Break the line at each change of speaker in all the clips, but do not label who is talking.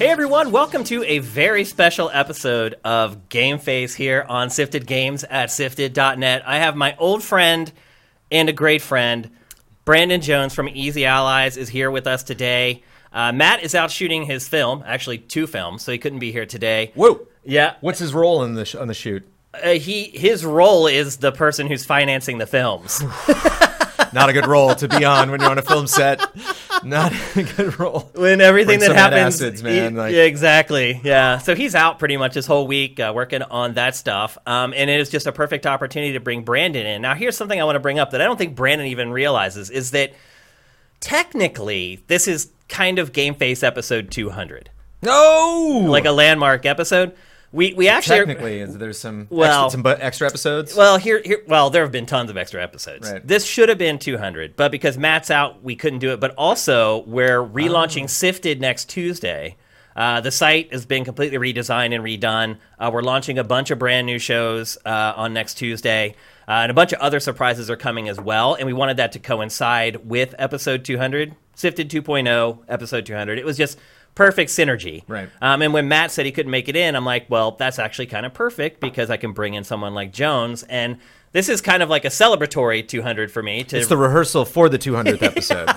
everyone. Welcome to a very special episode of Game Face here on Sifted Games at sifted.net. I have my old friend and a great friend, Brandon Jones from Easy Allies, is here with us today. Uh, Matt is out shooting his film, actually, two films, so he couldn't be here today.
Whoa.
Yeah.
What's his role in the sh- on the shoot?
Uh, he His role is the person who's financing the films.
Not a good role to be on when you're on a film set. Not a good role.
when everything
Bring
that
some Mad
happens,
Acids, man,
y-
like-
yeah, exactly, yeah. So he's out pretty much this whole week uh, working on that stuff, um, and it is just a perfect opportunity to bring Brandon in. Now, here's something I want to bring up that I don't think Brandon even realizes is that technically this is kind of Game Face episode 200,
No.
like a landmark episode. We we actually
technically, is there's some
Well-
extra, some bu- extra episodes.
Well, here, here, well, there have been tons of extra episodes.
Right.
This should have been 200, but because Matt's out, we couldn't do it. But also, we're
Oh.
relaunching Sifted next Tuesday. Uh, the site has been completely redesigned and redone. Uh, we're launching a bunch of brand new shows uh, on next Tuesday, uh, and a bunch of other surprises are coming as well. And we wanted that to coincide with episode 200, Sifted 2.0, episode 200. It was just perfect synergy.
Right.
Um, and when Matt said he couldn't make it in, I'm like, well, that's actually kind of perfect because I can bring in someone like Jones. And this is kind of like a celebratory 200 for me. To
it's the rehearsal for the 200th episode.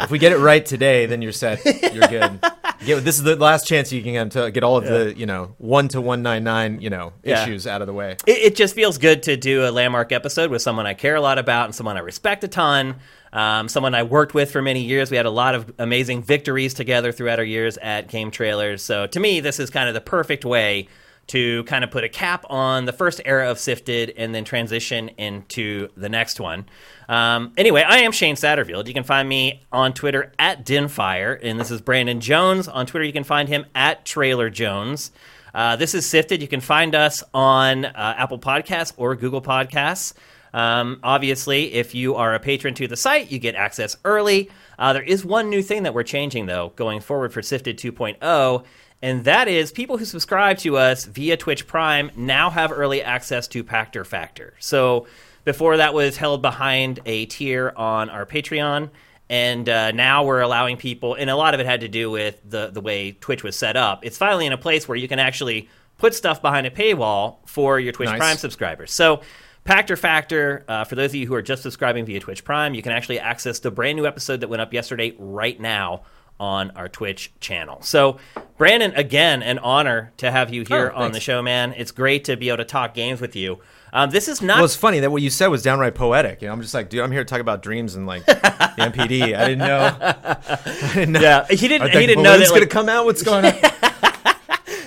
if we get it right today, then you're set. You're good. Get- this is the last chance you can get to get all of the you know one to one nine nine you know
Yeah.
issues out of the way.
it, it just feels good to do a landmark episode with someone I care a lot about and someone I respect a ton. Um, someone I worked with for many years. We had a lot of amazing victories together throughout our years at Game Trailers. So to me, this is kind of the perfect way to kind of put a cap on the first era of Sifted and then transition into the next one. Um, anyway, I am Shane Satterfield. You can find me on Twitter at Dinfire, and this is Brandon Jones. On Twitter, you can find him at Trailer Jones. Uh, this is Sifted. You can find us on uh, Apple Podcasts or Google Podcasts. Um, obviously, if you are a patron to the site, you get access early. Uh, there is one new thing that we're changing, though, going forward for Sifted 2.0, and that is people who subscribe to us via Twitch Prime now have early access to Pactor Factor. So before that was held behind a tier on our Patreon and uh, now we're allowing people and a lot of it had to do with the, the way twitch was set up it's finally in a place where you can actually put stuff behind a paywall for your twitch
Nice.
prime subscribers so Pactor Factor, uh, for those of you who are just subscribing via Twitch Prime, you can actually access the brand new episode that went up yesterday right now on our Twitch channel. So, Brandon, again, an honor to have you here
Oh,
on
thanks.
the show, man. It's great to be able to talk games with you. Um, this is not
Well, it's funny that what you said was downright poetic. You know, I'm just like, dude, I'm here to talk about dreams and like the MPD. I didn't know. I didn't know.
yeah. He
I
didn't.
think
He didn't know that.
balloon's gonna
Like,
come out. What's going on?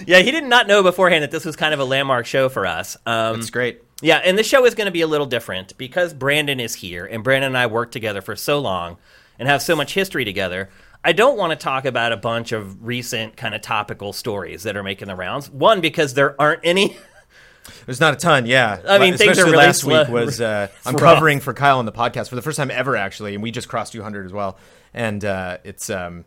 yeah, he did not know beforehand that this was kind of a landmark show for us. Um,
It's great.
Yeah, and the show is going to be a little different because Brandon is here and Brandon and I worked together for so long and have so much history together. I don't want to talk about a bunch of recent kind of topical stories that are making the rounds. One because there aren't any.
There's not a ton, yeah.
I mean,
Especially
things are really
last
slow-
week was uh, I'm
rough.
covering for Kyle on the podcast for the first time ever, actually, and we just crossed 200 as well. And uh, it's um,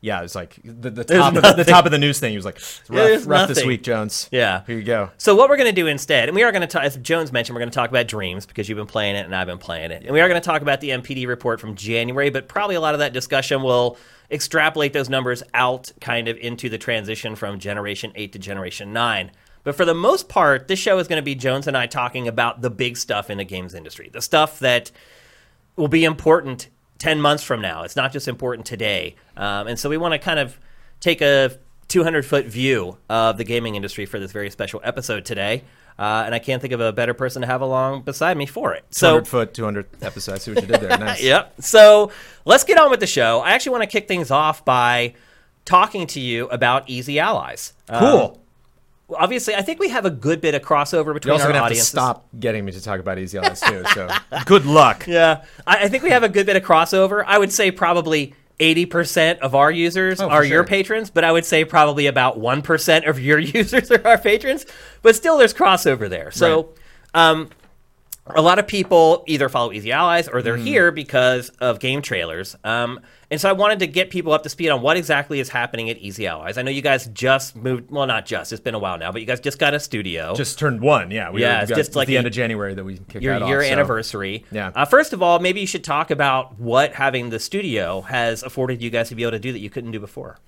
yeah, it's like the, the top of the, the top of the news thing. He was like, it's rough,
there's
rough this
nothing.
week, Jones.
Yeah.
here you go.
So what we're going to do instead, and we are going to talk, as Jones mentioned, we're going to talk about dreams because you've been playing it and I've been playing it, and we are going to talk about the MPD report from January. But probably a lot of that discussion will extrapolate those numbers out, kind of into the transition from Generation Eight to Generation Nine. But for the most part, this show is going to be Jones and I talking about the big stuff in the games industry, the stuff that will be important 10 months from now. It's not just important today. Um, and so we want to kind of take a 200 foot view of the gaming industry for this very special episode today. Uh, and I can't think of a better person to have along beside me for it. So,
200 foot, 200 episode. I see what you did there. Nice.
yep. So let's get on with the show. I actually want to kick things off by talking to you about Easy Allies. Uh,
cool.
obviously, I think we have a good bit of crossover between
You're also
our
gonna have to
audiences.
stop getting me to talk about Easy Allies too. So good luck.
Yeah, I, I think we have a good bit of crossover. I would say probably. 80% of our users
Oh, for
are your
sure.
patrons, but I would say probably about 1% of your users are our patrons. But still, there's crossover there. So, um, a lot of people either follow Easy Allies or
Mm-hmm.
they're here because of game trailers. Um, and so I wanted to get people up to speed on what exactly is happening at Easy Allies. I know you guys just moved, well, not just, it's been a while now, but you guys just got a studio.
Just turned one. Yeah, we
Yeah,
were-
it's
got-
just
it's
like
the end
a-
of January that we kicked
your
that off,
year
so-
anniversary.
Yeah.
Uh, first of all, maybe you should talk about what having the studio has afforded you guys to be able to do that you couldn't do before.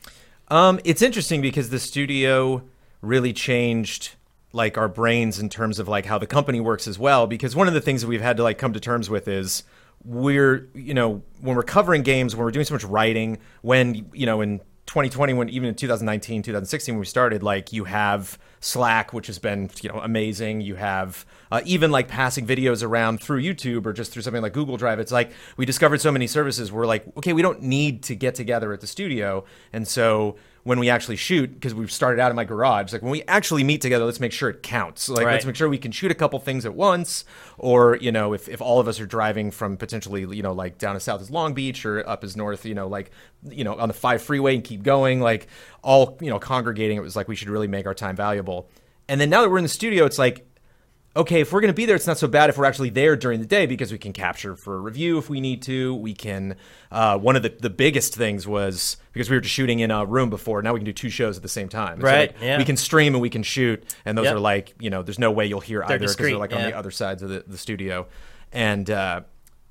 Um, it's interesting because the studio really changed like our brains in terms of like how the company works as well. Because one of the things that we've had to like come to terms with is we're you know when we're covering games, when we're doing so much writing, when you know in 2020, when even in 2019, 2016, when we started, like you have Slack, which has been you know amazing. You have uh, even like passing videos around through YouTube or just through something like Google Drive. It's like we discovered so many services. We're like, okay, we don't need to get together at the studio, and so when we actually shoot, because we've started out in my garage, like when we actually meet together, let's make sure it counts. Like
Right.
let's make sure we can shoot a couple things at once, or you know, if, if all of us are driving from potentially you know like down as south as Long Beach or up as north, you know, like you know on the five freeway and keep going, like all you know congregating, it was like we should really make our time valuable. And then now that we're in the studio, it's like okay, if we're going to be there, it's not so bad if we're actually there during the day because we can capture for a review if we need to. We can. Uh, one of the, the biggest things was because we were just shooting in a room before. Now we can do two shows at the same time. It's
Right,
like,
yeah.
We can stream and we can shoot, and those
Yep.
are like you know, there's no way you'll hear either because
discreet,
they're like on
yeah.
the other sides of the, the studio, and uh,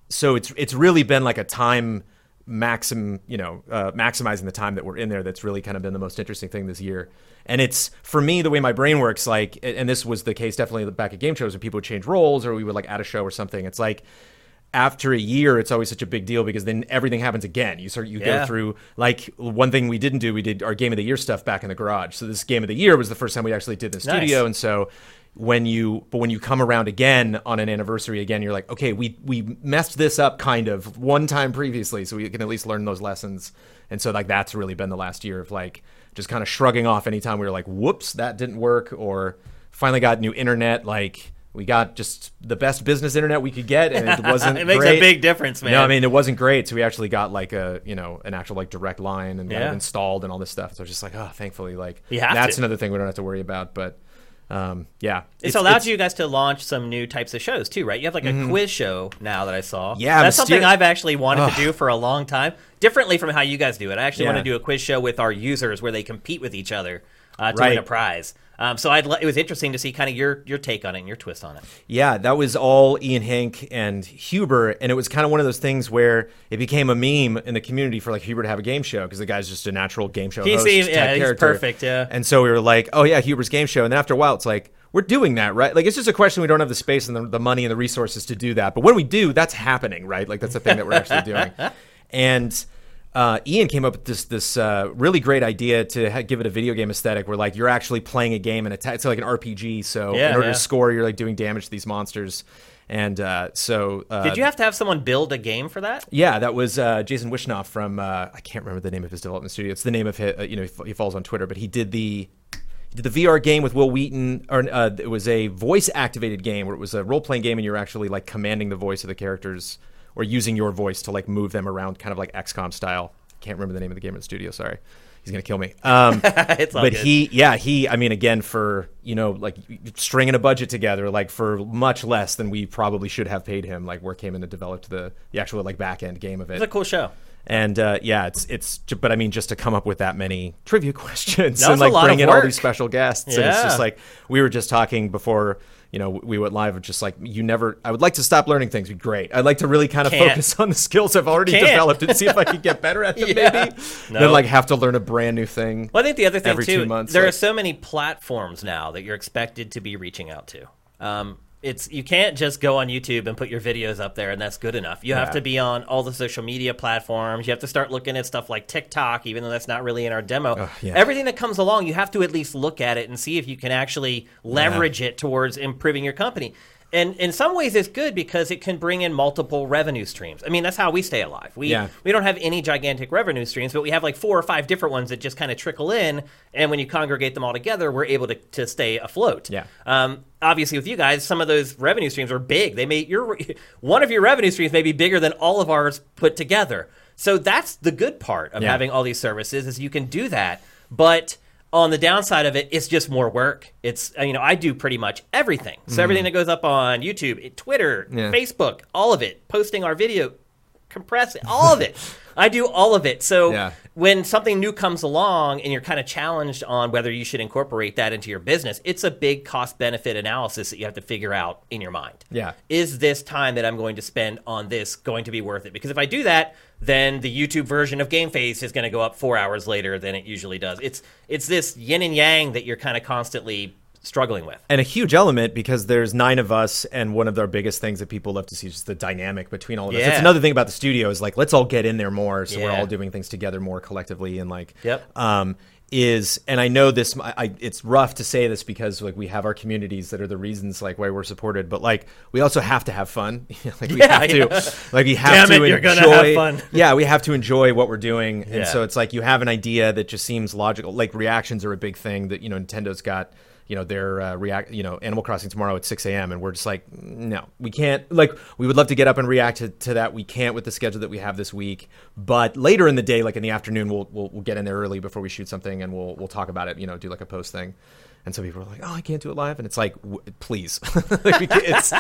so it's it's really been like a time maxim you know uh, maximizing the time that we're in there that's really kind of been the most interesting thing this year and it's for me the way my brain works like and and this was the case definitely back at game shows when people would change roles or we would like add a show or something it's like after a year it's always such a big deal because then everything happens again you start you
Yeah.
go through like one thing we didn't do we did our game of the year stuff back in the garage so this game of the year was the first time we actually did the
Nice.
studio and so when you but when you come around again on an anniversary again you're like okay we we messed this up kind of one time previously so we can at least learn those lessons and so like that's really been the last year of like just kind of shrugging off anytime we were like whoops that didn't work or finally got new internet like we got just the best business internet we could get and it wasn't
It makes
great.
a big difference, man.
No, I mean it wasn't great. So we actually got like a you know an actual like direct line and got it
Yeah.
installed and all this stuff. So I was just like, oh, thankfully, like
You have
that's
to.
another thing we don't have to worry about. But um, yeah,
It's, allowed you guys to launch some new types of shows too, right? You have like a quiz show now that I saw.
Mm-hmm. Yeah,
that's something
mysteri-
I've actually wanted to do for a long time, differently from how you guys do it. I actually want to
Yeah.
do a quiz show with our users where they compete with each other uh, to win
Right.
a prize. Um, so I'd le- it was interesting to see kind of your your take on it and your twist on it.
Yeah, that was all Ian Hank and Huber, and it was kind of one of those things where it became a meme in the community for like Huber to have a game show because the guy's just a natural game show
He
host.
seems-
type
yeah, he's
character.
perfect, yeah.
and so we were like, oh yeah, Huber's game show. And then after a while, it's like we're doing that, right? Like it's just a question we don't have the space and the, the money and the resources to do that. But when we do, that's happening, right? Like that's the thing that we're actually doing. And uh, Ian came up with this this uh, really great idea to ha- give it a video game aesthetic, where like you're actually playing a game and attack. It's like an RPG, so
Yeah,
in order
yeah.
to score, you're like doing damage to these monsters. And uh, so, uh,
Did you have to have someone build a game for that?
yeah, that was uh, Jason Wishnoff from uh, I can't remember the name of his development studio. It's the name of his, uh, you know he fo- he follows on Twitter, but he did the he did the VR game with Will Wheaton, or uh, it was a voice activated game where it was a role playing game and you're actually like commanding the voice of the characters or using your voice to like move them around, kind of like XCOM style. Can't remember the name of the game at the studio. Sorry, he's gonna kill me. Um,
It's all
but
good.
he, yeah, he. I mean, again, for you know, like stringing a budget together, like for much less than we probably should have paid him. Like, where came in and developed the the actual like back end game of
It was a
it.
cool show.
And uh, yeah, it's it's. ju- But I mean, just to come up with that many trivia questions
That was
and
a
like
lot
bring
of
in all
work.
these special guests, and it's
Yeah.
just like we were just talking before. You know, we went live. Of just like you never. I would like to stop learning things. Would be great. I'd like to really kind of
Can't.
focus on the skills I've already
Can't.
developed and see if I could get better at them.
Yeah.
Maybe
No.
then like have to learn a brand new thing.
Well, I think the other thing
every
too,
two months,
there
like-
are so many platforms now that you're expected to be reaching out to. Um, it's you can't just go on YouTube and put your videos up there and that's good enough. You have
Yeah.
to be on all the social media platforms. You have to start looking at stuff like TikTok, even though that's not really in our demo.
yeah.
Everything that comes along, you have to at least look at it and see if you can actually leverage it towards improving your company. And in some ways, it's good because it can bring in multiple revenue streams. I mean, that's how we stay alive. We
Yeah.
we don't have any gigantic revenue streams, but we have like four or five different ones that just kind of trickle in. And when you congregate them all together, we're able to, to stay afloat.
Yeah.
Um, obviously, with you guys, some of those revenue streams are big. They may your one of your revenue streams may be bigger than all of ours put together. So that's the good part of
Yeah.
having all these services is you can do that. But on the downside of it, it's just more work. It's uh, you know I do pretty much everything. So everything that goes up on YouTube, Twitter,
Mm-hmm. Yeah.
Facebook, all of it, posting our video, compress it, all of it. I do all of it. So
Yeah.
when something new comes along and you're kind of challenged on whether you should incorporate that into your business, it's a big cost benefit analysis that you have to figure out in your mind.
Yeah.
Is this time that I'm going to spend on this going to be worth it? Because if I do that, then the YouTube version of Game Face is going to go up 4 hours later than it usually does. It's it's this yin and yang that you're kind of constantly struggling with.
and a huge element because there's nine of us and one of our biggest things that people love to see is just the dynamic between all of us
Yeah.
it's another thing about the studio is like let's all get in there more so we're
Yeah.
all doing things together more collectively and like
Yep.
um is and i know this I, I it's rough to say this because like we have our communities that are the reasons like why we're supported but like we also have to have fun like we
Yeah,
have to
yeah.
like we have
Damn
to
it, you're
enjoy
gonna have fun.
yeah, we have to enjoy what we're doing.
Yeah.
And so it's like you have an idea that just seems logical. Like reactions are a big thing that, you know, Nintendo's got, you know, their uh, react, you know, Animal Crossing tomorrow at 6 a.m. And we're just like, no, we can't. Like, we would love to get up and react to, to that. We can't with the schedule that we have this week. But later in the day, like in the afternoon, we'll, we'll, we'll get in there early before we shoot something and we'll, we'll talk about it, you know, do like a post thing. And some people are like, "Oh, I can't do it live," and it's like, w- "Please, like, we can't, it's,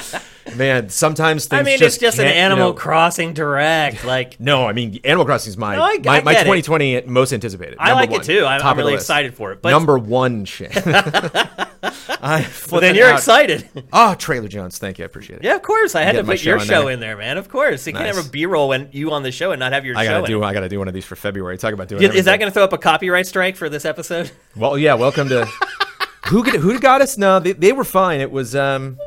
man." Sometimes things.
I mean,
just
it's just an
can't, you
Animal
know-
Crossing direct. Like,
no, I mean Animal Crossing is my
No, I-
my,
I
my
get it.
2020 most anticipated.
I
Number
like
one.
it too. I'm,
Top of
I'm
the
really
list.
excited for it. But
number one shit. I
well, then you're excited.
Oh, Trailer Jones, thank you, I appreciate it.
yeah, of course. I had
Get
to
my
put your
show in
show
there.
in there, man. Of course, you can't
Nice.
have a B-roll when you on the show and not have your
I
show.
gotta
in.
do. I gotta do one of these for February. Talk about doing.
Yeah, Is that
everything.
going to throw up a copyright strike for this episode?
Well, yeah. Welcome to. who could, who got us? No, they, they were fine. It was um,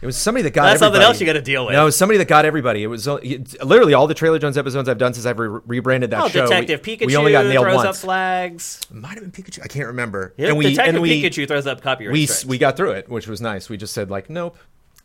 it was somebody that got.
That's something
everybody.
else you got to deal with.
No, it was somebody that got everybody. It was only- it's- literally all the Trailer Jones episodes I've done since I've re- rebranded that
oh,
show. we-
Detective Pikachu
We only got nailed
throws
once.
up flags.
Might have been Pikachu. I can't remember.
Yep,
and we
Detective
and we
Pikachu throws up copyright
we
strikes.
we got through it, which was nice. We just said like, nope,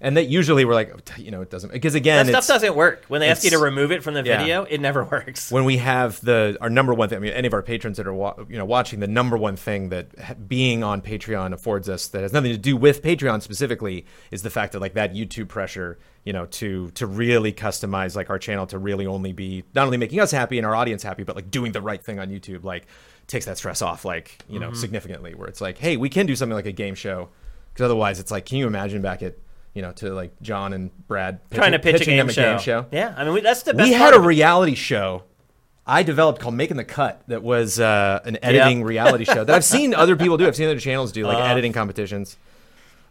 and that usually we're like, "Oh, you know, it doesn't because again,
that stuff
it's,
doesn't work. When they ask you to
it's-
remove it from the
yeah.
video, it never works.
when we have the our number one thing. I mean, any of our patrons that are wa- you know watching the number one thing that ha- being on Patreon affords us that has nothing to do with Patreon specifically is the fact that like that YouTube pressure, you know, to to really customize like our channel to really only be not only making us happy and our audience happy, but like doing the right thing on YouTube, like takes that stress off, like you
Mm-hmm.
know, significantly. Where it's like, hey, we can do something like a game show, because otherwise, it's like, can you imagine back at you know, to like John and Brad pitching,
Trying to pitch
pitching
a, game,
them
show.
game show
Yeah, I mean we, that's the best.
we had
part
a
of it.
reality show I developed called Making the Cut that was uh, an editing reality show that I've seen other people do. I've seen other channels do like editing competitions.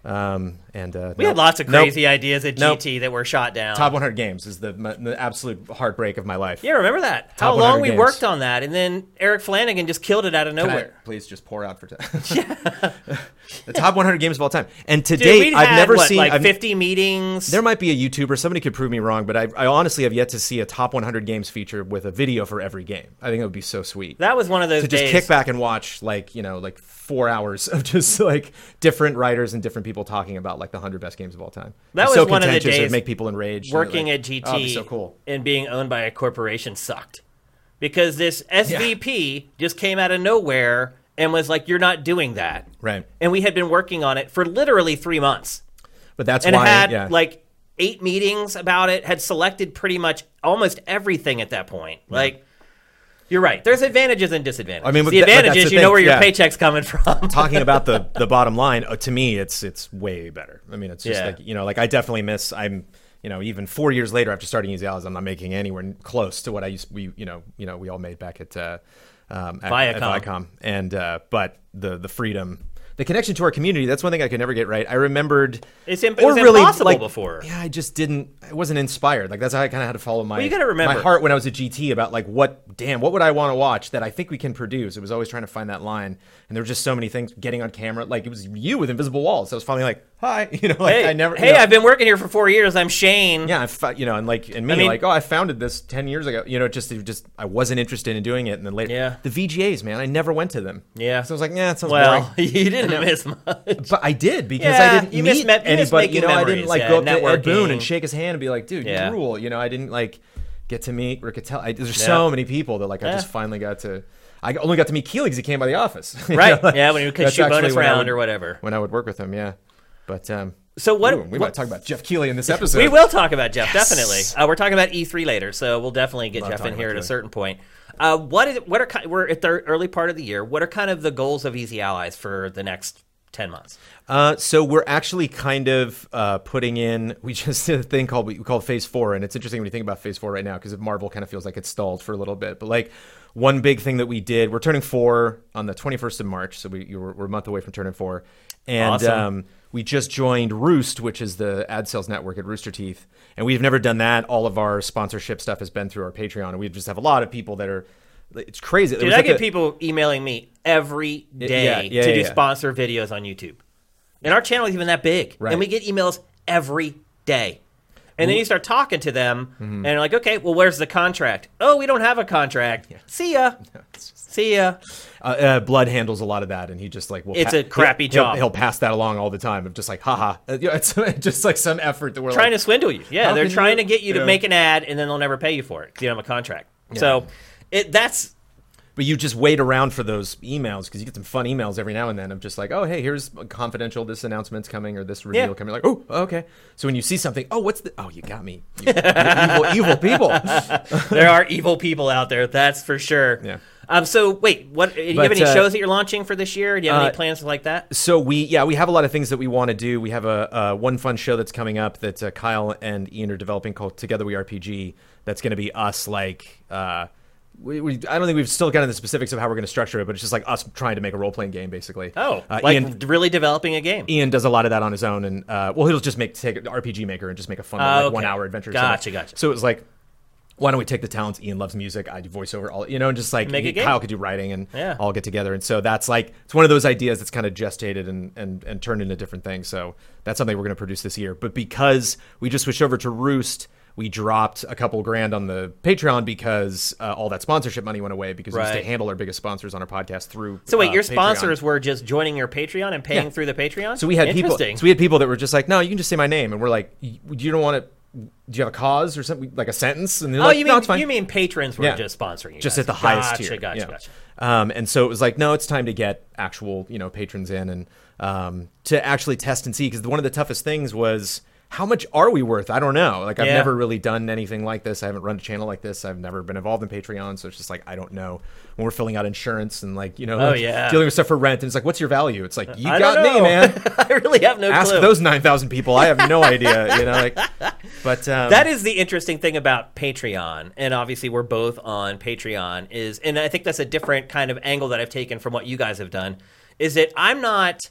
Um, and uh,
Uh-huh. we had lots of crazy ideas at
Nope.
GT that were shot down.
Top 100 games is the, my, the absolute heartbreak of my life.
Yeah, remember that? How
Top 100
long we
games.
worked on that, and then Eric Flanagan just killed it out of
Can I
nowhere.
please just pour out for time. the top 100 games of all time. And to
Dude,
date,
we'd
I've
had,
never
what,
seen.
like
I've-
50 meetings.
there might be a YouTuber. Somebody could prove me wrong, but I, I honestly have yet to see a top 100 games feature with a video for every game. I think it would be so sweet.
that was one of those
to just
days.
kick back and watch like you know like four hours of just like different writers and different people talking about like the hundred best games of all time.
That
It's
was
so
one of the
contentious,
days
it'd make people enraged. and they're
Working
like,
at GT
"Oh, it'd be so cool.
and being owned by a corporation sucked because this SVP just came out of nowhere and was like, "You're not doing that."
Right.
And we had been working on it for literally three months
But that's
and
why
had
yeah.
like eight meetings about it. Had selected pretty much almost everything at that point. Like. You're right. There's advantages and disadvantages.
I mean, but
the
tha- but
advantage
that's
is
the
you know
thing,
where your
yeah.
paycheck's coming from.
talking about the the bottom line uh, to me it's it's way better i mean it's just
Yeah.
like you know like i definitely miss i'm you know even four years later after starting easy allies i'm not making anywhere n- close to what i used we you know you know we all made back at uh um at, at
Viacom.
viacom and uh but the the freedom the connection to our community that's one thing i could never get right i remembered
It's imp- it was impossible before.
yeah i just didn't i wasn't inspired like that's how i kind of had to follow my
you gotta remember-
my heart when I was at GT about like what damn what would I want to watch that I think we can produce. It was always trying to find that line, and there were just so many things getting on camera. Like it was you with invisible walls. I was finally like, hi, you know, like
hey,
I never.
hey
you know,
I've been working here for four years. I'm Shane.
yeah, I fi- you know, and like and me,
I mean-
like oh, I founded this ten years ago. You know, it just it just I wasn't interested in doing it, and then later,
Yeah.
the VGAs, man, I never went to them.
Yeah.
so I was like, yeah, it sounds boring.
Well, you didn't miss much.
But I did because
Yeah,
I didn't
you
meet
miss me- you miss
anybody. You
making
know, I
memories,
didn't like
yeah,
go up to Ed Boone
networking.
and shake his hand and be like, "Dude,
Yeah.
you rule." You know, I didn't like get to meet Ricketell. I, there's
Yeah.
so many people that like I just
Yeah.
finally got to. I only got to meet Keeley because he came by the office. You
Right.
know, like,
Yeah, when you could
that's
shoot
actually
bonus
when I
round
would-
or whatever.
When I would work with him, yeah. But um,
So what-
ooh, we
what-
might talk about Jeff Keeley in this episode.
We will talk about Jeff definitely.
Yes.
Uh, we're talking about E3 later, so we'll definitely get Jeff in
talking
here
about
at a
E3.
certain point. Uh, what is what are ki- we're at the early part of the year? What are kind of the goals of Easy Allies for the next 10 months.
Uh, so we're actually kind of uh, putting in. We just did a thing called we call Phase Four, and it's interesting when you think about Phase Four right now because Marvel kind of feels like it's stalled for a little bit. But like one big thing that we did, we're turning four on the 21st of March, so we you were, we're a month away from turning four, and
Awesome.
um, we just joined Roost, which is the ad sales network at Rooster Teeth, and we've never done that. All of our sponsorship stuff has been through our Patreon, and we just have a lot of people that are. It's crazy. It
Dude,
was
I
like
get
a-
people emailing me every day
yeah, yeah,
to
yeah,
do
yeah.
sponsor videos on YouTube. And our channel is even that big.
Right.
And we get emails every day. And then you start talking to them,
Mm-hmm.
and they're like, okay, well, where's the contract? Oh, we don't have a contract. See ya. See ya.
uh, uh, Blood handles a lot of that, and he just like will
It's a crappy
he'll- he'll-
job.
He'll, pass that along all the time of just like, haha, Uh, you know, it's just like some effort that we're
Trying to
like,
swindle you. Yeah,
How
they're
can
trying
you-
to get you to
yeah.
make an ad, and then they'll never pay you for it 'cause you don't have a contract. So it, that's
but you just wait around for those emails because you get some fun emails every now and then of just like, oh hey, here's a confidential, this announcement's coming or this reveal
Yeah.
coming. Like, oh okay. So when you see something, oh what's the? Oh you got me, you, you evil, evil people.
there are evil people out there. That's for sure.
Yeah.
Um. So wait, what? Do you
But,
have any
uh,
shows that you're launching for this year? Do you have
uh,
any plans like that?
so we yeah we have a lot of things that we want to do we have a, a one fun show that's coming up that uh, kyle and ian are developing called together we rpg that's going to be us like uh we, we, I don't think we've still gotten the specifics of how we're going to structure it, but it's just like us trying to make a role playing game, basically.
Oh,
uh,
like
Ian,
really developing a game.
Ian does a lot of that on his own, and uh, well, he'll just make take an RPG maker and just make a fun like,
Oh, okay.
one hour adventure. or
Gotcha,
something.
gotcha.
So it was like, why don't we take the talents? Ian loves music. I do voiceover. All you know, and just like
Make a
he-
game.
Kyle could do writing, and
Yeah.
all get together. And so that's like it's one of those ideas that's kind of gestated and and and turned into different things. So that's something we're going to produce this year. But because we just switched over to Roost. We dropped a couple grand on the Patreon because uh, all that sponsorship money went away because we
Right.
used to handle our biggest sponsors on our podcast through.
so wait,
uh,
your
Patreon.
sponsors were just joining your Patreon and paying
Yeah.
through the Patreon.
So we had people.
interesting.
So we had people that were just like, "No, you can just say my name," and we're like, "You you don't want to? Do you have a cause or something like a sentence?" And they're
oh,
like,
you
"No,
mean
it's fine."
you mean patrons were
Yeah.
just sponsoring you?
just
guys.
at the highest
gotcha,
tier?
Gotcha,
yeah.
gotcha.
Um, and so it was like, no, it's time to get actual you know patrons in and um, to actually test and see because one of the toughest things was. How much are we worth? I don't know. Like I've
Yeah.
never really done anything like this. I haven't run a channel like this. I've never been involved in Patreon, so it's just like I don't know. When we're filling out insurance and like you know
Oh,
like,
yeah. Uh,
dealing with stuff for rent, and it's like, what's your value? It's like you
I
got
don't
me,
know.
man
I really have no
ask
clue.
those 9000 people i have no idea you know like but um,
that is the interesting thing about Patreon, and obviously we're both on Patreon. Is and I think that's a different kind of angle that I've taken from what you guys have done. Is that I'm not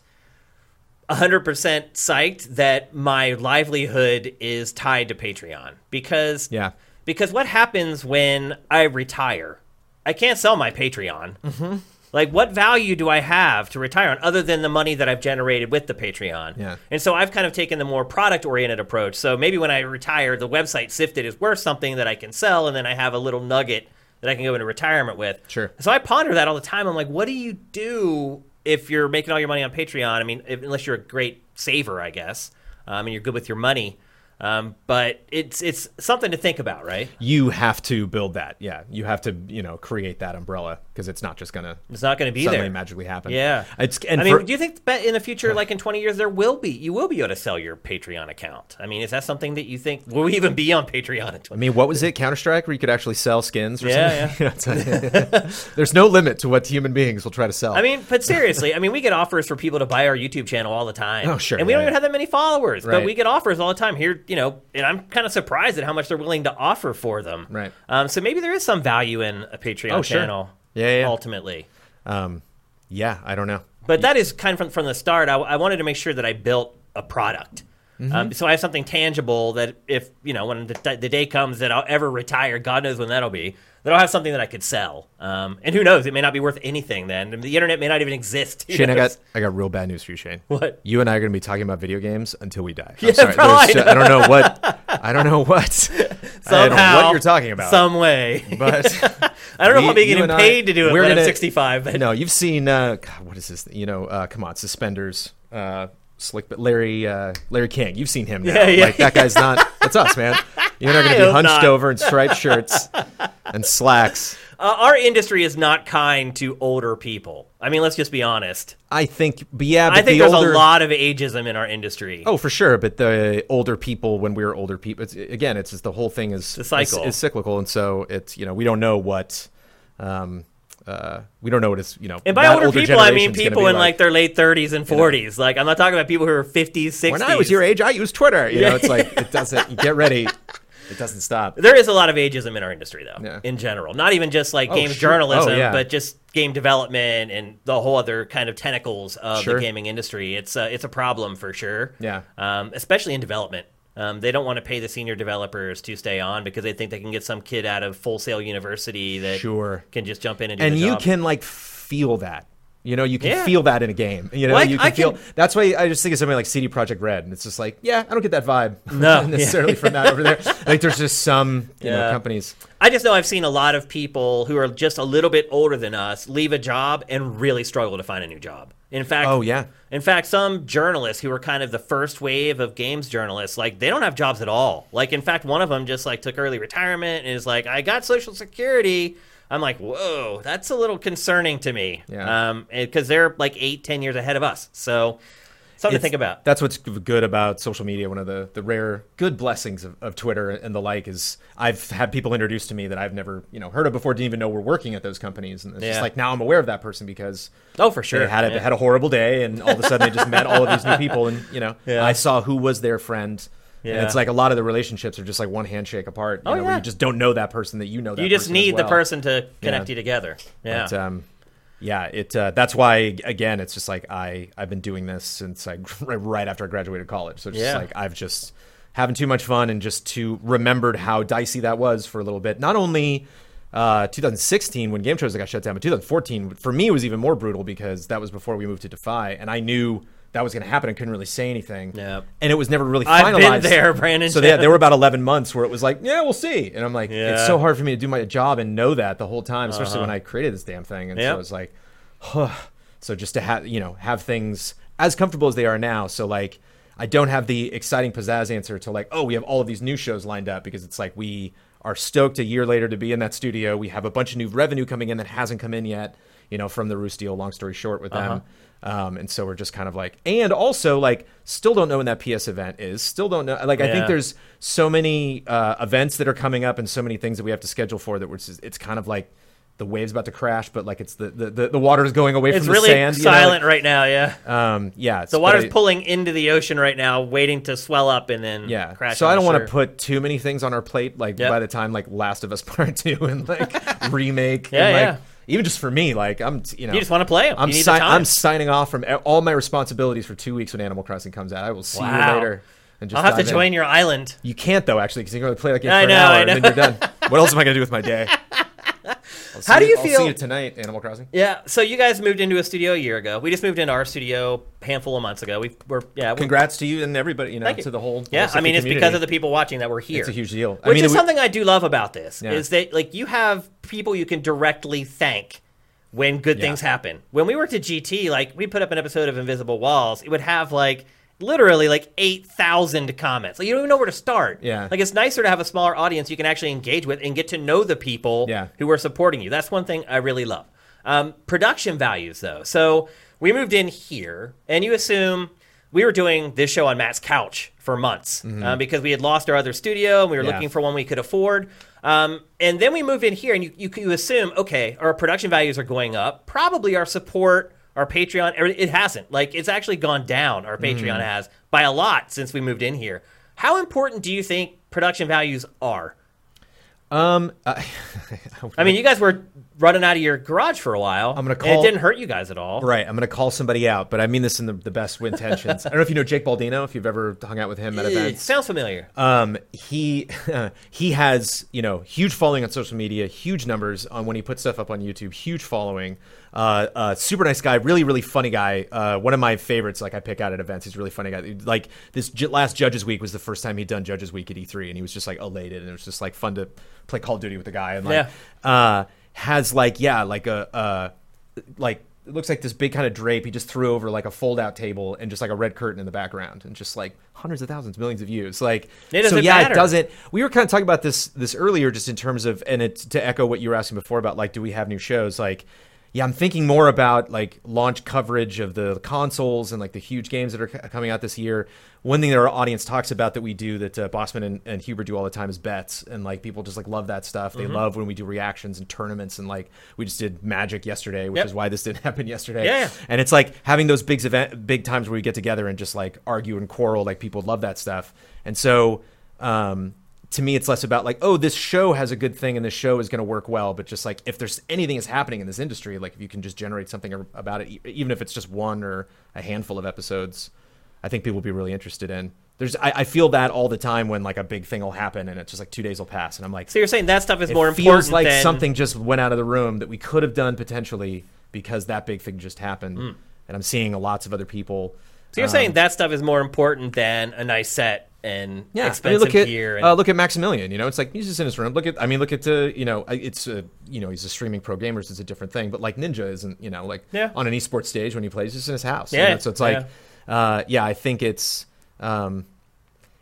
100% psyched that my livelihood is tied to Patreon because
Yeah.
because what happens when I retire? I can't sell my Patreon. Mm-hmm. Like, what value do I have to retire on other than the money that I've generated with the Patreon?
Yeah.
And so I've kind of taken the more product oriented approach. So maybe when I retire, the website Sifted is worth something that I can sell, and then I have a little nugget that I can go into retirement with.
Sure.
So I ponder that all the time. I'm like, what do you do if you're making all your money on Patreon? I mean, if, unless you're a great saver, I guess, um, and you're good with your money. Um, but it's it's something to think about, right?
you have to build that yeah you have to you know create that umbrella because it's not just gonna
It's not going to be
suddenly
there.
magically happen
Yeah,
it's and
I mean,
for-
do you think that in the future, like in twenty years, there will be you will be able to sell your Patreon account? I mean, is that something that you think will we even be on Patreon in
I
twenty?
mean, what was it, Counter Strike, where you could actually sell skins or
Yeah,
something? Yeah. There's no limit to what human beings will try to sell.
I mean, but seriously, I mean, we get offers for people to buy our YouTube channel all the time.
Oh, sure,
and we
yeah,
don't even
yeah.
have that many followers, but
Right.
we get offers all the time here. You know, and I'm kind of surprised at how much they're willing to offer for them.
Right.
Um, so maybe there is some value in a Patreon
Oh, sure.
channel.
Yeah, yeah, yeah.
Ultimately.
um, yeah, I don't know.
But that is kind of from, from the start. I, I wanted to make sure that I built a product.
Mm-hmm.
Um, so I have something tangible that if, you know, when the, the day comes that I'll ever retire, God knows when that'll be, that I'll have something that I could sell. Um, and who knows? It may not be worth anything then. The internet may not even exist. Who
Shane, I
knows?
got I got real bad news for you, Shane.
What?
You and I are going to be talking about video games until we die. I'm
Yeah,
sorry.
bro,
There's
I
ju- I don't know what. I don't know what. I don't know
Somehow,
what you're talking about.
Some way.
but
I don't know if
We-
I'll be
you
getting
and I-
paid to do it
we're
when I'm
gonna-
65. But
No, you've seen uh, God, what is this? thing? You know, uh, come on, suspenders, uh, slick, but Larry, uh, Larry King. You've seen him now.
Yeah, yeah.
like that guy's not. That's us, man. You're not going
I
to be
hope
hunched
not.
over in striped shirts and slacks.
uh, our industry is not kind to older people. I mean, let's just be honest.
I think, but yeah, but
I think
the
there's
older,
a lot of ageism in our industry.
Oh, for sure. But the older people, when we were older people, it's, again, it's just the whole thing is
a cycle.
Is, is cyclical, and so it's you know we don't know what. Um, uh, we don't know what it's you know.
And by
that
older,
older
people, I mean
generation's gonna
people
be
in like, their late 30s and 40s. Like, I'm not talking about people who are 50s, 60s.
when I was your age, I used Twitter. You know, it's like it doesn't. Get ready, it doesn't stop.
There is a lot of ageism in our industry, though,
Yeah.
in general. Not even just like games
sure.
journalism,
Oh, yeah.
but just game development and the whole other kind of tentacles of
Sure.
the gaming industry. It's a, it's a problem for sure.
Yeah.
um, especially in development. Um, they don't want to pay the senior developers to stay on because they think they can get some kid out of Full Sail University that
Sure.
can just jump in and do
and
the
you
job.
can like feel that. You know, you can
Yeah.
feel that in a game. You know,
Well, I-
you can
I
feel.
can-
That's why I just think of something like CD Project Red, and it's just like, yeah, I don't get that vibe
No.
necessarily from that over there. Like, there's just some you know
Yeah.
companies.
I just know I've seen a lot of people who are just a little bit older than us leave a job and really struggle to find a new job. In fact,
Oh, yeah.
In fact, some journalists who were kind of the first wave of games journalists, like they don't have jobs at all. Like in fact, one of them just like took early retirement and is like, I got Social Security. I'm like, whoa, that's a little concerning to me.
Yeah.
because they're like eight, ten years ahead of us. So something to
It's-
think about.
That's what's g- good about social media. One of the, the rare good blessings of, of Twitter and the like is I've had people introduced to me that I've never you know heard of before, didn't even know were working at those companies, and it's just
Yeah.
like now I'm aware of that person because
Oh, for sure.
they had a,
Yeah.
had a horrible day, and all of a sudden they just met all of these new people, and you know
Yeah.
I saw who was their friend. And
Yeah.
it's like a lot of the relationships are just like one handshake apart. You
Oh,
know, where
yeah.
you just don't know that person that you know. That
you just
person as
need the
well.
person to connect
Yeah.
you together. Yeah.
But, um, yeah, it. Uh, that's why again, it's just like I I've been doing this since I right after I graduated college. So it's just
Yeah.
like I've just having too much fun and just to remembered how dicey that was for a little bit. Not only. Uh, 2016 when Game Shows got shut down, but 2014 for me was even more brutal because that was before we moved to Defy, and I knew that was going to happen. I couldn't really say anything,
Yeah.
and it was never really finalized.
I've been there, Brandon
So yeah,
Jones.
there were about 11 months where it was like, yeah, we'll see, and I'm like, it's
Yeah.
so hard for me to do my job and know that the whole time, especially when I created this damn thing. And so
Uh-huh. Yep.
it was like, huh. So just to have you know have things as comfortable as they are now. So like, I don't have the exciting pizzazz answer to like, oh, we have all of these new shows lined up because it's like we are stoked a year later to be in that studio. We have a bunch of new revenue coming in that hasn't come in yet. You know, from the Roost deal. Long story short, with them.
Uh-huh.
Um, and so we're just kind of like, and also like, still don't know when that PS event is. Still don't know. Like, I think
Yeah.
there's so many uh, events that are coming up and so many things that we have to schedule for that. Which is, it's kind of like the waves about to crash, but like it's the the, the, the water is going away
it's
from
really
the sand. you know, like-
silent right now. Yeah.
um, yeah, it's,
The
but
water's
I-
pulling into the ocean right now, waiting to swell up and then
Yeah,
crash.
so I
on
don't
the
want
shore.
to put too many things on our plate. Like
Yep.
by the time like Last of Us Part Two and like remake,
Yeah,
and, like,
yeah.
Even just for me, like I'm, you know,
You just want to play 'em.
I'm
You need the
si-
time.
I'm signing off from e-, all my responsibilities for two weeks when Animal Crossing comes out. I will see you
Wow.
later. And just
I'll have to
dive in.
join your island.
You can't though, actually, because you can only play like it for
I
an
know,
hour
I
and then
know.
you're done. what else am I gonna do with my day? I'll see
How do you
I'll
feel-
See you tonight, Animal Crossing.
Yeah. So you guys moved into a studio a year ago. We just moved into our studio a handful of months ago. We were yeah. we-
Congrats to you and everybody, you know,
Thank you.
to the whole.
yeah,
whole
I mean,
Sifu
it's because
community.
of the people watching that we're here.
It's a huge deal. I
Which
mean,
is
it w-
something I do love about this
Yeah.
is that like you have people you can directly thank when good
Yeah.
things happen. When we worked at GT, like we put up an episode of Invisible Walls, it would have like literally like 8,000 comments. Like you don't even know where to start.
Yeah.
Like it's nicer to have a smaller audience you can actually engage with and get to know the people
Yeah.
who are supporting you. That's one thing I really love. Um, production values, though. So we moved in here, and you assume we were doing this show on Matt's couch for months uh, because we had lost our other studio and we were
Yeah.
looking for one we could afford. Um, and then we move in here, and you, you, you assume, okay, our production values are going up. Probably our support, our Patreon, every- it hasn't. Like, it's actually gone down, our Patreon has, by a lot since we moved in here. How important do you think production values are?
Um, uh,
I mean, you guys were running out of your garage for a while.
I'm gonna
and
call-
it didn't hurt you guys at all.
right. I'm going to call somebody out, but I mean this in the, the best intentions. I don't know if you know Jake Baldino, if you've ever hung out with him at
It
events.
sounds familiar.
Um, he he has you know huge following on social media, huge numbers on when he puts stuff up on YouTube, huge following. Uh, uh, super nice guy, really really funny guy. Uh, one of my favorites, like I pick out at events. He's a really funny guy. Like this j- last Judges Week was the first time he'd done Judges Week at E3, and he was just like elated, and it was just like fun to play Call of Duty with the guy. And like, uh, has like yeah, like a uh, like. It looks like this big kind of drape he just threw over like a fold out table and just like a red curtain in the background and just like hundreds of thousands, millions of views. Like
It doesn't
so yeah, it
matter.
doesn't. We were kind of talking about this this earlier, just in terms of, and it's to echo what you were asking before about, like, do we have new shows? Like, yeah, I'm thinking more about like launch coverage of the consoles and like the huge games that are c- coming out this year. One thing that our audience talks about that we do that uh, Bossman and, and Huber do all the time is bets, and like people just like love that stuff.
Mm-hmm.
They love when we do reactions and tournaments, and like we just did Magic yesterday, which
Yep.
is why this didn't happen yesterday.
Yeah, yeah.
and it's like having those big event, big times where we get together and just like argue and quarrel. Like people love that stuff, and so. um to me, it's less about like, oh, this show has a good thing and this show is going to work well, but just like if there's anything that's happening in this industry, like if you can just generate something ar- about it, e- even if it's just one or a handful of episodes, I think people will be really interested in. There's, I, I feel that all the time when like a big thing will happen and it's just like two days will pass and I'm like,
So you're saying that stuff is
it
more important
feels like
than
something just went out of the room that we could have done potentially because that big thing just happened, and I'm seeing lots of other people.
Hmm. So you're
Um,
saying that stuff is more important than a nice set and
Yeah, I mean,
expensive
look at
gear. And,
uh, look at Maximilian. You know, it's like he's just in his room. Look at, I mean, look at uh, you know, I- it's uh, you know, he's a streaming pro gamer, so it's a different thing. But like Ninja isn't, you know, like
Yeah.
on an esports stage when he plays, he's just in his house. you
Yeah,
know? so it's like, uh, yeah, I think it's um,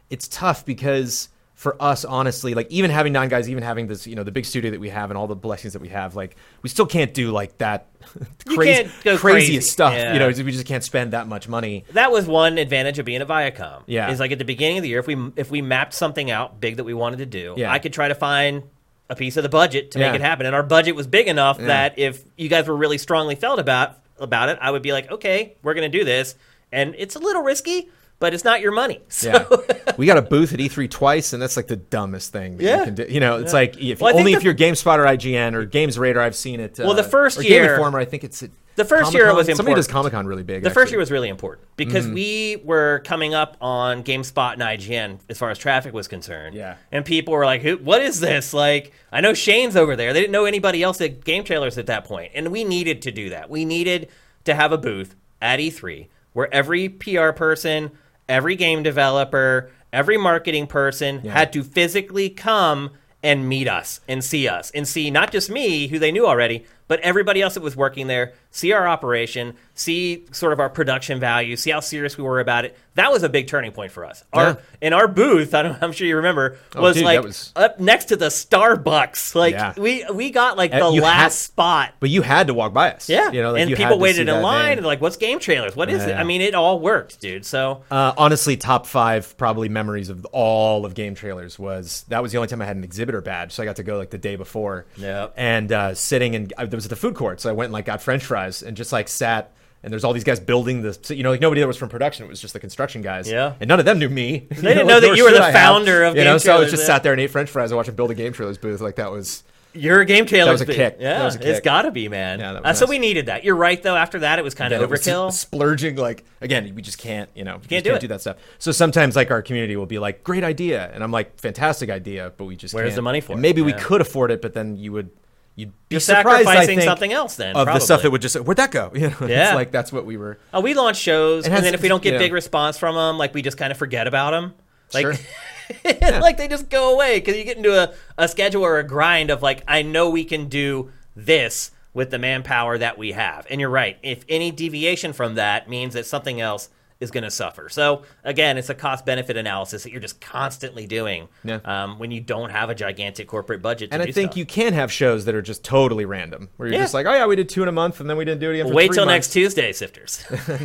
it's tough because for us, honestly, like even having nine guys, even having this, you know, the big studio that we have and all the blessings that we have, like we still can't do like that
You
crazy,
can't go
craziest
crazy.
stuff.
Yeah.
You know, we just can't spend that much money.
that was one advantage of being a Viacom.
Yeah.
is like at the beginning of the year, if we if we mapped something out big that we wanted to do,
Yeah.
I could try to find a piece of the budget to
Yeah.
make it happen. And our budget was big enough that if you guys were really strongly felt about about it, I would be like, okay, we're going to do this, and it's a little risky, but it's not your money. So.
Yeah, we got a booth at E3 twice, and that's like the dumbest thing. That
Yeah.
you can do. You know, it's like if
Well, I think
only
the-
if you're GameSpot or IGN or Games Radar. I've seen it.
Well, the
uh,
first
or
year-
Game Informer, I think it's at
The first year it
Comic-Con.
was
somebody does
important.
Comic Con really big.
The first year was really important
Mm-hmm.
because we were coming up on GameSpot and IGN as far as traffic was concerned.
Yeah.
And people were like, Who, what is this? Like, I know Shane's over there. They didn't know anybody else at Game Trailers at that point. And we needed to do that. We needed to have a booth at E3 where every PR person, every game developer, every marketing person had to physically come and meet us and see us and see not just me, who they knew already, but everybody else that was working there, see our operation, see sort of our production value, see how serious we were about it. That was a big turning point for us. Our,
Yeah.
In our booth, I don't, I'm sure you remember, was
Oh, dude, that
like
was-
up next to the Starbucks. Like
Yeah.
we we got like
Uh,
the
you
last
had-
spot.
but you had to walk by us.
Yeah,
you know, like
and
you
people
had to see
waited
that
in line
name.
and like, what's game trailers? What is it?
Yeah.
I mean, it all worked, dude. So
Uh, honestly, top five probably memories of all of game trailers was that was the only time I had an exhibitor badge, so I got to go like the day before.
Yep.
And uh, sitting and I was at the food court, so I went and like got French fries and just like sat. And there's all these guys building this, so, you know, like nobody that was from production. It was just the construction guys.
Yeah.
And none of them knew me. They
didn't know that you were the founder of
you
Game
know, so I was
Trailers,
just
yeah.
sat there and ate French fries and watched them build a game trailers booth. Like that was
You're a game trailer.
was a kick.
Yeah,
That was a
it's
kick.
got to be, man.
Yeah, that
Uh,
was
So
nice.
we needed that. You're right, though. After that, it was kind
Yeah,
of
it was
overkill.
splurging like again we just can't you know we
Can't do
can't, do,
it.
that stuff so sometimes like our community will be like great idea and i'm like fantastic idea but we just
Where's
can't.
the money for
And
it?
maybe we
Yeah.
could afford it but then you would you'd be
You're
surprised I
sacrificing
think,
something else then.
of
probably.
the stuff that would just where'd that go you know
Yeah.
it's like that's what we were
Uh, we launch shows,
It
and
has-
then if we don't get
yeah.
big response from them, like we just kind of forget about them. Like,
Sure.
like they just go away because you get into a, a schedule or a grind of like, I know we can do this with the manpower that we have. And you're right. If any deviation from that means that something else is going to suffer. So again, it's a cost benefit analysis that you're just constantly doing
Yeah.
um, when you don't have a gigantic corporate budget. To
and i
do
think
stuff.
you can have shows that are just totally random where you're
Yeah.
just like oh yeah we did two in a month and then we didn't do it again for
Wait
three
till
months.
next Tuesday, sifters.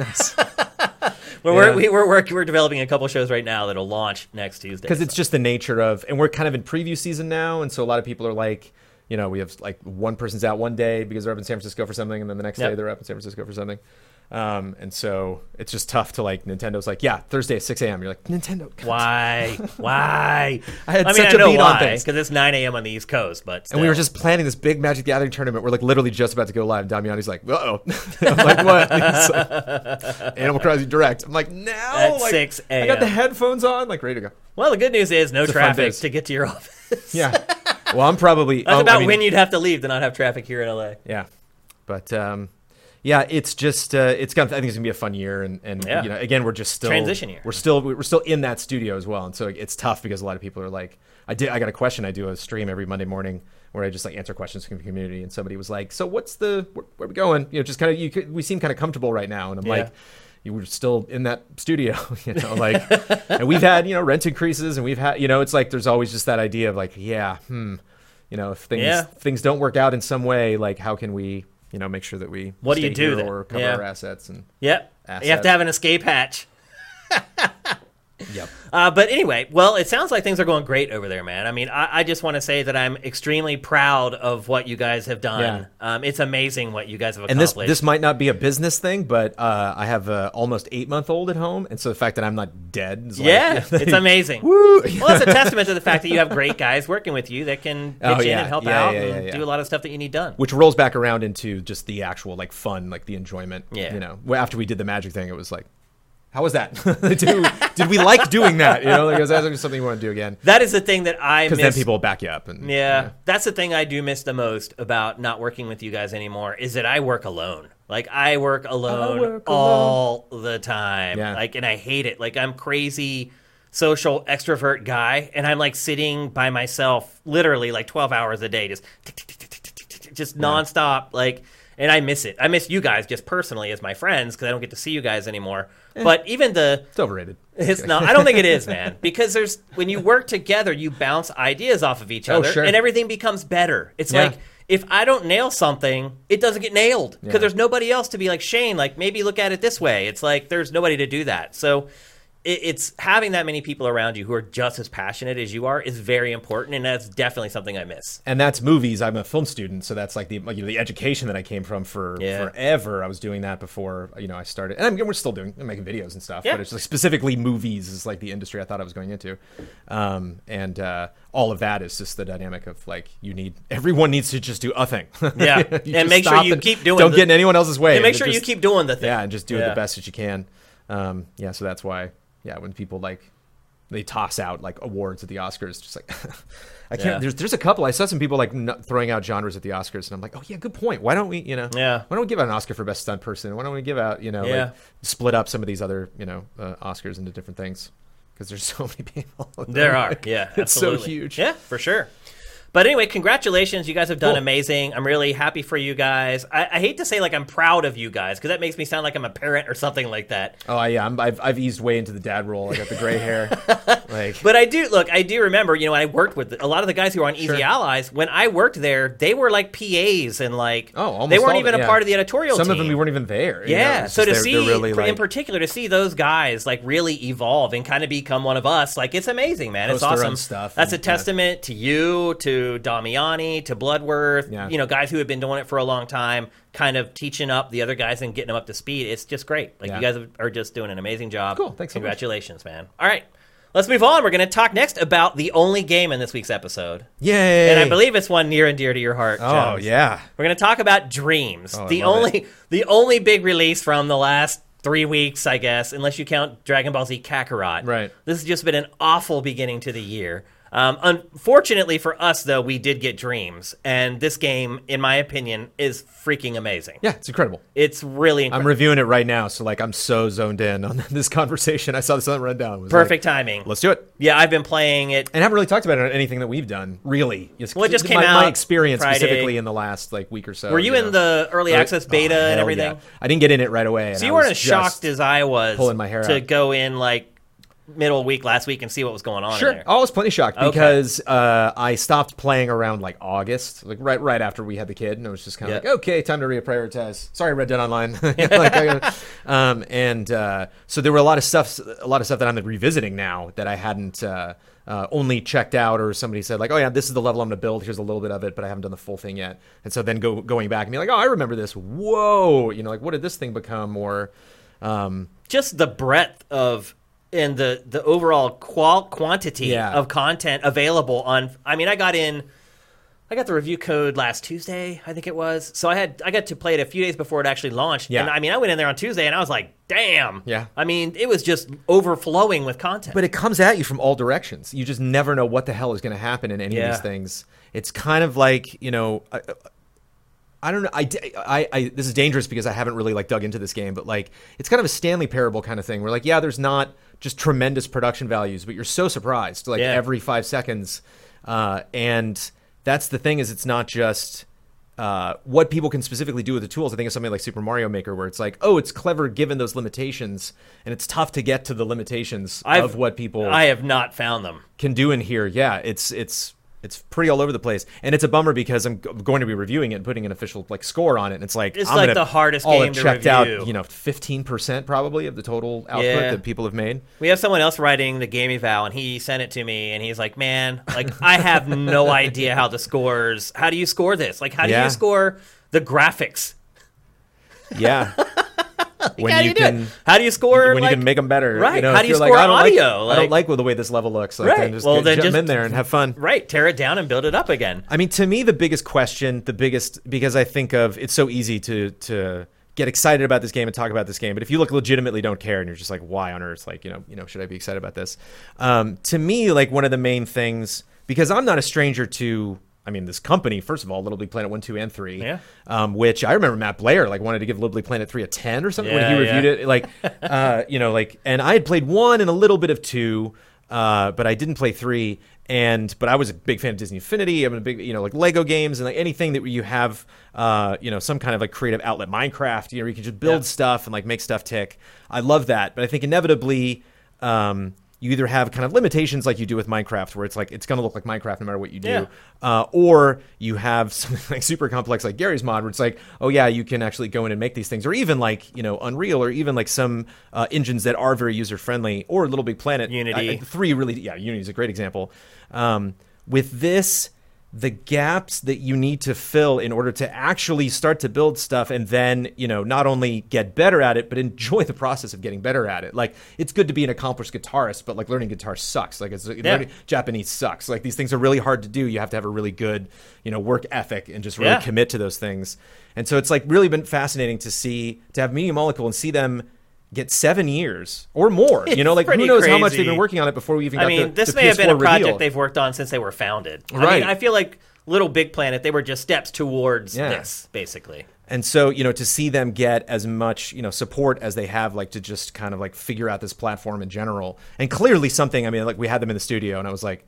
we're,
Yeah.
we, we're working. We're developing a couple shows right now that'll launch next Tuesday.
because it's just the nature of and we're kind of in preview season now and so a lot of people are like you know we have like one person's out one day because they're up in san francisco for something and then the next
Yep.
day they're up in san francisco for something um, and so it's just tough to like nintendo's like yeah thursday at 6 a.m you're like nintendo God."
why? Why?
I had
mean,
such
I
a
know
beat on
why
things.
because it's 9 a.m. on the East Coast. But
and we were
still.
just planning this big Magic the Gathering tournament. We're like literally just about to go live. And Damiani's like, uh oh. I'm like, what? And he's like, Animal Crossing Direct. I'm like, now?
At
Like,
6
I got the
a.m..
headphones on, like ready to go.
well, the good news is no
a fun
traffic
biz.
to get to your office.
Yeah. Well, I'm probably.
That's
oh, I
about
mean-
when you'd have to leave to not have traffic here in LA.
Yeah, but um, yeah, it's just uh, it's gonna. I think it's gonna be a fun year, and and
Yeah.
you know, again, we're just still
Transition year.
We're still we're still in that studio as well, and so it's tough because a lot of people are like, I did. I got a question. I do a stream every Monday morning where I just like answer questions from the community, and somebody was like, "So what's the where, where we going?" You know, just kind of you. could- We seem kind of comfortable right now, and I'm
Yeah.
like. You were still in that studio, you know, like, and we've had, you know, rent increases and we've had, you know, it's like there's always just that idea of like, yeah, hmm, you know, if things
Yeah.
things don't work out in some way, like how can we you know make sure that we
What do you
stay
do
here
then?
or cover
Yeah.
our assets and
Yep. You have
Assets.
to have an escape hatch.
yep.
Uh, but anyway, well, it sounds like things are going great over there, man. I mean, I, I just want to say that I'm extremely proud of what you guys have done. Um, it's amazing what you guys have
And this
accomplished.
this might not be a business thing, but uh, I have a almost eight month old at home, and so the fact that I'm not dead, is like-
yeah, it's amazing.
Woo!
well, it's a testament to the fact that you have great guys working with you that can pitch
Oh,
in
yeah.
and help
Yeah,
out
yeah, yeah,
and
yeah.
do a lot of stuff that you need done.
which rolls back around into just the actual like fun, like the enjoyment.
Yeah.
You know, Well, after we did the magic thing, it was like, how was that? did, did we like doing that? You know, like, is that something you want to do again?
That is the thing that I miss.
Because then people will back you up. And
Yeah, that's the thing I do miss the most about not working with you guys anymore is that I work alone. Like I work alone
work
all the time.
Yeah.
Like and I hate it. Like I'm crazy social extrovert guy and I'm like sitting by myself literally like 12 hours a day just tick, tick, tick, tick, tick, tick, tick, tick, just nonstop like and I miss it. I miss you guys just personally as my friends cuz I don't get to see you guys anymore. But even the
it's overrated.
it's not. I don't think it is, man. Because there's when you work together, you bounce ideas off of each other,
Oh, sure.
and everything becomes better. It's
Yeah.
like if I don't nail something, it doesn't get nailed because
Yeah.
there's nobody else to be like Shane. Like maybe look at it this way. It's like there's nobody to do that. So it, it's having that many people around you who are just as passionate as you are is very important, and that's definitely something I miss.
and that's movies. I'm a film student, so that's like the like, you know, the education that I came from for
Yeah.
forever. I was doing that before you know I started, and I'm, we're still doing I'm making videos and stuff.
Yeah.
But it's like specifically movies is like the industry I thought I was going into, um, and uh, all of that is just the dynamic of like you need everyone needs to just do a thing.
Yeah.
You
And
just
make sure
stop
you
and
keep doing
Don't
the-
get in anyone else's way.
And make
It
sure you
just-
keep doing the thing.
yeah, and just do it
Yeah.
the best that you can. Um, yeah, so that's why. Yeah, when people like they toss out like awards at the Oscars, just like I can't.
Yeah.
There's there's a couple. I saw some people like n- throwing out genres at the Oscars, and I'm like, oh yeah, good point. Why don't we, you know,
Yeah.
why don't we give out an Oscar for best stunt person? Why don't we give out, you know,
Yeah.
like, split up some of these other, you know, uh, Oscars into different things because there's so many people.
There are. Yeah.
it's so
absolutely.
huge.
Yeah, for sure. But anyway, congratulations. You guys have done
Cool.
amazing. I'm really happy for you guys. I, I hate to say like I'm proud of you guys because that makes me sound like I'm a parent or something like that.
Oh yeah, I'm, I've I've eased way into the dad role. I got the gray hair. like
But I do look. I do remember. You know, I worked with a lot of the guys who were on Easy
Sure.
Allies. When I worked there, they were like PAs and like
oh, almost
they
all
weren't
of
even
it,
a
yeah.
part of the editorial.
Some
team.
of them you weren't even there. you know,
Yeah.
it's
so
just
to
they're-
see,
they're really,
for- in
like-
particular, to see those guys like really evolve and kind of become one of us, like it's amazing, man. It's
Post their
awesome
own stuff
That's a
and- yeah.
testament to you, to Damiani, to Bloodworth.
Yeah.
You know, guys who have been doing it for a long time, kind of teaching up the other guys and getting them up to speed. It's just great. Like you
Yeah.
guys are just doing an amazing job.
Cool. Thanks so much.
Congratulations, man. All right. Let's move on. We're going to talk next about the only game in this week's episode.
Yay!
And I believe it's one near and dear to your heart.
Oh
Jones.
yeah.
We're going to talk about Dreams,
Oh, I
the
love
only the only big release from the last three weeks, I guess, unless you count Dragon Ball Z Kakarot.
Right.
This has just been an awful beginning to the year. Um, unfortunately for us, though, we did get Dreams, and this game, in my opinion, is freaking amazing.
Yeah, it's incredible.
It's really
I'm
incredible.
reviewing it right now, so like I'm so zoned in on this conversation. I saw this on the rundown. It was
perfect
like,
timing.
Let's do it.
Yeah, I've been playing it.
And I haven't really talked about it on anything that we've done, really.
Well, it just came
my,
out
My experience
Friday.
specifically in the last like week or so.
Were you in
know.
the early
Early-
access beta
Oh,
and
hell
everything?
yeah. I didn't get in it right away.
So you weren't as shocked as I was
pulling my hair
to
out.
go in like middle week last week and see what was going on.
Sure,
in there.
I was plenty shocked because uh, I stopped playing around like August, like right right after we had the kid, and I was just kind
Yeah.
of like, okay, time to reprioritize. Sorry, Red Dead Online. Like, I gotta- um, and uh, so there were a lot of stuff, a lot of stuff that I'm revisiting now that I hadn't uh, uh, only checked out, or somebody said like, oh yeah, this is the level I'm going to build. Here's a little bit of it, but I haven't done the full thing yet. And so then go going back and be like, oh, I remember this. Whoa, you know, like what did this thing become? Or um,
just the breadth of and the the overall qual quantity
Yeah.
of content available on I mean I got in I got the review code last Tuesday, I think it was. So I had I got to play it a few days before it actually launched.
Yeah.
And I mean I went in there on Tuesday and I was like, damn.
Yeah.
I mean, it was just overflowing with content.
but it comes at you from all directions. You just never know what the hell is going to happen in any
Yeah.
of these things. It's kind of like you know, I, I don't know. I, d- I- I- this is dangerous because I haven't really like dug into this game, but like it's kind of a Stanley Parable kind of thing. Where like yeah, there's not just tremendous production values, but you're so surprised like
Yeah.
every five seconds, uh, and that's the thing is it's not just. Uh, what people can specifically do with the tools, I think, is something like Super Mario Maker, where it's like, oh, it's clever given those limitations, and it's tough to get to the limitations
I've-
of what people
I have not found them.
can do in here. Yeah, it's it's It's pretty all over the place, and it's a bummer because I'm g- going to be reviewing it and putting an official like score on it. And it's like
It's
I'm
like
gonna-
the hardest
I'll
game
have
to
checked
review.
out, you know, fifteen percent probably of the total output
Yeah.
that people have made.
We have someone else writing the game eval, and he sent it to me, and he's like, "Man, like I have no idea how the scores. How do you score this? Like, how do
Yeah.
you score the graphics?
Yeah, when
how do you do it? How do you score?
when
like-
you can make them better,
right,
You know,
how
if
do you
you're
score
like, I don't
audio?
Like, I
Like-
don't like the way this level looks. Like,
Right.
then just
Well,
get-
then
jump
just-
in there and have fun.
right, tear it down and build it up again.
I mean, to me, the biggest question, the biggest because I think of it's so easy to to get excited about this game and talk about this game, but if you look legitimately don't care and you're just like, why on earth, like you know, you know, should I be excited about this? Um, to me, like one of the main things because I'm not a stranger to. I mean, this company, first of all, Little Big Planet 1, 2, and 3,
Yeah.
um, which I remember Matt Blair like wanted to give Little Big Planet 3 a 10 or something when
Yeah,
he reviewed
yeah.
it. Like, uh, you know, like, and I had played one and a little bit of two, uh, but I didn't play three. And but I was a big fan of Disney Infinity. I'm a big, you know, like Lego games and like anything that you have, uh, you know, some kind of like creative outlet, Minecraft. You know, you can just build
Yeah.
stuff and like make stuff tick. I love that, but I think inevitably. Um, you either have kind of limitations like you do with Minecraft, where it's like it's going to look like Minecraft no matter what you do,
Yeah.
uh, or you have something like super complex like Gary's mod, where it's like, oh yeah, you can actually go in and make these things, or even like you know Unreal, or even like some uh, engines that are very user friendly, or Little Big Planet,
Unity.
I- I- three really, yeah, Unity is a great example. Um, with this, the gaps that you need to fill in order to actually start to build stuff, and then you know not only get better at it, but enjoy the process of getting better at it. Like it's good to be an accomplished guitarist, but like learning guitar sucks. Like it's
Yeah.
learning- Japanese sucks. Like these things are really hard to do. You have to have a really good, you know, work ethic and just really
Yeah.
commit to those things. And so it's like really been fascinating to see to have Media Molecule and see them get seven years or more. You know,
It's
like who
pretty
knows how much they've
crazy.
been working on it before we even.
I
got
mean,
the,
this
the
may have been a
PS4
project
reveal.
they've worked on since they were founded. I
Right.
mean, I feel like Little Big Planet, they were just steps towards
Yeah.
this, basically.
And so, you know, to see them get as much, you know, support as they have, like to just kind of like figure out this platform in general. And clearly something, I mean, like we had them in the studio and I was like,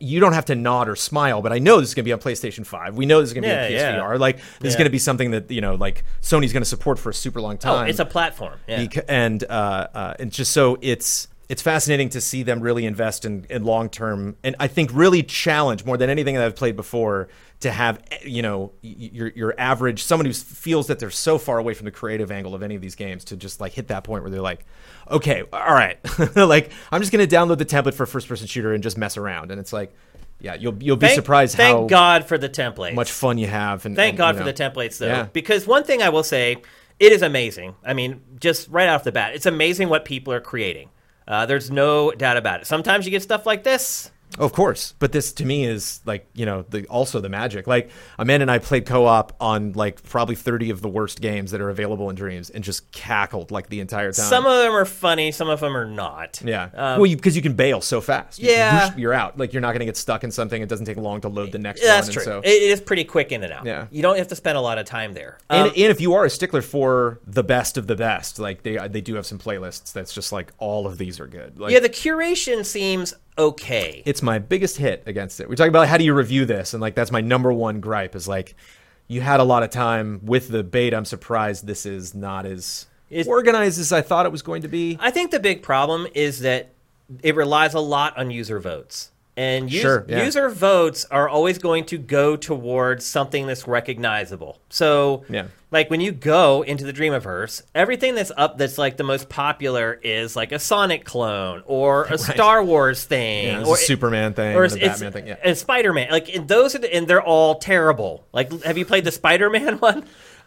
you don't have to nod or smile, but I know this is going to be on PlayStation 5. We know this is going to
Yeah,
be
yeah.
on PSVR. Like, this is
Yeah.
going to be something that, you know, like Sony's going to support for a super long
Oh,
time.
it's a platform. Yeah.
Bec- and uh, uh, and just so it's it's fascinating to see them really invest in, in long term and I think really challenge more than anything that I've played before to have eh, you know y- y- your your average someone who feels that they're so far away from the creative angle of any of these games to just like hit that point where they're like okay all right like I'm just gonna download the template for a first person shooter and just mess around and it's like yeah you'll you'll be
Thank-
surprised
Thank
how
God for the templates.
much fun you have and
Thank
and,
God
you
for
know.
the templates, though,
Yeah.
because one thing I will say, it is amazing. I mean, just right off the bat, it's amazing what people are creating. Uh, there's no doubt about it. Sometimes you get stuff like this.
Of course, but this to me is like you know the also the magic. Like Amanda and I played co-op on like probably thirty of the worst games that are available in Dreams, and just cackled like the entire time.
Some of them are funny, some of them are not.
Uh-huh.
Um,
yeah, well, because you, can bail so fast. You-
Yeah.
whoosh, you're out. Like you're not going to get stuck in something. It doesn't take long to load the next
Yeah, that's
one.
true.
And so,
It it is pretty quick in and out.
Yeah.
You don't have to spend a lot of time there.
and,
Um,
and if you are a stickler for the best of the best, like they they do have some playlists that's just like all of these are good. Like,
yeah, the curation seems okay.
it's my biggest hit against it. We talk about how do you review this, and like that's my number one gripe is like you had a lot of time with the bait. I'm surprised this is not as
It-
organized as I thought it was going to be.
I think the big problem is that it relies a lot on user votes. And us-
Sure, yeah.
user votes are always going to go towards something that's recognizable. So,
Yeah.
like when you go into the Dreamiverse, everything that's up that's like the most popular is like a Sonic clone or a Star Wars thing
It was
or
a Superman thing,
or
or
it's,
a Batman thing. Yeah.
and Spider Man. Like and those are the, and they're all terrible. Like, have you played the Spider Man one?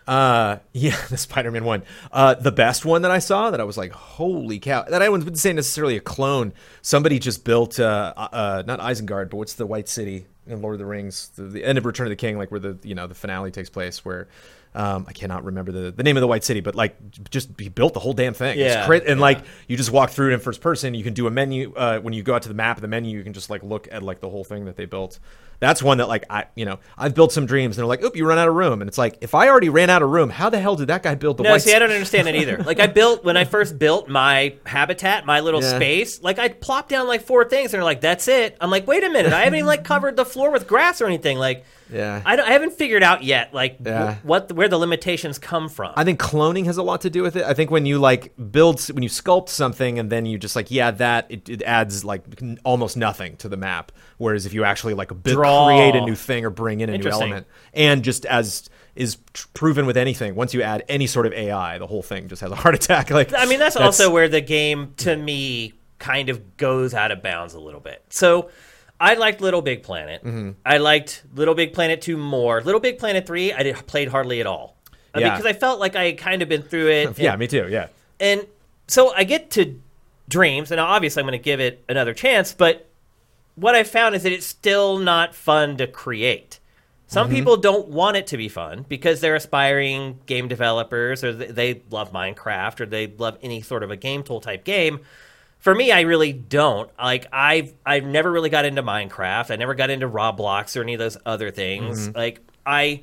Uh, yeah, the Spider-Man one. Uh, the best one that I saw that I was like, holy cow! That I wouldn't say necessarily a clone. Somebody just built uh, uh, not Isengard, but what's the White City in Lord of the Rings? The, the end of Return of the King, like where the you know the finale takes place, where. Um, I cannot remember the, the name of the White City, but like, just he built the whole damn thing. It's
Yeah.
cra- and like, you just walk through it in first person. You can do a menu uh, when you go out to the map of the menu. You can just like look at like the whole thing that they built. That's one that like I you know I've built some dreams and they're like oop you run out of room and it's like if I already ran out of room how the hell did that guy build the
No,
white
see, I don't understand it either. Like I built when I first built my habitat, my little
Yeah.
space. Like I plopped down like four things, and they're like, "That's it." I'm like, "Wait a minute, I haven't even like covered the floor with grass or anything." Like,
Yeah.
I, don't- I haven't figured out yet, like wh-
Yeah.
what where the limitations come from.
I think cloning has a lot to do with it. I think when you like build, when you sculpt something and then you just like, yeah, that it, it adds like n- almost nothing to the map. Whereas if you actually like bu-
Draw.
create a new thing or bring in a new
Interesting.
element, and just as is tr- proven with anything, once you add any sort of AI, the whole thing just has a heart attack. Like,
I mean, that's, also where the game, to me, kind of goes out of bounds a little bit. So I liked Little Big Planet.
Mm-hmm.
I liked Little Big Planet 2 more. Little Big Planet 3, I did, played hardly at all. Uh,
Yeah.
Because I felt like I had kind of been through it.
yeah, me too. Yeah,
And, and so I get to Dreams, and obviously I'm going to give it another chance, but what I found is that it's still not fun to create. Some people don't want it to be fun because they're aspiring game developers or th- they love Minecraft or they love any sort of a game tool type game. For me, I really don't. Like I've I've never really got into Minecraft. I never got into Roblox or any of those other things. Like I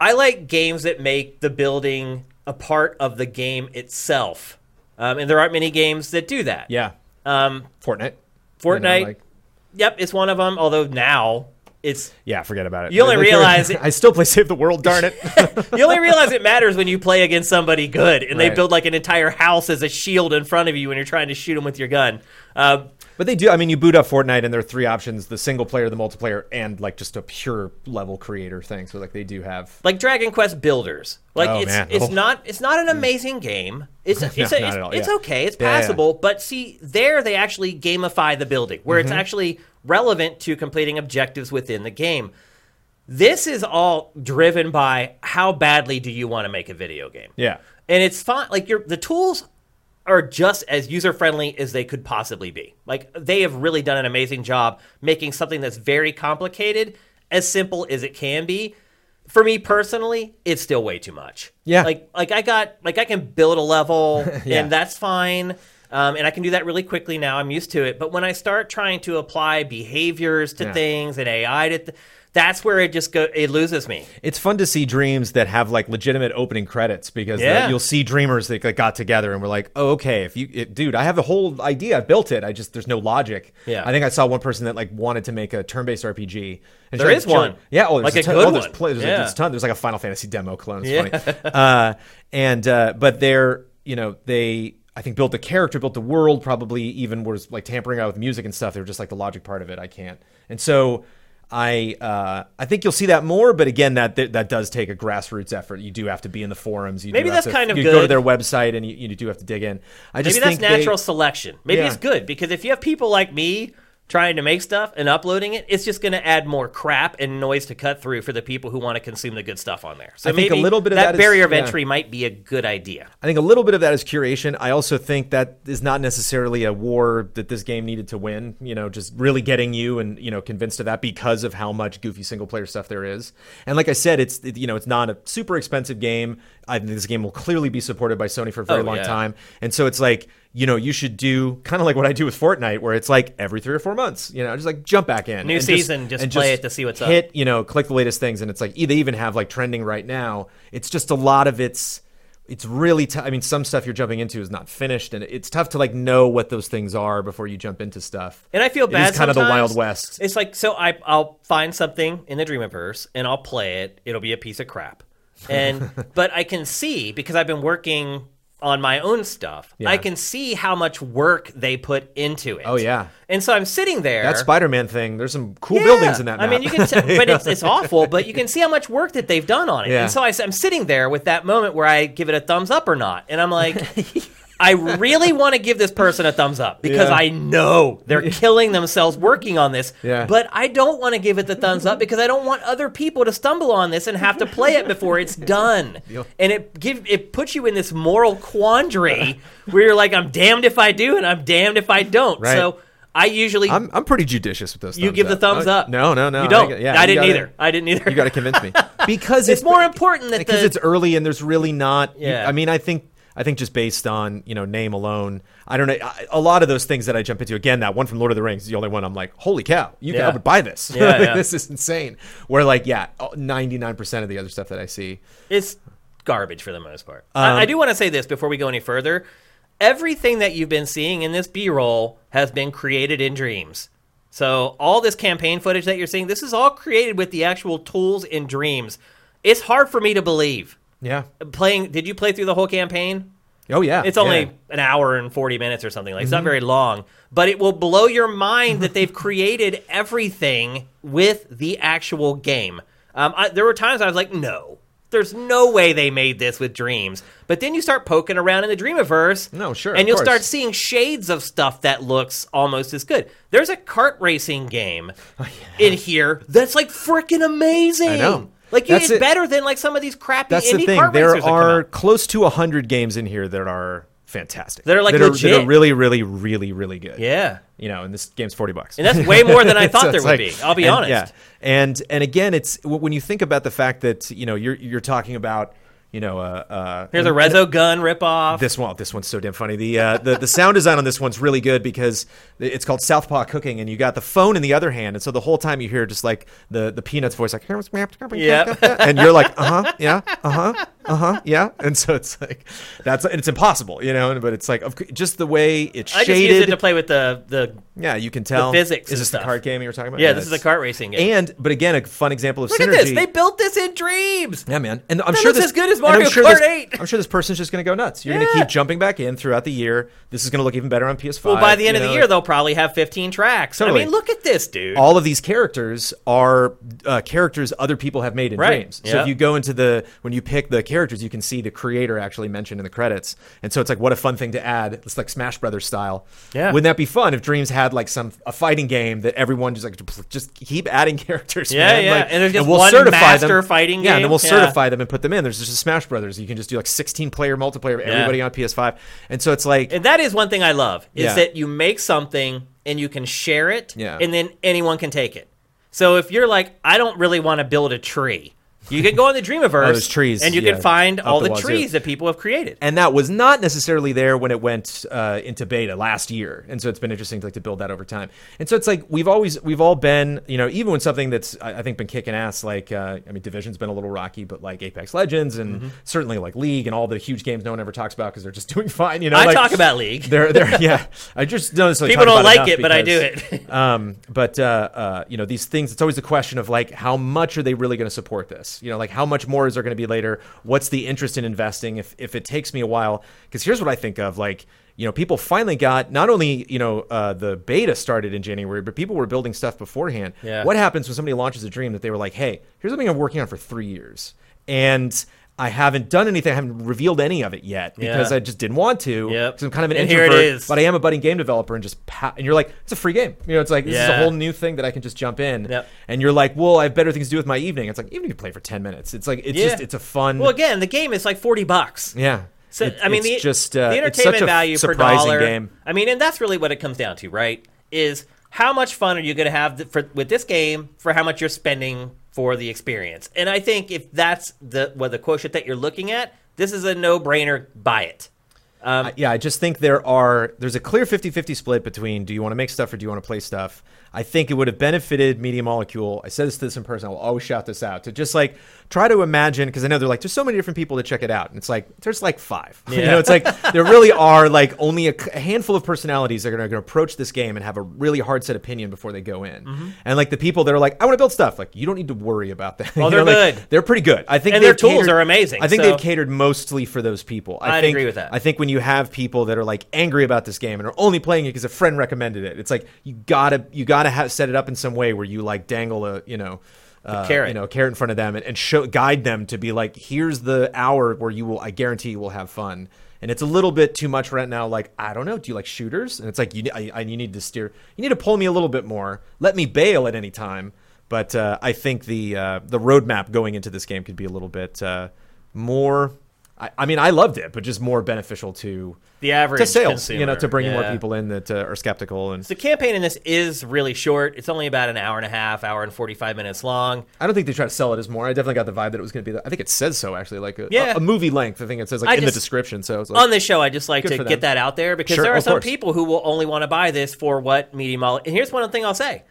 I like games that make the building a part of the game itself. Um, and there aren't many games that do that.
yeah.
Um,
Fortnite. You know,
Fortnite.
like-
Yep, it's one of them. Although now it's
yeah, forget about it.
You only
Like, there-
realize it-
I still play Save the World. Darn it.
you only realize it matters when you play against somebody good, and they
Right.
build like an entire house as a shield in front of you when you're trying to shoot them with your gun. Uh,
But they do. I mean, you boot up Fortnite, and there are three options: the single player, the multiplayer, and like just a pure level creator thing. So like they do have.
like Dragon Quest Builders, like
Oh,
it's
man.
it's
Oh.
not it's not an amazing game. It's it's
not
it's,
at all,
it's
yeah.
okay, it's
Yeah, yeah.
passable. But see, there they actually gamify the building, where
Mm-hmm.
it's actually relevant to completing objectives within the game. This is all driven by how badly do you want to make a video game.
Yeah.
and it's fine. Like your the tools are just as user friendly as they could possibly be. Like they have really done an amazing job making something that's very complicated as simple as it can be. For me personally, it's still way too much.
Yeah.
Like like I got like I can build a level
Yeah.
and that's fine. Um, and I can do that really quickly now. I'm used to it. But when I start trying to apply behaviors to
Yeah.
things and AI to, th- that's where it just go it loses me.
It's fun to see dreams that have like legitimate opening credits because uh,
Yeah.
you'll see dreamers that like, got together and were like, "Oh, okay, if you, it, dude, I have the whole idea, I built it. I just there's no logic."
Yeah.
I think I saw one person that like wanted to make a turn-based RPG. And
There
she, like,
is
showed-
one.
Yeah. Oh,
Like
there's
a
ton,
good
oh, there's
one.
pl- there's,
Yeah.
a, there's a ton. There's like a Final Fantasy demo clone. It's
Yeah.
funny. Uh, and uh, but they're you know they I think built the character, built the world, probably even was like tampering out with music and stuff. They were just like the logic part of it. I can't, and so. I uh, I think you'll see that more, but again, that that that does take a grassroots effort. You do have to be in the forums. You do
Maybe
have
that's
to-
kind of
you go to
good.
their website, and you, you do have to dig in. I just
Maybe that's
think they-
natural selection. Maybe
Yeah.
it's good because if you have people like me trying to make stuff and uploading it, it's just going to add more crap and noise to cut through for the people who want to consume the good stuff on there. So
I think a
maybe
little bit of that is-
barrier of
yeah.
entry might be a good idea.
I think a little bit of that is curation. I also think that is not necessarily a war that this game needed to win. You know, just really getting you and you know convinced of that because of how much goofy single player stuff there is. And like I said, it's it- you know it's not a super expensive game. I think this game will clearly be supported by Sony for a very
Oh,
long
yeah.
time. And so it's like you know you should do kind of like what I do with Fortnite, where it's like every three or four months, you know, just like jump back in,
New
and
season, just
and
play it to see what's up.
hit you know, click the latest things, and it's like e- they even have like trending right now. It's just a lot of it's. It's really. T- I mean, some stuff you're jumping into is not finished, and it's tough to like know what those things are before you jump into stuff.
And I feel
It
bad.
is kind of the
sometimes.
Wild West.
It's like so I I'll find something in the Dreamiverse and I'll play it. It'll be a piece of crap. And but I can see because I've been working on my own stuff. I can see how much work they put into it.
Oh, yeah.
And so I'm sitting there.
That Spider-Man thing. There's some cool
Yeah.
buildings in that. Map.
I mean, you can, tell, but it's, it's awful. But you can see how much work that they've done on it.
Yeah.
And so I, am sitting there with that moment where I give it a thumbs up or not, and I'm like, I really want to give this person a thumbs up because
Yeah.
I know they're killing themselves working on this.
Yeah.
But I don't want to give it the thumbs up because I don't want other people to stumble on this and have to play it before it's done. And it give it puts you in this moral quandary where you're like, I'm damned if I do and I'm damned if I don't.
Right.
So. I usually
I'm I'm pretty judicious with those.
you
thumbs
give the
up.
thumbs
I-
up.
No, no, no.
You don't. I,
yeah,
didn't
gotta-
either. I didn't either.
You got to convince me because
it's
it's,
more important that
because
the,
it's early and there's really not. you-
Yeah.
I mean, I think I think just based on you know name alone, I don't know I, a lot of those things that I jump into. Again, that one from Lord of the Rings is the only one I'm like, holy cow, you
Yeah.
I would buy this.
Yeah,
Like,
yeah.
this is insane. Where like yeah, 99 percent of the other stuff that I see.
it's garbage for the most part.
Um,
I, I do want to say this before we go any further. Everything that you've been seeing in this B-roll has been created in dreams. So all this campaign footage that you're seeing, this is all created with the actual tools in Dreams. It's hard for me to believe.
Yeah.
Playing, did you play through the whole campaign?
Oh yeah.
It's only
yeah. Mm-hmm.
an hour and 40 minutes or something. Like it's not very long, but it will blow your mind that they've created everything with the actual game. Um, I, there were times I was like, no. There's no way they made this with dreams. But then you start poking around in the Dreamiverse.
No, sure,
And
of
you'll
course.
start seeing shades of stuff that looks almost as good. There's a kart racing game in here that's like freaking amazing.
Oh, I know.
Like you-
That's
it's
it.
better than like some of these crappy
That's
indie
the thing.
kart
There
racers that come out.
are close to hundred games in here that are fantastic.
That are, like,
that
legit.
are really, really, really, really good.
Yeah.
You know, and this game's forty bucks.
And that's way more than I
So
thought there
it's
would
like-
be. I'll be
and-
honest.
Yeah, and and again, it's w- when you think about the fact that you know you're you're talking about you know uh, uh,
Here's a Rezo gun ripoff.
This one, oh, this one's so damn funny. The, uh, the the sound design on this one's really good because it's called Southpaw Cooking, and you got the phone in the other hand, and so the whole time you hear just like the the Peanuts voice, like
Yep.
and you're like, uh huh, yeah, uh huh, uh huh, yeah, and so it's like that's and it's impossible, you know, but it's like of cou- just the way it's
I
shaded.
just used it to play with the the.
yeah, you can tell
physics
Is
and
this
stuff.
the card game you were talking about?
Yeah, this is a
it's-
kart racing game.
And but again, a fun example of
Look
synergy.
at this! They built this in dreams.
Yeah, man. And I'm
That
sure
looks
this
as good as
and I'm
Mario
sure
Kart
this-
8.
I'm sure this person's just going to go nuts. You're going to
Yeah.
keep jumping back in throughout the year. This is going to look even better on PS5.
Well, by the end
you
of the
know.
year, they'll probably have 15 tracks.
Totally.
I mean, look at this, dude.
all of these characters are uh, characters other people have made in
Right.
dreams. So
Yeah.
if you go into the when you pick the characters, you can see the creator actually mentioned in the credits. And so it's like what a fun thing to add. It's like Smash Brothers style.
Yeah.
Wouldn't that be fun if Dreams had like some a fighting game that everyone just like just keep adding characters?
Yeah,
man.
yeah.
Like,
And there's just one master fighting
Yeah,
game.
and then we'll
Yeah.
certify them and put them in. There's just a Smash Brothers. You can just do like 16 player multiplayer of everybody on PS5. And so it's like
and that is one thing I love is
Yeah.
that you make something and you can share it,
Yeah.
and then anyone can take it. So if you're like, I don't really want to build a tree, you can go on the Dreamiverse
Oh, those trees,
and you
yeah,
can find
up
all
the
the,
wazoo.
trees that people have created.
and that was not necessarily there when it went uh, into beta last year and so it's been interesting to, like to build that over time and so it's like we've always we've all been you know even when something that's i, I think been kicking ass like uh, i mean division's been a little rocky but like apex legends
Mm-hmm.
and certainly like league and all the huge games no one ever talks about because they're just doing fine you know
I
like,
talk about League.
they're, they're yeah i just don't necessarily
People don't
talk about
like
enough
it, but I
because-
do it.
um, but uh, uh, you know these things. It's always the question of like, how much are they really going to support this? You know, like how much more is there going to be later? What's the interest in investing if if it takes me a while? Because here's what I think of like. You know, people finally got not only you know uh, the beta started in January, but people were building stuff beforehand.
Yeah.
What happens when somebody launches a dream that they were like, "Hey, here's something I'm working on for three years, and I haven't done anything, I haven't revealed any of it yet because
Yeah.
I just didn't want to.
Yep.
'cause I'm kind of an
And here it
introvert,
is.
but I am a budding game developer, and just pa- and you're like, it's a free game. You know, it's like this is a
Yeah.
whole new thing that I can just jump in.
Yep.
And you're like, well, I have better things to do with my evening. It's like even if you play for ten minutes, it's like it's
Yeah.
just it's a fun.
well, again, the game is like 40 bucks.
yeah.
So
It-
I mean,
it's
the,
just uh,
the
it's
entertainment
such a
value per
surprising
dollar.
game.
I mean, and that's really what it comes down to, right? Is how much fun are you going to have th- for, with this game for how much you're spending for the experience? And I think if that's the what the quotient that you're looking at, this is a no-brainer. Buy it. Um,
I- yeah, I just think there are there's a clear 50-50 split between do you want to make stuff or do you want to play stuff. I think it would have benefited Media Molecule. I said this to this in person. I will always shout this out to just like try to imagine because I know they're like there's so many different people to check it out, and it's like there's like five. you
Yeah.
know, it's like there really are like only a, c- a handful of personalities that are going to approach this game and have a really hard set opinion before they go in.
Mm-hmm.
And like the people that are like I want to build stuff, like you don't need to worry about that.
Well,
You
they're
know, like,
good.
they're pretty good. I think
And their
they've
tools are amazing,
I think
so-
they've catered mostly for those people. I
I'd
think,
agree with that.
I think when you have people that are like angry about this game and are only playing it because a friend recommended it, it's like you gotta you gotta have, set it up in some way where you like dangle a you know. Uh,
carrot.
you know, a carrot in front of them, and, and show guide them to be like, here's the hour where you will. I guarantee you will have fun. And it's a little bit too much right now. Like, I don't know. Do you like shooters? And it's like you, ne- I, I, you need to steer. You need to pull me a little bit more. Let me bail at any time. But uh, I think the uh, the roadmap going into this game could be a little bit uh, more. I, I mean, I loved it, but just more beneficial to
The average
to sales, you know,
consumer,
to bringing more
yeah.
people in that uh, are skeptical. And
So the campaign in this is really short. It's only about an hour and a half, hour and forty-five minutes long.
I don't think they try to sell it as more. I definitely got the vibe that it was going to be. That. I think it says so actually, like a,
Yeah.
a, a movie length. I think it says like
I
in
just-
the description. So it's like,
on this show, I just like
Good
to
for them.
get that out there because
Sure,
there are
of
some
course.
people who will only want to buy this for what Media Molecule. And here's one thing I'll say: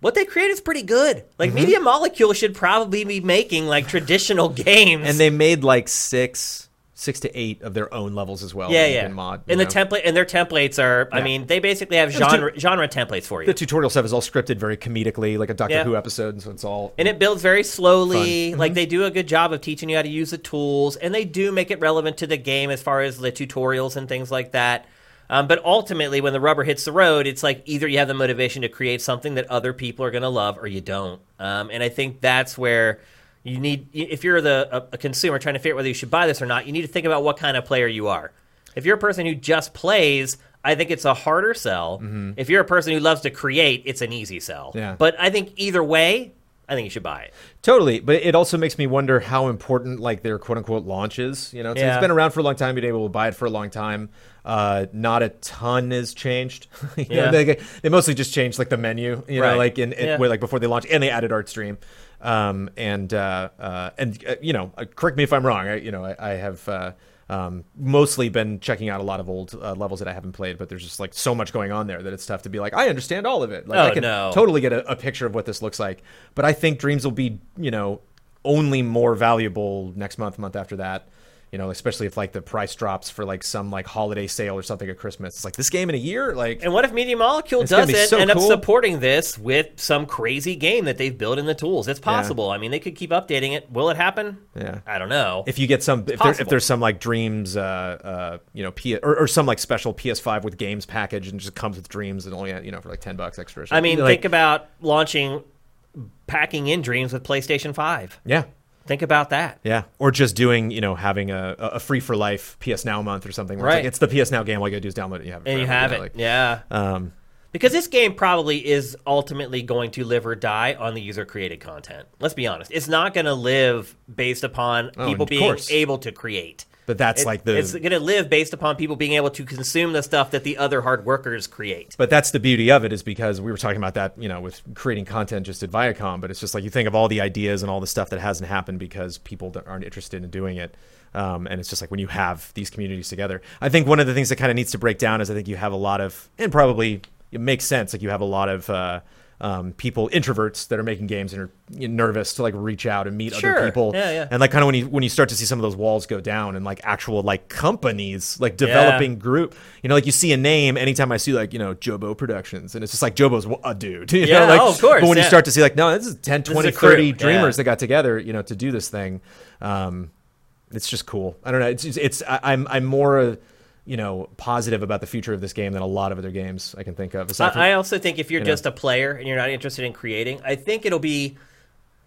what they create is pretty good. Like
Mm-hmm.
Media Molecule should probably be making like traditional games.
and they made like six six to eight of their own levels as well.
Yeah,
that you
yeah.
can Mod, you
and the
know?
template and their templates are. I mean, they basically have
was
genre genre templates for you.
the tutorial stuff is all scripted very comedically, like a Doctor
Yeah.
Who episode, and so it's all
and it builds very slowly. Like they do a good job of teaching you how to use the tools, and they do make it relevant to the game as far as the tutorials and things like that. Um, but ultimately, when the rubber hits the road, it's like either you have the motivation to create something that other people are going to love, or you don't. Um, and I think that's where you need, if you're the a, a consumer trying to figure out whether you should buy this or not, you need to think about what kind of player you are. If you're a person who just plays, I think it's a harder sell. If you're a person who loves to create, it's an easy sell.
Yeah.
But I think either way, I think you should buy it.
Totally, but it also makes me wonder how important like their quote unquote launch is. You know, it's,
Yeah.
it's been around for a long time. You've been able to buy it for a long time. Uh, not a ton has changed. You know,
Yeah.
they, they mostly just changed like the menu. You
Right.
know, like in, in
Yeah.
where, like before they launched, and they added art stream. Um, and uh, uh, and uh, you know, uh, correct me if I'm wrong. I, you know, I, I have. Uh, um, mostly been checking out a lot of old uh, levels that I haven't played, but there's just like so much going on there that it's tough to be like, I understand all of it. Like,
Oh,
I can
no.
totally totally get a, a picture of what this looks like. But I think dreams will be, you know, only more valuable next month, month after that. You know, especially if like the price drops for like some like holiday sale or something at Christmas. It's like this game in a year, like
And what if Media Molecule
gonna be
doesn't
so
end up
cool.
supporting this with some crazy game that they've built in the tools? It's possible. I mean, they could keep updating it. Will it happen?
Yeah.
I don't know.
if you get some if, there, if
possible.
there's some like dreams, uh, uh, you know, P- or, or some like special PS5 with games package and just comes with dreams and only you know for like ten bucks extra. or
I
something.
mean,
like,
think about launching, packing in Dreams with PlayStation 5.
yeah,
Think about that.
Yeah, or just doing you know having a, a a free for life PS Now month or something. Where
Right.
it's, like, it's the PS Now game. All you gotta do is download it. You have it
And you
forever,
have
know,
it.
like-
yeah.
um,
Because this game probably is ultimately going to live or die on the user created content. Let's be honest. It's not going to live based upon people
Oh, of
being
course.
able to create.
But that's
It-
like the-
It's going to live based upon people being able to consume the stuff that the other hard workers create.
But that's the beauty of it is because we were talking about that, you know, with creating content just at Viacom. But it's just like you think of all the ideas and all the stuff that hasn't happened because people that aren't interested in doing it. Um, and it's just like when you have these communities together. I think one of the things that kind of needs to break down is I think you have a lot of, and probably it makes sense, like you have a lot of uh, um, people, introverts that are making games and are you know, nervous to like reach out and meet
Sure.
other people.
Yeah, yeah.
And like kind of when you when you start to see some of those walls go down and like actual like companies like developing group. You know, like you see a name anytime I see like, you know, Jobo Productions and it's just like Jobo's a dude. You
Yeah,
know, like,
oh, of course,
But when
yeah.
you start to see like, no, this is 10,
is
20,
a crew,
30
yeah.
dreamers that got together, you know, to do this thing. Um, it's just cool. I don't know. It's, it's, it's I, I'm, I'm more, uh, you know, positive about the future of this game than a lot of other games I can think of. Aside from-
I, I also think if you're just a player and you're not interested in creating, I think it'll be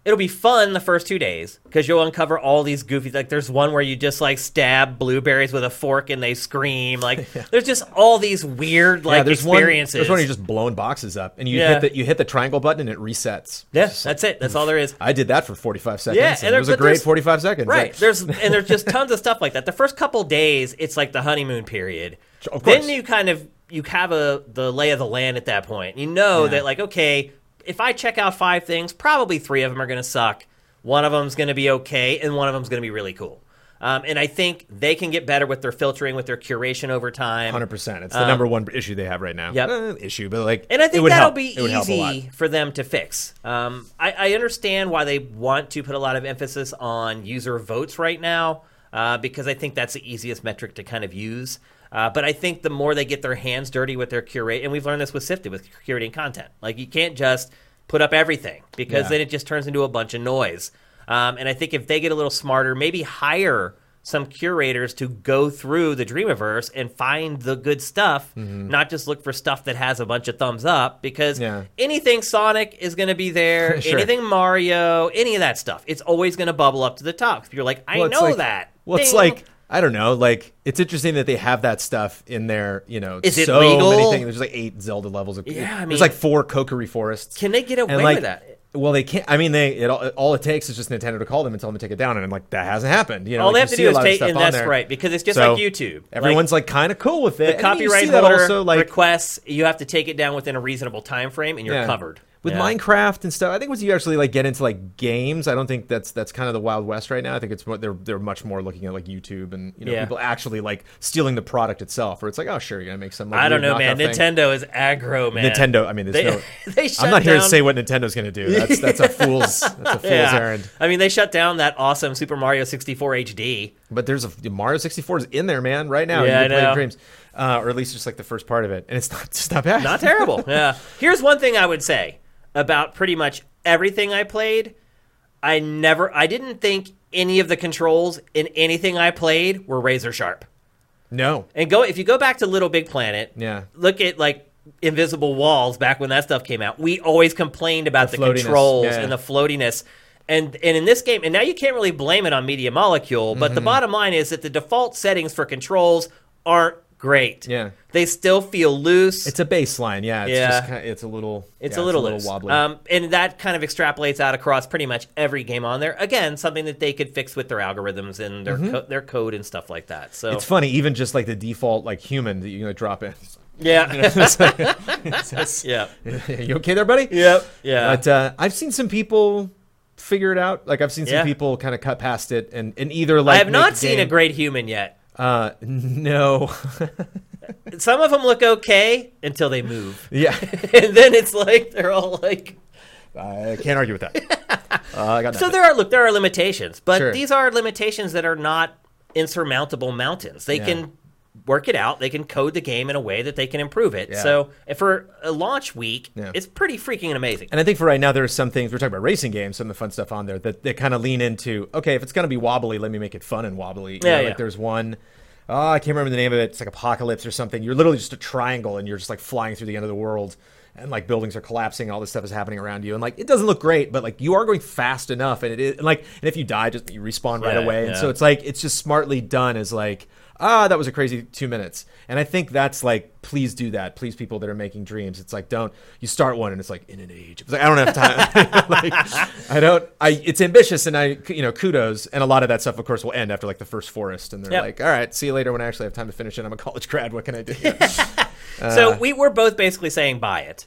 it'll be fun the first two days because you'll uncover all these goofy like there's one where you just like stab blueberries with a fork and they scream like there's just all these weird like
yeah, there's one,
experiences
there's one where you're just blowing boxes up and you
Yeah.
hit the, you hit the triangle button and it resets.
yeah that's it that's all there is
I did that for 45 seconds.
Yeah,
and
and
it was
there-
a
but
great
there's-
45 seconds.
Right.
Like,
There's and there's just tons of stuff like that. The first couple days, it's like the honeymoon period.
Of
then
course.
you kind of you have a the lay of the land at that point. You know that like okay, if I check out five things, probably three of them are going to suck. One of them's going to be okay, and one of them's going to be really cool. Um, and I think they can get better with their filtering, with their curation over time.
100%. It's the number one issue they have right now.
Um, yep.
Eh, issue, but like
And I think
it would
that'll
help.
be
It would help a lot.
easy for them to fix. Um, I, I understand why they want to put a lot of emphasis on user votes right now, uh, because I think that's the easiest metric to kind of use. Uh, but I think the more they get their hands dirty with their curate, and we've learned this with Sifted with curating content. Like you can't just put up everything because
Yeah.
then it just turns into a bunch of noise. Um, and I think if they get a little smarter, maybe hire some curators to go through the Dreamiverse and find the good stuff, not just look for stuff that has a bunch of thumbs up. Because
Mm-hmm. Yeah.
anything Sonic is going to be there,
Sure.
anything Mario, any of that stuff, it's always going to bubble up to the top. You're like, I
Well, it's
know
like-
that.
Well, it's
Ding.
like I don't know. Like it's interesting that they have that stuff in there. You know,
Is it
so
legal?
many things. There's like eight Zelda levels. Of,
Yeah, I mean-
there's like four Kokiri forests.
can they get away
and like
with that?
Well, they can't. I mean, they it all, all it takes is just Nintendo to call them and tell them to take it down, and I'm like, that hasn't happened. You know,
All
like,
they
you
have to
see
do
a
is
lot of
take,
stuff
and
on
that's
there.
right, because it's just
So,
like YouTube. Like,
Everyone's like, kind of cool with it.
the
And then you
copyright
see that
holder
also like
requests you have to take it down within a reasonable time frame and you're
Yeah.
covered
with
Yeah.
Minecraft and stuff. I think once you actually like get into like games, I don't think that's that's kind of the wild west right now. I think it's what they're they're much more looking at like YouTube and you know
Yeah.
people actually like stealing the product itself. Or it's like, oh sure, you're gonna make some. Like,
I don't
weird
know, man.
knockoff thing.
Nintendo is aggro, man.
Nintendo. I mean,
They,
there's
they shut
no. I'm not here to
down-
say what Nintendo's gonna do. That's that's a fool's that's a fool's errand.
I mean, they shut down that awesome Super Mario 64 HD.
But there's a Mario 64 is in there, man, right now.
Yeah,
you can
I
play
know.
Dreams, uh, or at least just like the first part of it, and it's not it's not bad.
Not terrible. yeah. Here's one thing I would say about pretty much everything I played. I never, I didn't think any of the controls in anything I played were razor sharp.
no.
And go if you go back to Little Big Planet,
Yeah.
look at like Invisible Walls back when that stuff came out. We always complained about the,
floatiness,
controls
yeah.
and the floatiness. And and in this game, and now you can't really blame it on Media Molecule, but the
Mm-hmm.
bottom line is that the default settings for controls aren't great.
Yeah.
They still feel loose.
It's a baseline, yeah. It's
Yeah.
just kind of, it's a little
It's
yeah,
a little, loose.
wobbly.
Um, and that kind of extrapolates out across pretty much every game on there. Again, something that they could fix with their algorithms and their co- their code and stuff like that. So
Mm-hmm. it's funny, even just like the default like human that you're gonna drop in.
yeah,
It's like- it's-
yeah,
you okay there, buddy?
yep, yeah.
But uh, I've seen some people figure it out. Like I've seen some
Yeah.
people kind of cut past it and, and either like
I have not seen a
great.
great human yet.
Uh, no.
Some of them look okay until they move,
yeah,
and then it's like they're all like.
I can't argue with that. Uh, I got
So there are look there are limitations, but
Sure.
these are limitations that are not insurmountable mountains. They
Yeah.
can work it out. They can code the game in a way that they can improve it.
Yeah.
So and for a launch week,
Yeah.
it's pretty freaking amazing.
And I think for right now, there are some things we're talking about racing games, some of the fun stuff on there that they kind of lean into. Okay, if it's going to be wobbly, let me make it fun and wobbly. You
Yeah,
know,
yeah.
Like there's one, oh, I can't remember the name of it. It's like Apocalypse or something. You're literally just a triangle and you're just like flying through the end of the world, and like buildings are collapsing, all this stuff is happening around you, and like it doesn't look great, but like you are going fast enough, and it is and, like and if you die, just you respawn right
Yeah,
away, and
yeah.
so it's like it's just smartly done as like. Ah, that was a crazy two minutes, and I think that's like, please do that, please people that are making dreams. It's like, don't you start one, and it's like in an age. It's like I don't have time. Like, I don't. I it's ambitious, and I you know kudos, and a lot of that stuff, of course, will end after like the first forest, and they're
Yep.
like, all right, see you later when I actually have time to finish it. I'm a college grad. What can I do? uh,
so we were both basically saying buy it.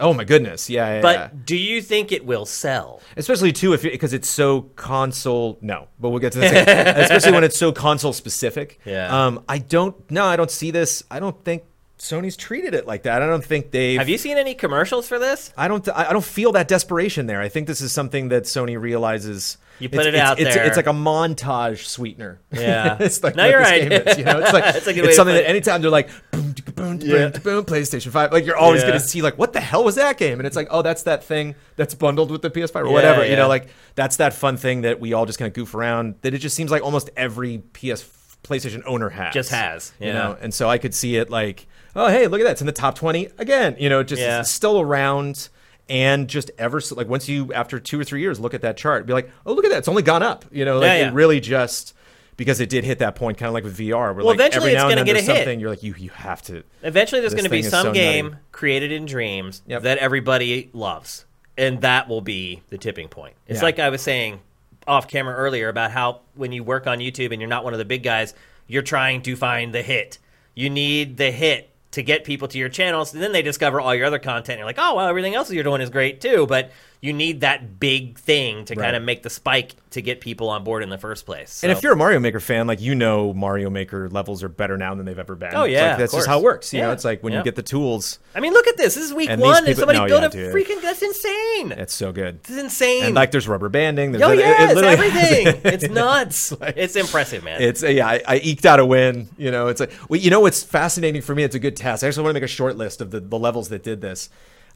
oh my goodness, yeah, yeah.
But
yeah.
do you think it will sell?
especially too if because it's so console no but we'll get to that second. especially when it's so console specific
Yeah.
um i don't no i don't see this i don't think sony's treated it like that i don't think they've
Have you seen any commercials for this?
I don't. I I don't feel that desperation there. I think this is something that Sony realizes.
You put
it's,
it
it's-
out
it's,
there.
It's like a montage sweetener.
Yeah.
it's like
No,
what
you're
this
right.
game is, you know, it's like
It's
it's,
a good way to
something
put
that anytime they're like boom, tika, boom, tika,
Yeah.
boom, tika, boom, PlayStation Five. Like you're always
Yeah.
going to see like what the hell was that game? And it's like oh that's that thing that's bundled with the PS Five or whatever. You
yeah.
know, like that's that fun thing that we all just kind of goof around. That it just seems like almost every PS PlayStation owner has
Just has, yeah.
You know, and so I could see it like, oh hey, look at that, it's in the top twenty again. You know, just
Yeah.
it's still around, and just ever so like once you after two or three years look at that chart, be like, oh look at that, it's only gone up. You know, like
Yeah, yeah.
it really just because it did hit that point, kind of like with VR, where like
eventually
every
it's
now and
gonna
then
get a
there's
hit.
something you're like, you you have to.
Eventually, there's
This
going to be
thing is
some
so
game
nutty.
created in dreams
Yep.
that everybody loves, and that will be the tipping point. It's
Yeah.
like I was saying off camera earlier about how when you work on YouTube and you're not one of the big guys, you're trying to find the hit. You need the hit to get people to your channels, and then they discover all your other content. And you're like, oh well, everything else you're doing is great too, but you need that big thing to kind of make the spike to get people on board in the first place.
And
So-
if you're a Mario Maker fan, like you know, Mario Maker levels are better now than they've ever been.
Oh,
It's
yeah,
like, that's
of
just how it
course.
works. You know,
Yeah.
it's like when
Yeah.
you get the tools,
I mean, look at this. This is week
And these
one, and
people-
somebody
no,
built
yeah,
a
dude.
freaking. That's insane.
it's so good.
This is insane.
And like there's rubber banding. There's
Oh
it- it
yeah, it's
literally has
everything. it's nuts. it's impressive, man.
It's uh, yeah, I, I eked out a win. You know, it's like well, you know what's fascinating for me. It's a good test. I actually want to make a short list of the, the levels that did this.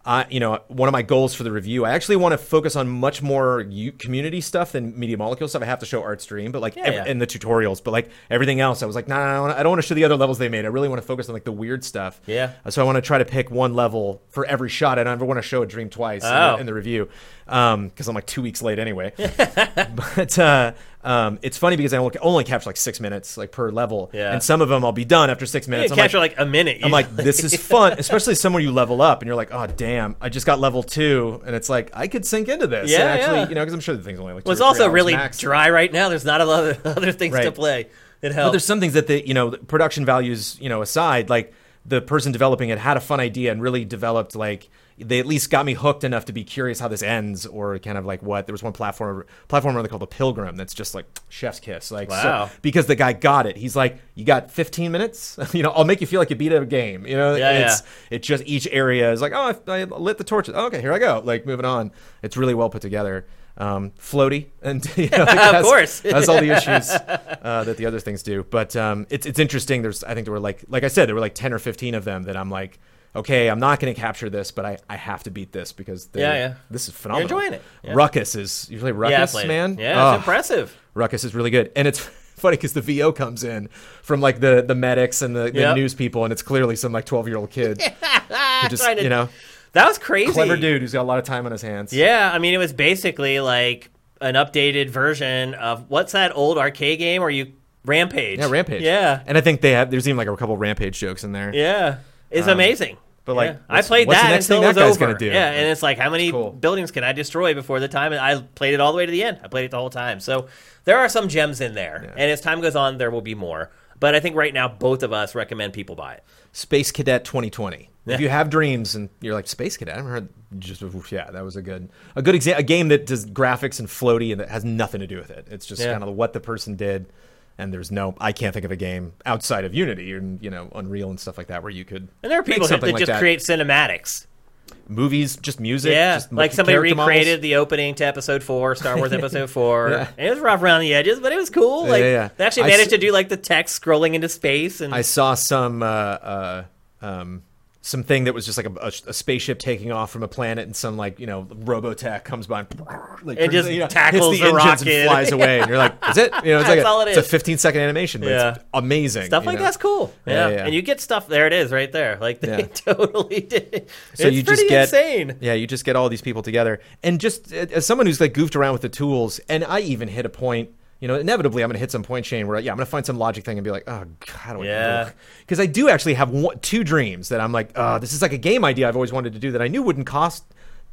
Uh, you know, one of my goals for the review, I actually want to focus on much more u- community stuff than media molecule stuff. I have to show art stream, but like
Yeah,
ev-
yeah.
and the tutorials, but like everything else, I was like, no, nah, I don't want to show the other levels they made. I really want to focus on like the weird stuff.
Yeah.
Uh, So I want to try to pick one level for every shot. I don't ever want to show a dream twice in the-
Oh.
in, the, review because I'm like two weeks late anyway. but uh, um, it's funny because I only- only capture like six minutes like per level,
Yeah.
and some of them I'll be done after six
you
minutes. I'm like,
capture like, a minute.
I'm like, this is fun, especially somewhere you level up and you're like, oh damn, I just got level two, and it's like I could sink into this.
Yeah,
and actually,
yeah.
you know, because I'm sure the thing's only like. two
was
or three
also
hours
really
max.
dry right now. There's not a lot of other things to
Right.
play. It
But
helps.
there's some things that the you know the production values you know aside, like the person developing it had a fun idea and really developed like they at least got me hooked enough to be curious how this ends or kind of like what there was one platform platform really called the pilgrim that's just like chef's kiss like so-
Wow.
because the guy got it he's like you got 15 minutes you know i'll make you feel like you beat a game you know
Yeah,
And it's it just each area is like oh I, I lit the torches oh, okay here i go like moving on it's really well put together um, floaty and you know, of
course.
that's all the issues uh, that the other things do. But um, it's it's interesting. There's I think there were like like I said there were like ten or fifteen of them that I'm like, okay, I'm not going to capture this, but I, I have to beat this because they,
Yeah, yeah.
this is phenomenal.
enjoying it. Yeah.
Ruckus is usually
yeah, I
Ruckus
played it.
man.
Yeah, it's
Oh,
impressive.
Ruckus is really good, and it's funny because the VO comes in from like the the medics and the, the
Yep.
news people, and it's clearly some like twelve year old kid, who just
Trying to-
you know
That was crazy.
clever dude who's got a lot of time on his hands.
Yeah, I mean, it was basically like an updated version of what's that old arcade game where you rampage?
Yeah, Rampage.
Yeah,
and I think they have. There's even like a couple Rampage jokes in there.
yeah, it's amazing.
Um, but, like,
Yeah. I
what's-
played
what's the
that
next
until
thing
it was
that guy's
over.
gonna do?
Yeah, and it's like how many
cool.
buildings can I destroy before the time? And I played it all the way to the end. I played it the whole time. So there are some gems in there, and as time goes on, there will be more. But I think right now, both of us recommend people buy it.
Space Cadet 2020.
Yeah.
If you have dreams and you're like Space Cadet, I've heard just yeah, that was a good a good example. A game that does graphics and floaty and that has nothing to do with it. It's just
Yeah.
kind of what the person did. And there's no, I can't think of a game outside of Unity and you know Unreal and stuff like that where you could
And there are
make
people that,
something
that
like
just create cinematics.
movies, just music,
Yeah,
just
like somebody
character
recreated
models.
the opening to Episode Four, Star Wars Episode Four. And it was rough around the edges, but it was cool. Like
yeah, yeah.
they actually
I
managed
s-
to do like the text scrolling into space, and
I saw some uh, uh, um, some thing that was just like a, a, a spaceship taking off from a planet, and some like you know Robotech comes by and like,
It just
you know,
tackles
hits
the
engines
rocket.
and flies away, and you're like, "Is it?" You know, it's like
That's
a,
all it
it's a
is.
15 second animation, but
Yeah.
it's amazing.
stuff
you
like
know?
that's cool. Yeah.
Yeah, yeah.
and you get stuff. There it is, right there. Like they
Yeah.
totally did.
So
it's
you
pretty
just get
insane.
Yeah, you just get all these people together, and just uh, as someone who's like goofed around with the tools, and I even hit a point. You know, inevitably, I'm going to hit some point chain where yeah, I'm going to find some logic thing and be like, oh god,
Yeah.
because I do actually have one, two dreams that I'm like, oh, this is like a game idea I've always wanted to do that I knew wouldn't cost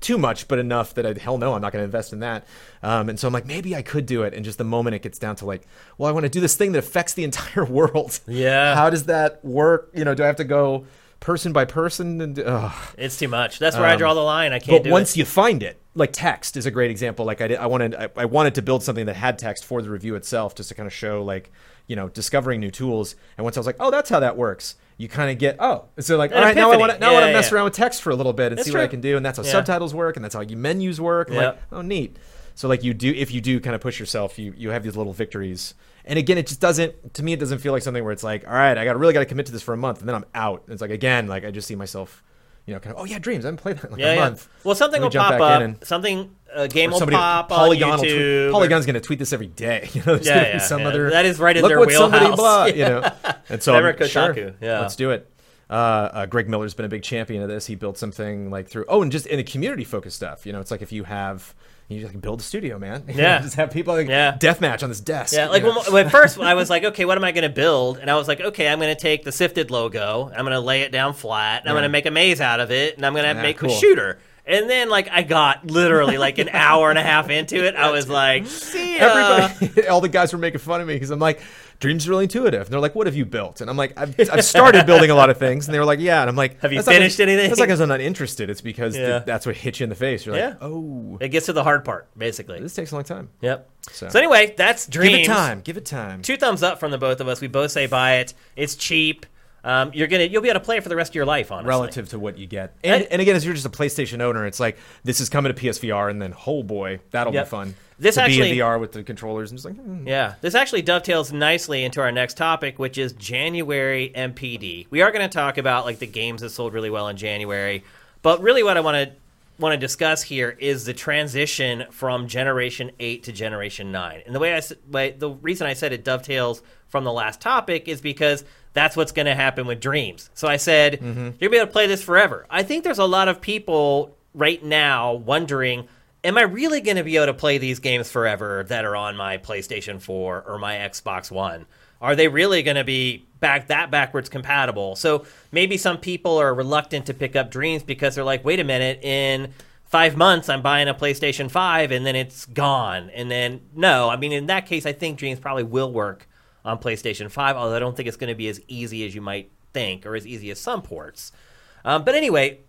too much, but enough that I hell no, I'm not going to invest in that. Um, and so I'm like, maybe I could do it, and just the moment it gets down to like, well, I want to do this thing that affects the entire world.
Yeah.
how does that work? You know, do I have to go? Person by person, and ugh
It's too much. That's where I draw the line. I can't
Um, but
do
once
it.
you find it like text is a great example like i did, i wanted I, I wanted to build something that had text for the review itself just to kind of show like you know discovering new tools and once i was like oh that's how that works you kind of get oh And so like
An
all right now i
epiphany.
want to
Yeah,
now i want to
yeah,
mess
yeah.
around with text for a little bit and
That's
see what i
true.
can do and that's how
Yeah.
subtitles work and that's how you menus work and like
Yep.
oh neat so like you do if you do kind of push yourself you you have these little victories and again it just doesn't to me it doesn't feel like something where it's like all right i got to really got to commit to this for a month and then i'm out and it's like again like i just see myself you know kind of oh yeah dreams i haven't played that in like
yeah,
a
yeah.
month
Well, something
Let me
will
jump
pop
back
up.
in and-
Something a game
or
will
somebody-
pop
Polygon
on
will tweet-
YouTube. or-
Polygon's going to tweet this every day. You know, there's
Yeah,
going to
yeah,
be some
yeah.
other
That is right in
look
their
what Somebody
wheelhouse."
blah, You know, and so
They're
I'm-
at Kotaku,
sure,
yeah.
let's do it. Uh, uh, Greg Miller's been a big champion of this. He built something like through oh, and just in the community focused stuff. You know, it's like if you have you just like build a studio, man. You know,
Yeah.
just have people like
Yeah.
deathmatch on this desk.
Yeah,
you
like
know?
when, when at first I was like, okay, what am I going to build? And I was like, okay, I'm going to take the sifted logo, I'm going to lay it down flat, and I'm going to make a maze out of it, and I'm going to
Yeah,
make
cool.
a shooter. And then like I got literally like an hour and a half into it, I was like, see ya. Uh.
Everybody, all the guys were making fun of me because I'm like, dreams are really intuitive. And they're like, what have you built? And I'm like, I've, I've started building a lot of things. And they were like, yeah. And I'm like,
Have you
"That's not 'cause-
finished anything?"
That's not because I'm not interested. It's because th-
Yeah.
that's what hits you in the face. You're
Yeah.
like, oh,
It gets to the hard part, basically.
this takes a long time.
Yep. So,
So-
anyway, that's dreams.
Give it time. Give it time.
Two thumbs up from the both of us. We both say buy it. It's cheap. Um, you're gonna you'll be able to play it for the rest of your life, honestly.
Relative to what you get. And,
I-
and again, if you're just a PlayStation owner, it's like, this is coming to PSVR. And then, oh boy, that'll
Yep.
be fun.
This
to be
actually-
in VR with the controllers. And just like, "Hmm."
Yeah, this actually dovetails nicely into our next topic, which is January MPD. We are going to talk about like the games that sold really well in January, but really what I want to want to discuss here is the transition from Generation Eight to Generation Nine. And the way I s- way, the reason I said it dovetails from the last topic is because that's what's going to happen with Dreams. So I said you're going to be able to play this forever. I think there's a lot of people right now wondering am I really going to be able to play these games forever that are on my PlayStation 4 or my Xbox One? Are they really going to be back that backwards compatible? So maybe some people are reluctant to pick up Dreams because they're like, wait a minute, in five months I'm buying a PlayStation 5 and then it's gone. And then no, I mean in that case I think Dreams probably will work on PlayStation 5, although I don't think it's going to be as easy as you might think, or as easy as some ports. Um, but anyway,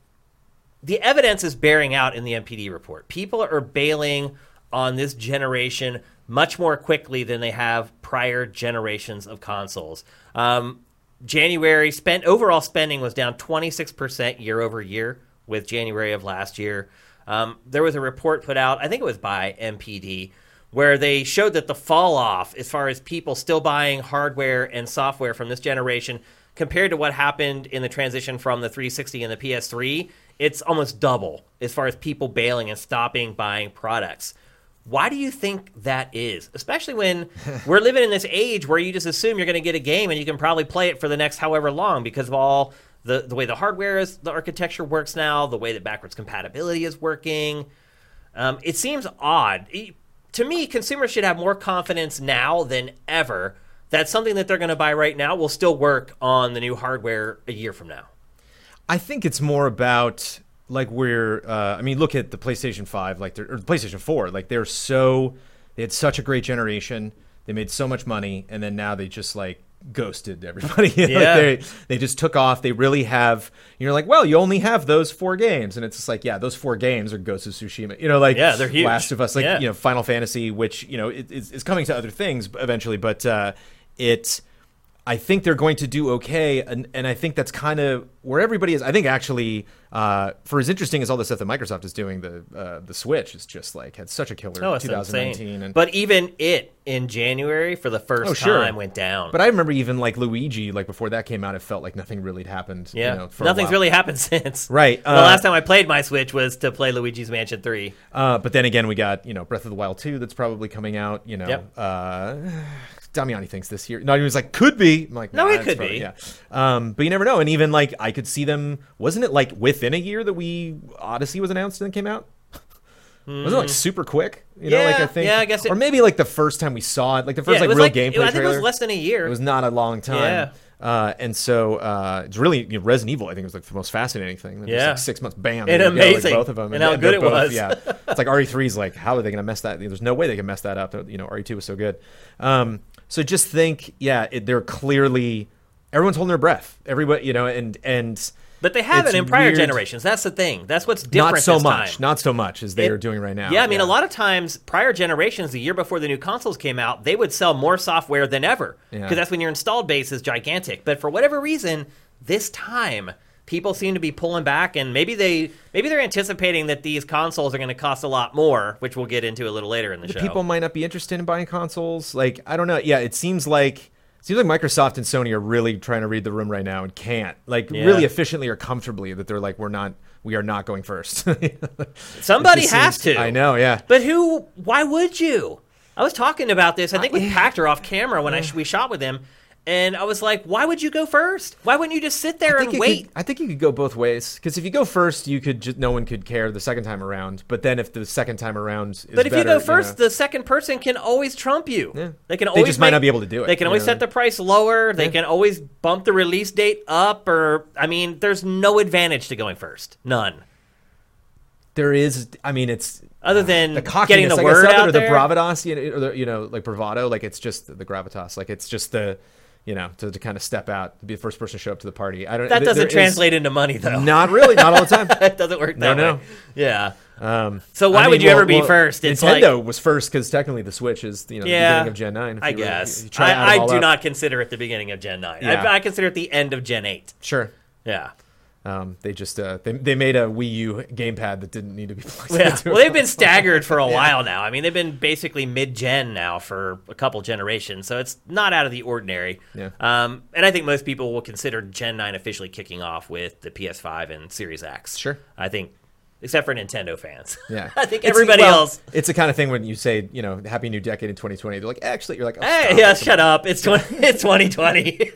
the evidence is bearing out in the MPD report. People are bailing on this generation much more quickly than they have prior generations of consoles. Um, January spent overall spending was down 26% year over year with January of last year. Um, there was a report put out, I think it was by MPD, where they showed that the fall off as far as people still buying hardware and software from this generation compared to what happened in the transition from the 360 and the PS3 it's almost double as far as people bailing and stopping buying products. Why do you think that is? Especially when we're living in this age where you just assume you're going to get a game and you can probably play it for the next however long because of all the, the way the hardware is, the architecture works now, the way that backwards compatibility is working. Um, it seems odd. E- to me, consumers should have more confidence now than ever that something that they're going to buy right now will still work on the new hardware a year from now.
I think it's more about like we're. Uh, I mean, look at the PlayStation Five, like they're, or the PlayStation Four. Like they're so they had such a great generation. They made so much money, and then now they just like ghosted everybody. You know, like,
Yeah.
they they just took off. They really have. You're like, well, you only have those four games, and it's just like, yeah, those four games are Ghost of Tsushima. You know, like
Yeah, they're huge.
Last of Us, like
Yeah.
you know, Final Fantasy, which you know it, it's, it's coming to other things eventually, but uh, it. I think they're going to do okay, and, and I think that's kind of where everybody is. I think actually, uh, for as interesting as all the stuff that Microsoft is doing, the uh, the Switch is just like had such a killer
Oh, it's
2019.
insane.
And,
but even it in January for the first
Oh, sure.
time went down.
but I remember even like Luigi, like before that came out, it felt like nothing really had happened. you
yeah,
know, for a
nothing's
while.
really happened since.
Right,
the
uh,
last time I played my Switch was to play Luigi's Mansion Three.
Uh, but then again, we got you know Breath of the Wild 2 that's probably coming out. You know,
Yep.
uh, Damiani thinks this year. No, he was like, could be. I'm like,
No, it
nah, that's
could
probably-
be.
Yeah, um, but you never know. And even like, I could see them. Wasn't it like within a year that we Odyssey was announced and it came out? Wasn't it like super quick? You know, like
Hmm. Yeah,
I think,
yeah, I guess it-
or maybe like the first time we saw it, like the first
yeah, it
like
was
real
like
gameplay
it- I think
trailer.
it was less than a year.
It was not a long time.
Yeah.
Uh, and so uh, it's really you know, Resident Evil. I think was like the most fascinating thing. It was,
Yeah.
like, six months, bam,
And
there you go, like,
amazing.
both of them,
And how
they're
good it was.
Yeah, it's like RE3 is like, how are they going to mess that? There's no way they can mess that up. You know, RE2 was so good. Um, so just think, yeah, it, they're clearly everyone's holding their breath. Everybody, you know, and and
but they have it
it's
in prior
weird.
generations. That's the thing. That's what's different.
not so
this
much,
time.
not so much as they
It-
are doing right now.
Yeah, I mean, a lot of times, prior generations, the year before the new consoles came out, they would sell more software than ever because
Yeah.
that's when your installed base is gigantic. But for whatever reason, this time, people seem to be pulling back, and maybe they maybe they're anticipating that these consoles are going to cost a lot more, which we'll get into a little later in the, show.
people might not be interested in buying consoles. Like I don't know. Yeah, it seems like it seems like Microsoft and Sony are really trying to read the room right now and can't like
Yeah.
really efficiently or comfortably that they're like we're not we are not going first. It
Somebody
just
has
seems-
to.
I know. Yeah.
But who? Why would you? I was talking about this. I think with Pactor off camera when I sh- we shot with him, and I was like, "Why would you go first? Why wouldn't you just sit there
think
and
you
wait?"
could- I think you could go both ways because if you go first, you could just, no one could care the second time around. But then if the second time around is
But if
better,
you go first,
know-
the second person can always trump you. They can
They
always
just might
make-
not be able to do it,
They can
you
always
know?
set the price lower. They can always bump the release date up. Or I mean, there's no advantage to going first. None.
there is. I mean, it's
Other than
Ah, the
Mm. getting the
cockiness, I guess,
word
of it,
out
or the
there.
bravados, you know, or the, you know, like bravado, like it's just the gravitas, like it's just the, you know, to, to kind of step out, to be the first person to show up to the party. I don't.
that
th-
doesn't
there is-
translate into money, though.
Not really. Not all the time.
that doesn't work.
No,
That
no.
Way. Yeah.
Um,
So why
I mean,
would you
well-
ever be
well,
first? It's like-
Nintendo was first because technically the Switch is you know
Yeah,
the beginning of Gen Nine. if
I
you really-
guess.
you try to add
I,
them
I
all
do
up.
not consider it the beginning of Gen 9.
Yeah.
I, I consider it the end of Gen 8.
Sure.
Yeah.
Um, they just uh, they, they made a Wii U gamepad that didn't need to be plugged
Yeah.
into
Well,
it.
they've been staggered for a while now. I mean, they've been basically mid-gen now for a couple generations, so it's not out of the ordinary.
Yeah.
Um, and I think most people will consider Gen 9 officially kicking off with the PS5 and Series X.
Sure.
I think, except for Nintendo fans.
Yeah,
I think
It's-
everybody
well,
else.
It's the kind of thing when you say, you know, Happy New Decade in 2020. They're like, actually, you're like, oh,
Hey,
stop.
yeah, shut up. It's 20, it's 2020.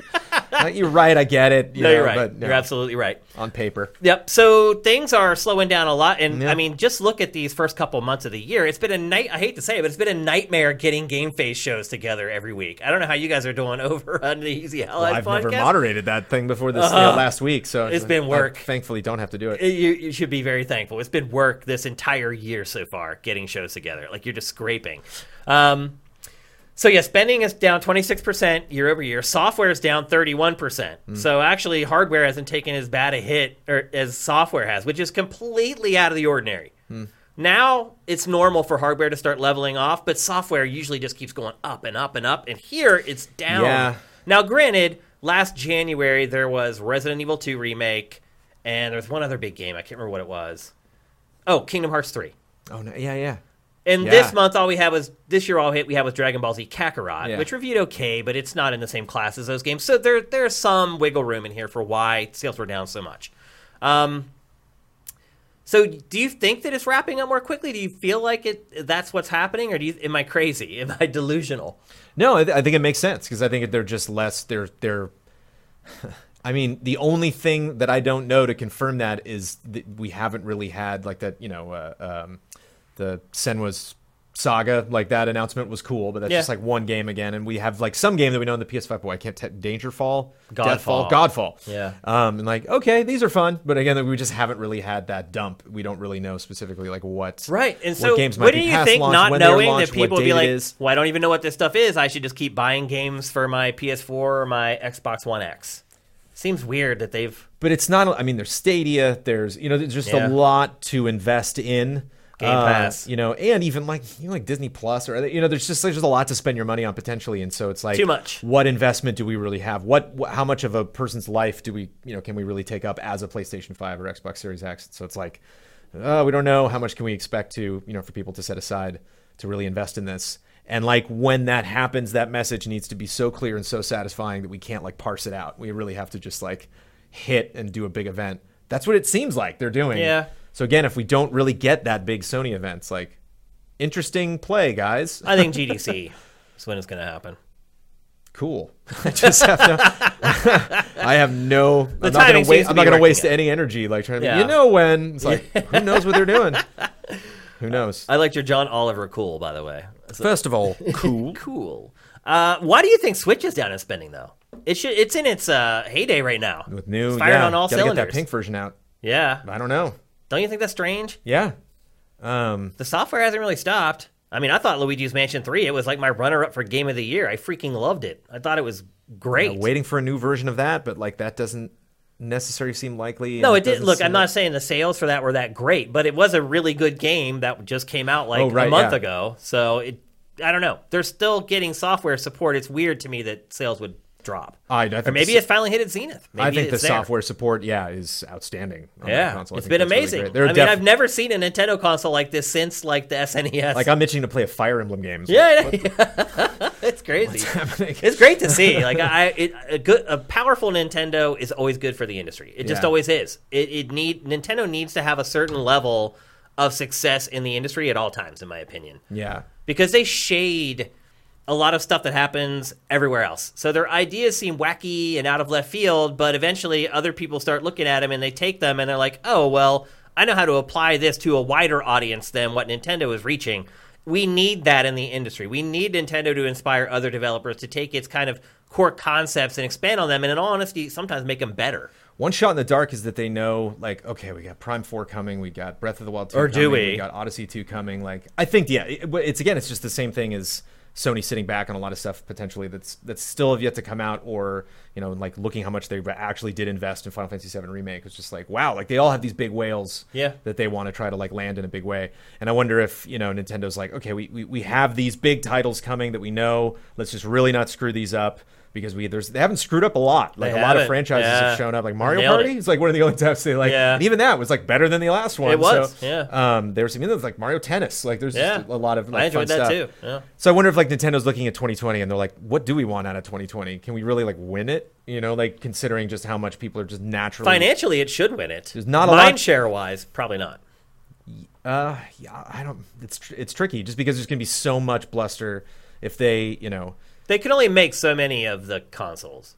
Like, you're right. I get it. You
no,
know,
you're right.
But no,
You're absolutely right.
on paper.
Yep. So things are slowing down a lot, and
Yeah.
I mean, just look at these first couple months of the year. It's been a night. I hate to say it, but it's been a nightmare getting Game Face shows together every week. I don't know how you guys are doing over on the Easy Allies
I've
podcast. Uh-huh.
never moderated that thing before this you know, last week, so
It's been
I
work.
thankfully, don't have to do it.
you, you should be very thankful. It's been work this entire year so far getting shows together. Like you're just scraping. Um, So yeah, spending is down 26% year over year. Software is down 31%.
Hmm.
So actually hardware hasn't taken as bad a hit or, as software has, which is completely out of the ordinary.
Hmm.
Now it's normal for hardware to start leveling off, but software usually just keeps going up and up and up. And here it's down.
Yeah.
Now granted, last January there was Resident Evil 2 remake and there was one other big game, I can't remember what it was. Oh, Kingdom Hearts 3.
Oh no, yeah, yeah.
And
Yeah.
this month, all we had was this year. All hit we had was Dragon Ball Z Kakarot,
Yeah.
which reviewed okay, but it's not in the same class as those games. So there there's some wiggle room in here for why sales were down so much. Um, so do you think that it's wrapping up more quickly? Do you feel like it? That's what's happening, or do you? Am I crazy? Am I delusional?
No, I, th- I think it makes sense because I think they're just less. They're they're. I mean, the only thing that I don't know to confirm that is that we haven't really had like that. You know, uh, um, the Senwa's saga like that announcement was cool, but that's
Yeah.
just like one game again, and we have like some game that we know on the PS5. Boy, I can't. T- Dangerfall,
Godfall.
Deathfall, Godfall.
Yeah.
Um, and like, okay, these are fun, but again, we just haven't really had that dump. We don't really know specifically like what
Right. And
what
so,
games might
wouldn't
be
you
past
think
launch,
not
when they're
knowing
launched,
that
what
people would be
date it
like,
is.
"Well, I don't even know what this stuff is. I should just keep buying games for my PS4 or my Xbox One X." Seems weird that they've
but it's not. I mean, there's Stadia. There's you know, there's just
Yeah.
a lot to invest in. Um,
Game Pass.
you know, and even like you know, like Disney Plus or other, you know, there's just there's just a lot to spend your money on potentially, and so it's like
Too much.
What investment do we really have? What wh- how much of a person's life do we you know can we really take up as a PlayStation Five or Xbox Series X? So it's like, uh, we don't know how much can we expect to you know for people to set aside to really invest in this. And like when that happens, that message needs to be so clear and so satisfying that we can't like parse it out. We really have to just like hit and do a big event. That's what it seems like they're doing.
Yeah.
So again, if we don't really get that big Sony events, like interesting play, guys.
I think GDC is when it's going to happen.
Cool. I just have to. I have no. I'm not gonna
timing seems
waste.
to
I'm
be
not gonna
working
waste
out.
any energy like trying to.
Yeah.
You know when? It's like who knows what they're doing. Who knows?
I liked your John Oliver cool, by the way. It's
First of all, cool.
cool. Uh, why do you think Switch is down in spending though? It should. It's in its uh, heyday right now.
With new,
It's firing
yeah,
on all
gotta
cylinders.
get that pink version out.
Yeah.
I don't know.
Don't you think that's strange?
Yeah. Um.
The software hasn't really stopped. I mean, I thought Luigi's Mansion Three. It was like my runner-up for Game of the Year. I freaking loved it. I thought it was great.
Waiting for a new version of that, but like that doesn't necessarily seem likely. and
no, it did.
doesn't
Look,
seem
I'm not saying the sales for that were that great, but it was a really good game that just came out like
Oh, right,
a month
yeah.
ago. So it, I don't know. They're still getting software support. It's weird to me that sales would drop.
I- I think
or maybe
the-
it finally hit its zenith. Maybe
Uh, I think the
it's there.
software support, yeah, is outstanding. On that
Yeah,
console. I
it's
think
been
that's really
amazing.
great. There are
I mean,
def-
I've never seen a Nintendo console like this since like the E SNES.
like I'm itching to play a Fire Emblem game. so-
yeah, it's crazy. It's great to see. Like I, it, a good, a powerful Nintendo is always good for the industry. It just
Yeah.
always is. It, it need Nintendo needs to have a certain level of success in the industry at all times, in my opinion
yeah.
because they shade a lot of stuff that happens everywhere else. So their ideas seem wacky and out of left field, but eventually other people start looking at them and they take them and they're like, "Oh, well, I know how to apply this to a wider audience than what Nintendo is reaching." We need that in the industry. We need Nintendo to inspire other developers to take its kind of core concepts and expand on them and in all honesty, sometimes make them better.
One shot in the dark is that they know, like, okay, we got Prime Four coming, we got Breath of the Wild two,
Or do
coming,
we?
got Odyssey two coming. Like, I think, yeah, it- but it's again, it's just the same thing as Sony sitting back on a lot of stuff potentially that's that's still have yet to come out, or you know, like looking how much they actually did invest in Final Fantasy VII remake. It's just like, wow, like they all have these big whales,
Yeah.
that they want to try to like land in a big way. And I wonder if you know Nintendo's like, okay, we, we, we have these big titles coming that we know. Let's just really not screw these up because we there's they haven't screwed up a lot. Like
They
a lot
haven't.
of franchises
Yeah.
have shown up. Like Mario
Nailed
Party
it.
is like one of the only times they like.
Yeah.
And even that was like better than the last one.
It was,
So,
yeah.
Um, there was even there's, like Mario Tennis. Like there's
Yeah.
just a lot of. Like,
I enjoyed
fun
that
stuff.
too. Yeah.
So I wonder if like Nintendo's looking at 2020 and they're like, what do we want out of 2020? Can we really like win it? You know, like considering just how much people are just naturally
Financially, it should win it.
There's not a lot-
mind share wise, probably not.
Uh, yeah, I don't. It's tr- it's tricky just because there's gonna be so much bluster if they, you know,
They can only make so many of the consoles.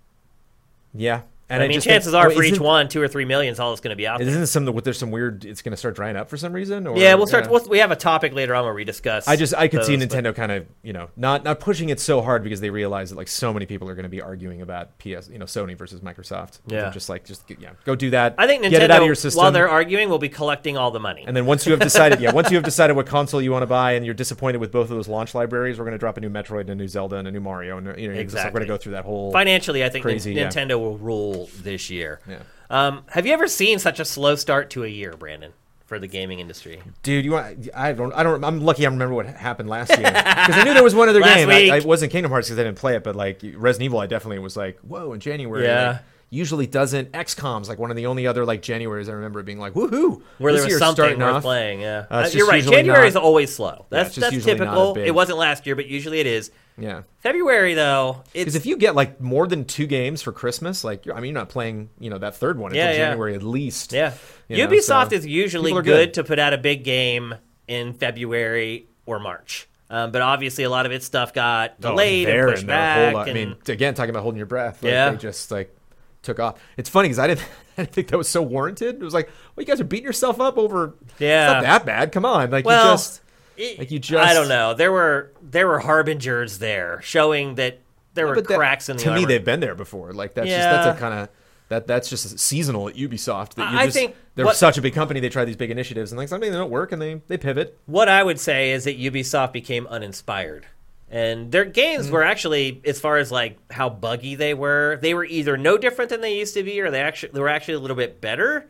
yeah.
And I, mean,
just think,
chances are
well,
for each
isn't-
one, two or three million is all it's going to be out there.
Isn't some there's some weird? It's going to start drying up for some reason. Or,
Yeah, we'll start.
yeah.
We'll, we have a topic later on where we discuss.
I just I could see
those, but-
Nintendo kind of you know not not pushing it so hard because they realize that like so many people are going to be arguing about PS you know Sony versus Microsoft.
Yeah.
They're just like just get- yeah go do that.
I think
get it out of your
Nintendo,
system.
while they're arguing, will be collecting all the money.
and then once you have decided, yeah, once you have decided what console you want to buy, and you're disappointed with both of those launch libraries, we're going to drop a new Metroid and a new Zelda and a new Mario, and you know, you're just like,
Exactly.
we're going to go through that whole.
Financially, I think
Crazy,
Nin-
yeah.
Nintendo will rule this year.
Yeah.
Um, have you ever seen such a slow start to a year, Brandon, for the gaming industry?
Dude, you want? I don't. I don't. I'm lucky. I remember what happened last year because I knew there was one other
Last
game.
week.
I, I wasn't Kingdom Hearts because I didn't play it, but like Resident Evil, I definitely was like, whoa, in January.
Yeah.
like, usually doesn't. XCom's like one of the only other like Januarys I remember being like, woohoo,
Where
this
there was
year's
something
starting
worth
off.
playing. Yeah,
Uh, it's
you're
just
right.
usually
January
not-
is always slow. That's
it's just
that's
usually not a
typical.
big-
It wasn't last year, but usually it is.
Yeah.
February though, it's
Because if you get like more than two games for Christmas, like you're, I mean, you're not playing, you know, that third one
Yeah,
until
yeah.
January at least.
Yeah.
You know,
Ubisoft
so
is usually
people are
good,
good.
to put out a big game in February or March. Um, but obviously, a lot of its stuff got
Oh,
delayed
there
and pushed
their whole
back.
lot-
and,
I mean, again, talking about holding your breath. Like,
Yeah.
they just like took off. It's funny because I didn't, I didn't think that was so warranted. It was like, well, you guys are beating yourself up over.
Yeah.
it's not that bad. Come on, like
well,
you just.
it-
like, you just-
I don't know. There were there were harbingers there showing that there were
But that-
cracks in the
to me,
armor.
they've been there before. Like that's just that's
Yeah.
a kind of that that's just seasonal at Ubisoft. That you
I
just,
think
they're
what-
such a big company. They try these big initiatives and like something they don't work and they they pivot.
what I would say is that Ubisoft became uninspired. And their games
Hmm.
were actually, as far as like how buggy they were, they were either no different than they used to be, or they actually they were actually a little bit better.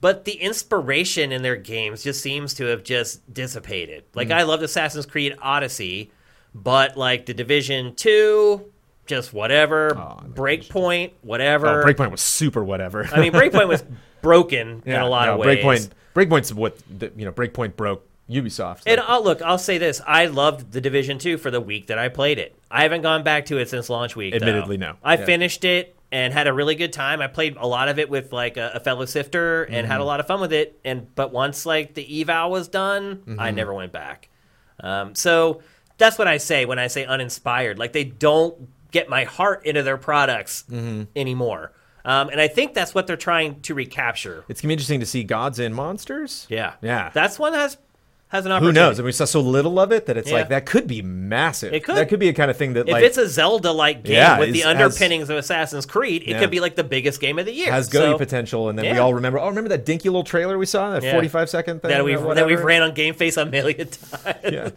But the inspiration in their games just seems to have just dissipated.
Hmm.
Like I loved Assassin's Creed Odyssey, but like the Division Two, just whatever. Breakpoint,
Oh,
whatever.
Breakpoint was super whatever.
I mean, Breakpoint was broken in a lot
no,
of ways.
Breakpoint Breakpoint's what the, you know. Breakpoint broke Ubisoft.
And
Like,
I'll, look, I'll say this: I loved the Division Two for the week that I played it. I haven't gone back to it since launch week. though.
Admittedly, no.
I
Yeah.
finished it and had a really good time. I played a lot of it with like a, a fellow sifter and had a
Mm-hmm.
lot of fun with it. And but once like the eval was done, I
Mm-hmm.
never went back. Um, so that's what I say when I say uninspired. Like they don't get my heart into their products
Mm-hmm.
anymore. Um, and I think that's what they're trying to recapture.
it's gonna be interesting to see Gods and Monsters.
Yeah,
Yeah.
That's one that has has an
Who
opportunity.
knows? And we saw so little of it that it's
Yeah.
like that could be massive.
It could.
That could be a kind of thing that
If
like
it's a Zelda-like game
Yeah,
with the
it's- has-
underpinnings of Assassin's Creed, it
Yeah.
could be like the biggest game of the year.
has goatee
So,
potential, and then we
Yeah.
all remember. Oh, remember that dinky little trailer we saw, that
Yeah.
forty-five second thing
that
we
we've that we've ran on Game Face a million times.
Yeah.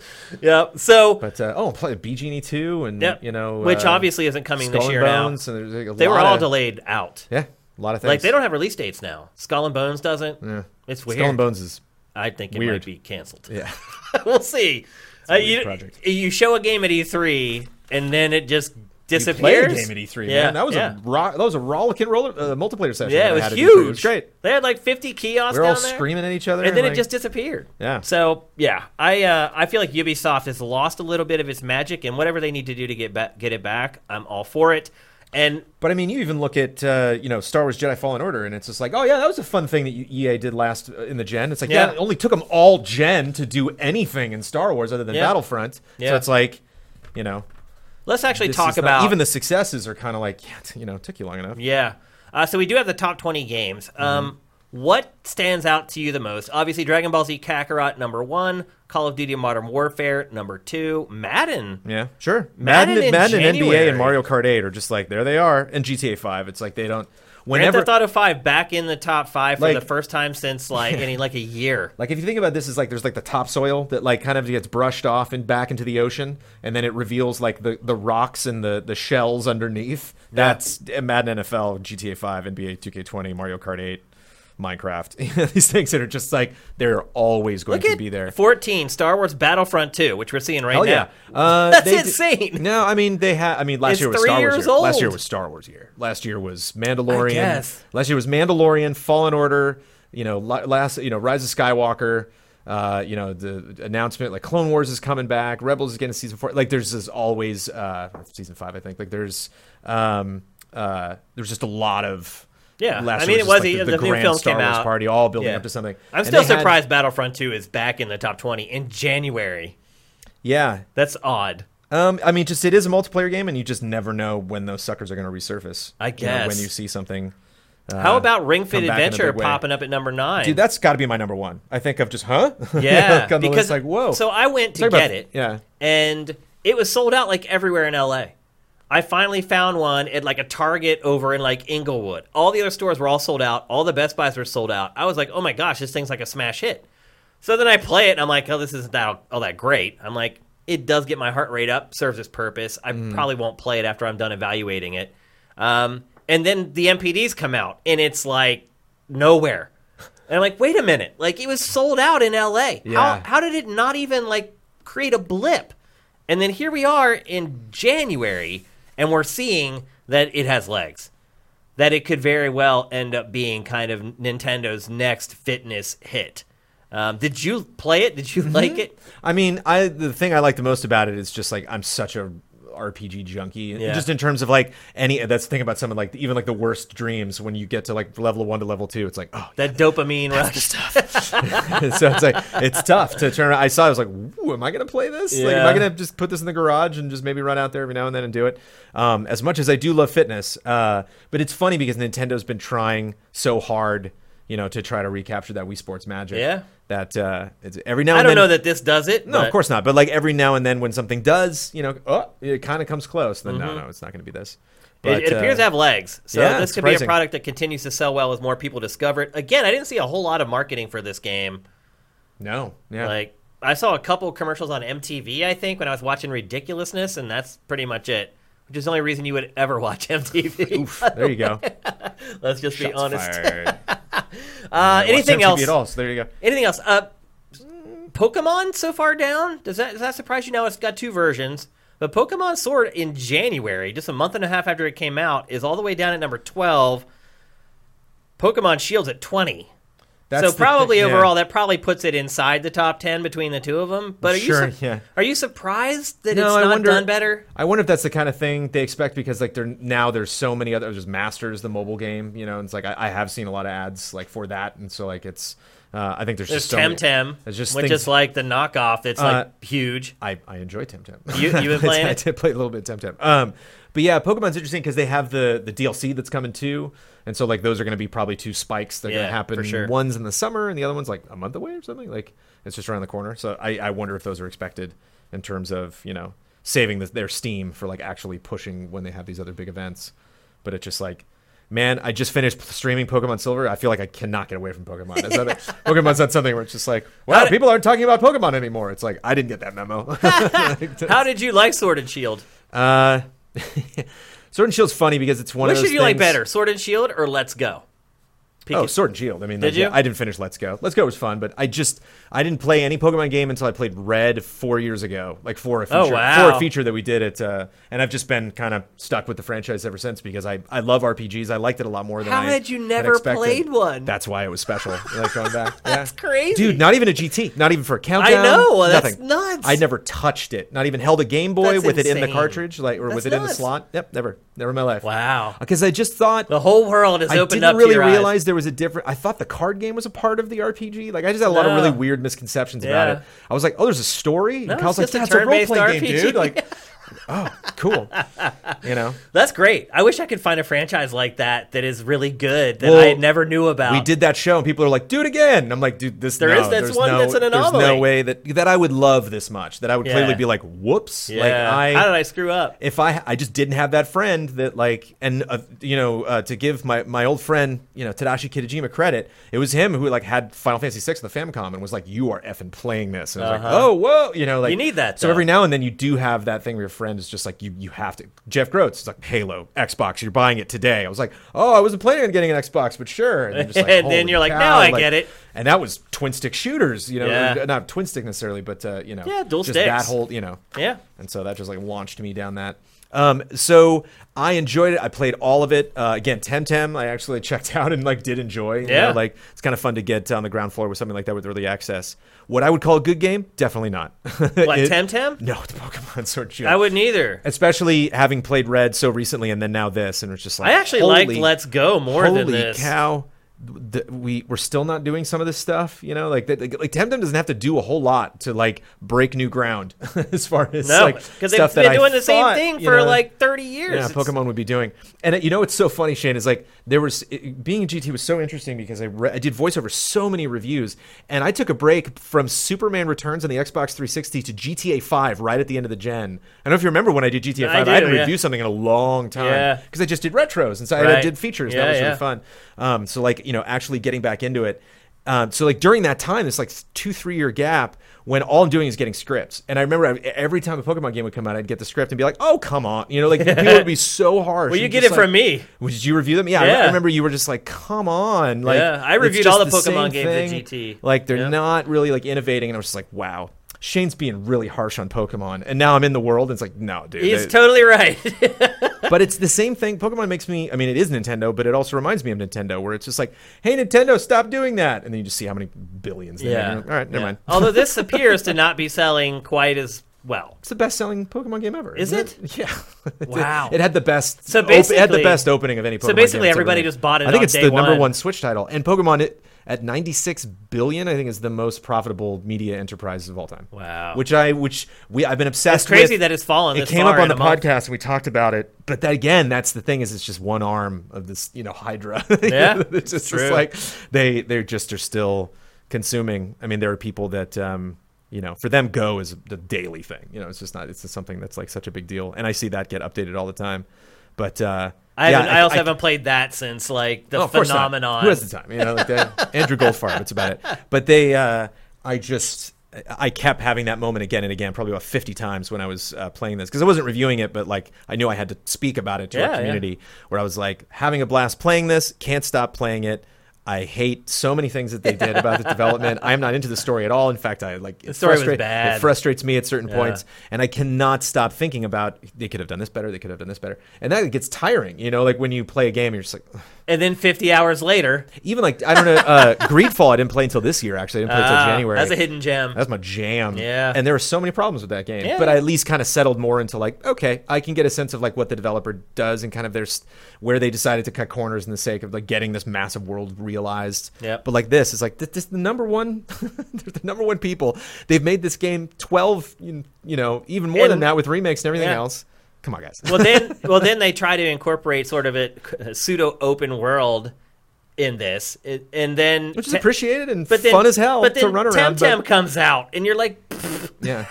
yep. So
But uh, oh, play BGE two, and
yep.
you know,
which
uh,
obviously isn't coming
Skull
this
and
year
Bones,
now.
and there's, like, a
They were
lot
all
of-
delayed out.
Yeah, a lot of things.
Like they don't have release dates now. Skull and Bones doesn't. It's weird.
Skull and Bones is
I think it might
Weird.
be canceled.
yeah.
we'll see. Uh,
weird
you,
project.
you show a game at E3 and then it just
Played
disappears.
game at E3,
Yeah,
man. That was
yeah.
a ro- that was a rollicking roller uh, multiplayer session.
yeah,
that
it
I
was
had at E3.
huge.
It was great.
They had like 50 kiosks
We were all
down there.
screaming at each other,
and then
like-
it just disappeared.
Yeah.
So yeah, I uh, I feel like Ubisoft has lost a little bit of its magic, and whatever they need to do to get back, get it back, I'm all for it. And
But I mean, you even look at uh, you know Star Wars Jedi Fallen Order, and it's just like, oh yeah, that was a fun thing that EA did last uh, in the gen. It's like, yeah,
Yeah.
it only took them all gen to do anything in Star Wars other than
Yeah.
Battlefront.
Yeah.
So it's like, you know,
let's actually
this
talk
is not-
about
even the successes are kind of like, yeah, t- you know, it took you long enough.
yeah. Uh, so we do have the top 20 games.
Mm-hmm.
Um, what stands out to you the most? Obviously, Dragon Ball Z Kakarot number one, Call of Duty Modern Warfare number two, Madden.
Yeah, sure.
Madden
Madden,
in
Madden, and NBA
January.
and Mario Kart 8 are just like there they are, and GTA 5. It's like they don't.
Grand
Whenever
Theft Auto 5 back in the top five for
Like-
the first time since like any like a year.
Like if you think about this, is like there's like the topsoil that like kind of gets brushed off and back into the ocean, and then it reveals like the, the rocks and the, the shells underneath. That's eh, Madden NFL, GTA Five, NBA 2K20, Mario Kart 8, Minecraft. These things that are just like they're always going
Look
to
at
be there.
14 Star Wars Battlefront 2, which we're seeing right
Hell yeah,
now.
Uh,
That's
they d-
insane.
no, I mean they had. I mean last
It's
year was
three
Star Wars
years
year. Last year
old.
was Star Wars year. Last year was
I
Mandalorian.
guess.
Last year was Mandalorian, Fallen Order. You know, la- last you know Rise of Skywalker. Uh, you know the announcement like Clone Wars is coming back. Rebels is getting season four. Like there's this always uh, season five. I think like there's um uh there's just a lot of.
Yeah, I
last year
mean, it
just,
was-
like, the,
the
the,
new
grand
films
Star
came
Wars
out.
party, all building
Yeah.
up to something.
I'm
And
still
they had-
surprised Battlefront 2 is back in the top 20 in January.
yeah,
That's odd.
Um, I mean, just it is a multiplayer game, and you just never know when those suckers are going to resurface.
I
You know, when
guess.
you see something. uh,
How about Ring Fit
come back in a
Adventure
big way.
popping up at number nine?
Dude, that's got to be my number one. I think of just huh?
yeah,
Like, on the
because
list, like whoa.
So I went to
Sorry about-
get it.
yeah.
and it was sold out like everywhere in LA. I finally found one at like a Target over in like Inglewood. All the other stores were all sold out. All the Best Buys were sold out. I was like, oh my gosh, this thing's like a smash hit. So then I play it and I'm like, oh, this isn't that all that great. I'm like, it does get my heart rate up, serves its purpose. I probably won't play it after I'm done evaluating it. Um, and then the MPDs come out and it's like nowhere. And I'm like, wait a minute, like it was sold out in LA.
Yeah.
How how did it not even like create a blip? And then here we are in January and we're seeing that it has legs. That it could very well end up being kind of Nintendo's next fitness hit. Um, did you play it? Did you
Mm-hmm.
like it?
I mean, I the thing I like the most about it is just like I'm such a RPG junkie.
Yeah.
Just in terms of like any that's the thing about someone like even like the worst dreams when you get to like level one to level two, it's like oh.
That dopamine rush.
so it's like it's tough to turn. around. I saw. it, I was like, Ooh, am I gonna play this? Like, am
Yeah.
I gonna just put this in the garage and just maybe run out there every now and then and do it? Um, as much as I do love fitness, uh, but it's funny because Nintendo's been trying so hard, you know, to try to recapture that Wii Sports magic.
Yeah.
That uh, it's every now.
I
and
don't
then,
know that this does it.
No,
but-
of course not. But like every now and then, when something does, you know, oh, it kind of comes close. Then no, no, it's not going to be this.
Mm-hmm. it, it
uh,
appears to have legs. So
yeah,
this
it's
could be a
surprising.
product that continues to sell well as more people discover it. Again, I didn't see a whole lot of marketing for this game.
no, yeah,
Like I saw a couple commercials on MTV, I think, when I was watching Ridiculousness, and that's pretty much it. Which is the only reason you would ever watch MTV.
there you go.
Let's just be
Shots
honest.
fired.
Uh, anything
Watch MTV
else?
At all, so there you go.
Anything else? Uh, Pokemon so far down. Does that does that surprise you? Now it's got two versions. But Pokemon Sword in January, just a month and a half after it came out, is all the way down at number twelve. Pokemon Shield's at twenty.
That's the
so probably
thing, yeah.
overall, that probably puts it inside the top ten between the two of them. But are
Sure,
you sur-
yeah.
are you surprised that
No,
it's
I
not
wonder-
done better?
I wonder if that's the kind of thing they expect because like they're now there's so many other there's Masters the mobile game you know and it's like I, I have seen a lot of ads like for that and so like it's uh, I think there's,
There's
just so many-
Temtem,
There's just
which
things-
is like the knockoff that's
Uh,
like huge.
I, I enjoy Temtem.
You- you been playing
I
it?
did play a little bit of Temtem. Um, but yeah, Pokemon's interesting because they have the the DLC that's coming too, and so like those are going to be probably two spikes. They're going
Yeah,
to happen.
for sure.
One's in the summer, and the other one's like a month away or something. Like it's just around the corner. So I, I wonder if those are expected in terms of you know saving the, their steam for like actually pushing when they have these other big events. But it's just like. Man, I just finished streaming Pokemon Silver. I feel like I cannot get away from Pokemon. It's not- Pokemon's not something where it's just like, wow,
did-
people aren't talking about Pokemon anymore. It's like I didn't get that memo.
How did you like Sword and Shield?
Uh, Sword and Shield's funny because it's one
Which
of those
did you like
things-
better, Sword and Shield or Let's Go? Pick
Oh,
it.
Sword and Shield. I mean,
Did
like, yeah,
you?
I didn't finish Let's Go. Let's Go was fun, but I just I didn't play any Pokemon game until I played Red four years ago, like for a feature,
Oh,
for
wow.
a feature that we did at, uh, and I've just been kind of stuck with the franchise ever since because I I love RPGs. I liked it a lot more than
How
I
had you never
expected.
played one?
That's why it was special. like going back,
That's crazy.
dude. Not even a GT. Not even for a countdown.
know, that's
nothing.
nuts.
I never touched it. Not even held a Game Boy
That's
with it in the
insane.
cartridge, like or
That's
with it in the
nuts.
slot. Yep, never, never in my life.
Wow.
Because I just thought
The whole world has
I
opened
didn't
up
really
to your eyes.
realize there was a different. I thought the card game was a part of the RPG. Like I just had a lot of
No.
really weird misconceptions about
Yeah.
it. I was like, oh, there's a story.
No,
and Kyle's
it's
like,
just a
yeah, it's a role
turn-based
playing game,
RPG.
dude. Like, oh, cool. You know,
That's great. I wish I could find a franchise like that that is really good that
Well,
I never knew about.
we did that show, and people are like, do it again. And I'm like, dude, this
There
no,
is- that's
there's
one
no-
that's an
There's no
anomaly.
way that that I would love this much. That I would
Yeah.
clearly be like, whoops.
Yeah.
Like I,
How did I screw up?
if I I just didn't have that friend that like and uh, you know uh, to give my my old friend you know Tadashi Kitajima credit, it was him who like had Final Fantasy VI in the Famicom and was like, "You are effing playing this," and I was like, "Oh whoa," you know, like
Uh-huh. You need that,
So
though.
every now and then you do have that thing where your friend is just like, "You you have to." Jeff Groats is like, "Halo, Xbox, you're buying it today." I was like, "Oh, I wasn't planning on getting an Xbox, but sure." And, just
And then
holy
you're like,
cow,
"Now I get it."
And that was twin stick shooters, you know,
Yeah.
not twin stick necessarily, but uh, you know,
Yeah, dual
just
sticks.
that whole, you know,
Yeah.
and so that just like launched me down that. Um, so I enjoyed it. I played all of it. Uh, again, Temtem, I actually checked out and like did enjoy. you know,
Yeah.
like it's kind of fun to get on the ground floor with something like that with early access. What I would call a good game, definitely not. what
Temtem?
No, the Pokemon Sword Shield.
I wouldn't either.
Especially having played Red so recently and then now this, and it's just like
I actually
holy,
liked Let's Go more
holy
than this.
cow. the, we we're still not doing some of this stuff, you know, like that, like, like Temtem doesn't have to do a whole lot to like break new ground as far as
No,
like
because
stuff
they've been
that I
doing the same
thought,
thing
you
for
know,
like 30 years.
yeah,
It's-
Pokemon would be doing. And uh, you know what's so funny, Shane, is like there was it, being in GT was so interesting because I re- I did voiceover so many reviews, and I took a break from Superman Returns on the Xbox 360 to GTA 5 right at the end of the gen. I don't know if you remember when I did GTA 5.
I
I, hadn't
do, yeah.
reviewed something in a long time
Yeah.
because I just did retros and so I
Right.
did features.
Yeah,
that was
yeah.
really fun. Um, so like you know actually getting back into it. Um, so like during that time, this like two three year gap when all I'm doing is getting scripts, and I remember I, every time a Pokemon game would come out, I'd get the script and be like, "Oh come on," you know, like people would be so harsh.
Well, you
and
get
just
it
like-
from me.
Well, Did you review them? Yeah, I-
Yeah.
I remember you were just like, "Come on!" Like,
Yeah, I
it's
reviewed
just
all the Pokemon
same
games at
thing.
GT.
Like they're
Yep.
not really like innovating, and I was just like, "Wow." Shane's being really harsh on Pokemon, and now I'm in the world, and it's like, no, dude.
He's
they-
totally right.
but it's the same thing. Pokemon makes me. I mean, it is Nintendo, but it also reminds me of Nintendo, where it's just like, "Hey, Nintendo, stop doing that," and then you just see how many billions. They
yeah.
Make. All right, never
Yeah.
mind.
Although this appears to not be selling quite as well.
It's the best-selling Pokemon game ever.
Is
isn't Yeah. It-
Wow.
It, had the best.
So
So basically, it had
basically-
the best opening of any. Pokemon
so basically
game that's ever
everybody
made.
just bought it
I think
on
it's
day
the number
one.
one Switch title, and Pokemon it, at 96 billion. I think is the most profitable media enterprise of all time.
Wow.
Which I, which we, I've been obsessed.
It's crazy
with.
that it's fallen.
It
this
came
far
up on
in
the
a month.
podcast and we talked about it. But that, again, that's the thing is it's just one arm of this, you know, Hydra.
Yeah,
it's just,
true.
just like they they just are still consuming. I mean, there are people that um, you know, for them go is the daily thing. You know, it's just not it's just something that's like such a big deal. And I see that get updated all the time. But uh
I,
yeah,
haven't, I, also haven't played that since like the
Oh, of course not.
phenomenon.
Who has the time? You know, like that. Andrew Goldfarb. That's about it. But they, uh, I just, I kept having that moment again and again, probably about fifty times when I was uh, playing this because I wasn't reviewing it, but like I knew I had to speak about it to
Yeah, yeah.
our community, where I was like having a blast playing this, can't stop playing it. I hate so many things that they did about the development. I am not into the story at all. In fact, I like the
story was bad.
It frustrates me at certain
Yeah.
points, and I cannot stop thinking about they could have done this better. They could have done this better, and that gets tiring. You know, like when you play a game, you're just like,
and then 50 hours later,
even like I don't know, uh, Greedfall I didn't play until this year. Actually, I didn't play
ah,
until January.
that's a hidden gem.
That's my jam.
Yeah.
and there were so many problems with that game,
Yeah.
but I at least kind of settled more into like, okay, I can get a sense of like what the developer does and kind of their s- where they decided to cut corners in the sake of like getting this massive world realized.
Yep.
But like this is like this, this the number one, they're the number one people. They've made this game twelve, you you know, even more than
And-
that with remakes and everything
Yeah.
else. Come on, guys.
well then well then they try to incorporate sort of a pseudo open world in this It- and then
Which is
Te-
appreciated and
but then,
fun as hell
but then
to run around.
Temtem
but-
comes out and you're like pfft,
yeah.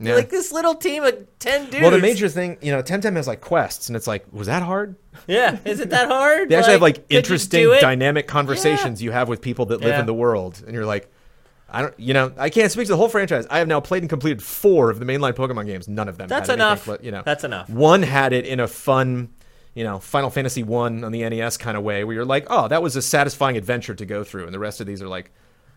Yeah.
like this little team of 10 dudes
Well, the major thing, you know, Temtem has like quests, and it's like, was that hard?
yeah is it that hard
They actually have like
could you
interesting,
do it?
dynamic conversations you have with people that live
Yeah.
in the world, and you're like, I don't, you know, I can't speak to the whole franchise. I have now played and completed four of the mainline Pokemon games. None of them.
That's
had anything
enough.
but, you know,
That's enough.
One had it in a fun, you know, Final Fantasy one on the NES kind of way, where you're like, oh, that was a satisfying adventure to go through, and the rest of these are like,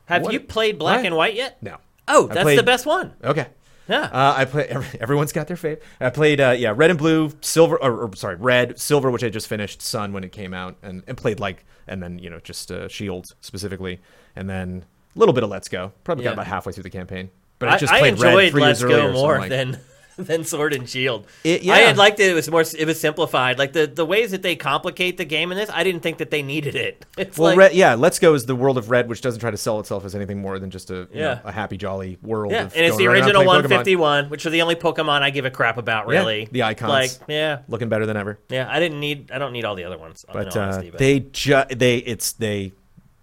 have
what-
you played black
What?
and white yet
no.
oh
I
that's the
played-
best one
Okay.
Yeah.
Uh, I play. every- Everyone's got their favorite. I played. Uh, yeah, red and blue, silver, or, or sorry, red, silver, which I just finished. Sun when it came out, and, and played like, and then you know just uh, Shield specifically, and then a little bit of Let's Go. Probably
Yeah.
got about halfway through the campaign, but I,
I,
just
I
played
enjoyed
red three
Let's
years earlier.
Go
so I'm
more
like,
than than Sword and Shield.
It-
I
yeah.
had liked it. It was more. It was simplified. Like the, the ways that they complicate the game in this, I didn't think that they needed it. It's
Well,
like,
red, yeah, Let's Go is the world of red, which doesn't try to sell itself as anything more than just a, you
Yeah.
know, a happy, jolly world.
Yeah,
of
and it's
going
the
around
original
playing Pokemon.
151, which are the only Pokemon I give a crap about,
Yeah,
really.
the icons.
Like, yeah,
looking better than ever.
yeah. I didn't need. I don't need all the other ones. in
But,
all honesty,
uh,
but
they ju- they it's they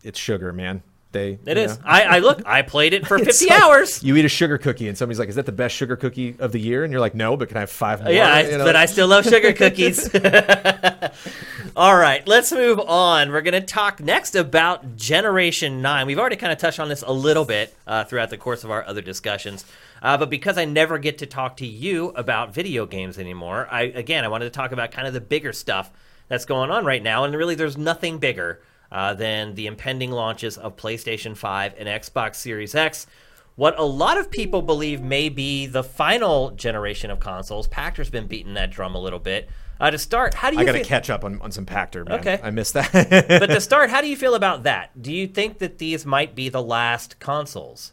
it's sugar, man. They
it
you
is.
know.
I, I look. I played it for 50
It's like
hours.
You eat a sugar cookie, and somebody's like, "Is that the best sugar cookie of the year?" And you're like, "No, but can I have five more?"
Uh, yeah, I,
You know,
but I still love sugar cookies. All right, let's move on. We're going to talk next about Generation 9. We've already kind of touched on this a little bit uh, throughout the course of our other discussions. Uh, but because I never get to talk to you about video games anymore, I again, I wanted to talk about kind of the bigger stuff that's going on right now. And really, there's nothing bigger uh, than the impending launches of PlayStation 5 and Xbox Series X. What a lot of people believe may be the final generation of consoles. Pactor's been beating that drum a little bit. Uh, to start, how do you
I got to
feel-
catch up on, on some Pactor. Man.
Okay.
I missed that.
but to start, how do you feel about that? Do you think that these might be the last consoles?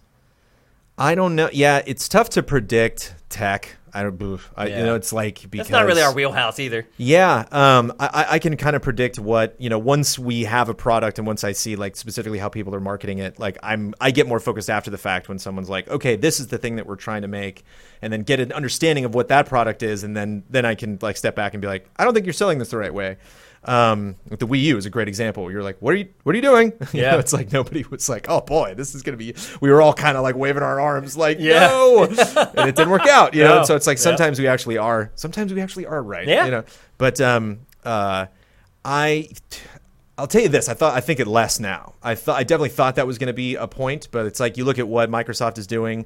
I don't know. Yeah, it's tough to predict tech. I don't. Boof. I,
Yeah.
You know, it's like because
That's not really our wheelhouse either.
Yeah, um, I, I- I can kind of predict what you know. Once we have a product, and once I see like specifically how people are marketing it, like I'm, I get more focused after the fact when someone's like, "Okay, this is the thing that we're trying to make," and then get an understanding of what that product is, and then then I can like step back and be like, "I don't think you're selling this the right way." Um, like the Wii U is a great example. You're like, "What are you? What are you doing?" You
Yeah.
know, it's like nobody was like, "Oh boy, this is gonna be." We were all kind of like waving our arms, like,
Yeah.
"No," and it didn't work out. You know,
No.
and so it's like
Yeah.
sometimes sometimes we actually are sometimes we actually are right
Yeah.
you know but um uh i i'll tell you this i thought i think it less now i thought i definitely thought that was going to be a point but it's like you look at what microsoft is doing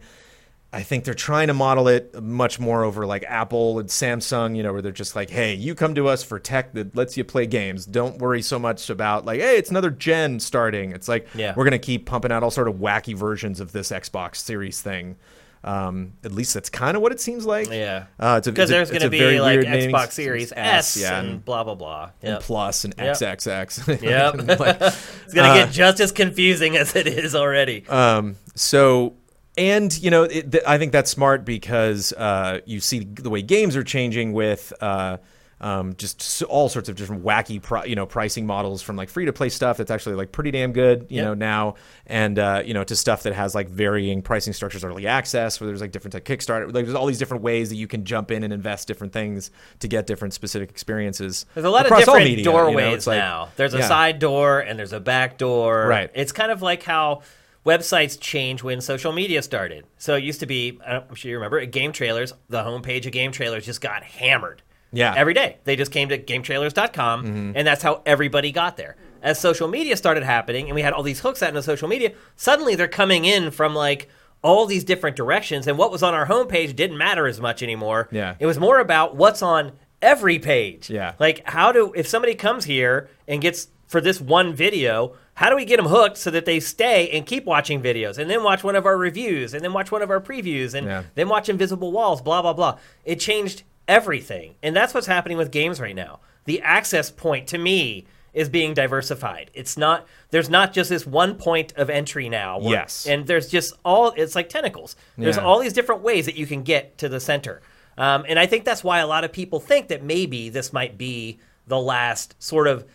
I think they're trying to model it much more over like Apple and Samsung, you know, where they're just like, hey, you come to us for tech that lets you play games. Don't worry so much about like, hey, it's another gen starting. It's like,
Yeah.
we're going to keep pumping out all sort of wacky versions of this Xbox Series thing. Um, at least that's kind of what it seems like.
Yeah.
Uh, it's a-
Because
it's a-
there's
it's
going to
a
be
very
like
weird naming
Xbox
s-
Series S,
yeah,
and blah blah blah. Yep.
Plus and
Yep.
XXX.
Yep. it's going to
uh,
get just as confusing as it is already.
Um, so, and you know, it, th- I think that's smart because uh, you see the way games are changing with uh, um, just s- all sorts of different wacky, pri you know, pricing models from like free to play stuff that's actually like pretty damn good, you
Yeah.
know, now, and uh, you know, to stuff that has like varying pricing structures, early access, where there's like different like Kickstarter, like there's all these different ways that you can jump in and invest different things to get different specific experiences.
There's a lot of
across all
different
media, you know,
doorways
it's like-
now. There's a
yeah.
side door and there's a back door.
Right.
It's kind of like how websites change when social media started. So it used to be, I don't- I'm sure you remember, at Game Trailers, the homepage of Game Trailers just got hammered.
Yeah. Mm-hmm.
Every day. They just came to gametrailers.com and that's how everybody got there. As social media started happening and we had all these hooks out into social media, suddenly they're coming in from like all these different directions and what was on our homepage didn't matter as much anymore.
Yeah.
It was more about what's on every page.
Yeah.
Like, how do, if somebody comes here and gets for this one video, how do we get them hooked so that they stay and keep watching videos and then watch one of our reviews and then watch one of our previews and
Yeah.
then watch Invisible Walls, blah, blah, blah? It changed everything. And that's what's happening with games right now. The access point to me is being diversified. It's not, there's not just this one point of entry now. where-
Yes.
And there's just all, it's like tentacles. There's
Yeah.
all these different ways that you can get to the center. Um, and I think that's why a lot of people think that maybe this might be the last sort of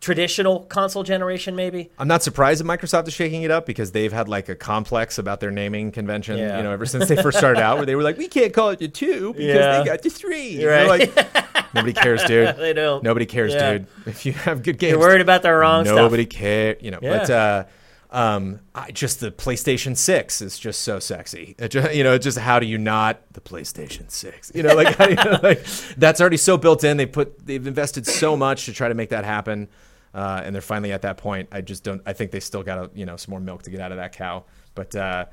traditional console generation, maybe.
I'm not surprised that Microsoft is shaking it up because they've had like a complex about their naming convention,
Yeah.
you know, ever since they first started out, where they were like, we can't call it the two because
Yeah.
they got the three. And
Right.
they're Like, Nobody cares, dude.
They don't.
Nobody cares,
Yeah.
dude. If you have good games,
They're worried about the wrong
nobody
stuff.
cares, you know. But uh, um, I, just the PlayStation Six is just so sexy. It ju- you know, just how do you not the PlayStation Six? You know, like, how do you- like, that's already so built in. They put they've invested so much to try to make that happen, uh, and they're finally at that point. I just don't. I think they still got a, you know some more milk to get out of that cow. But uh,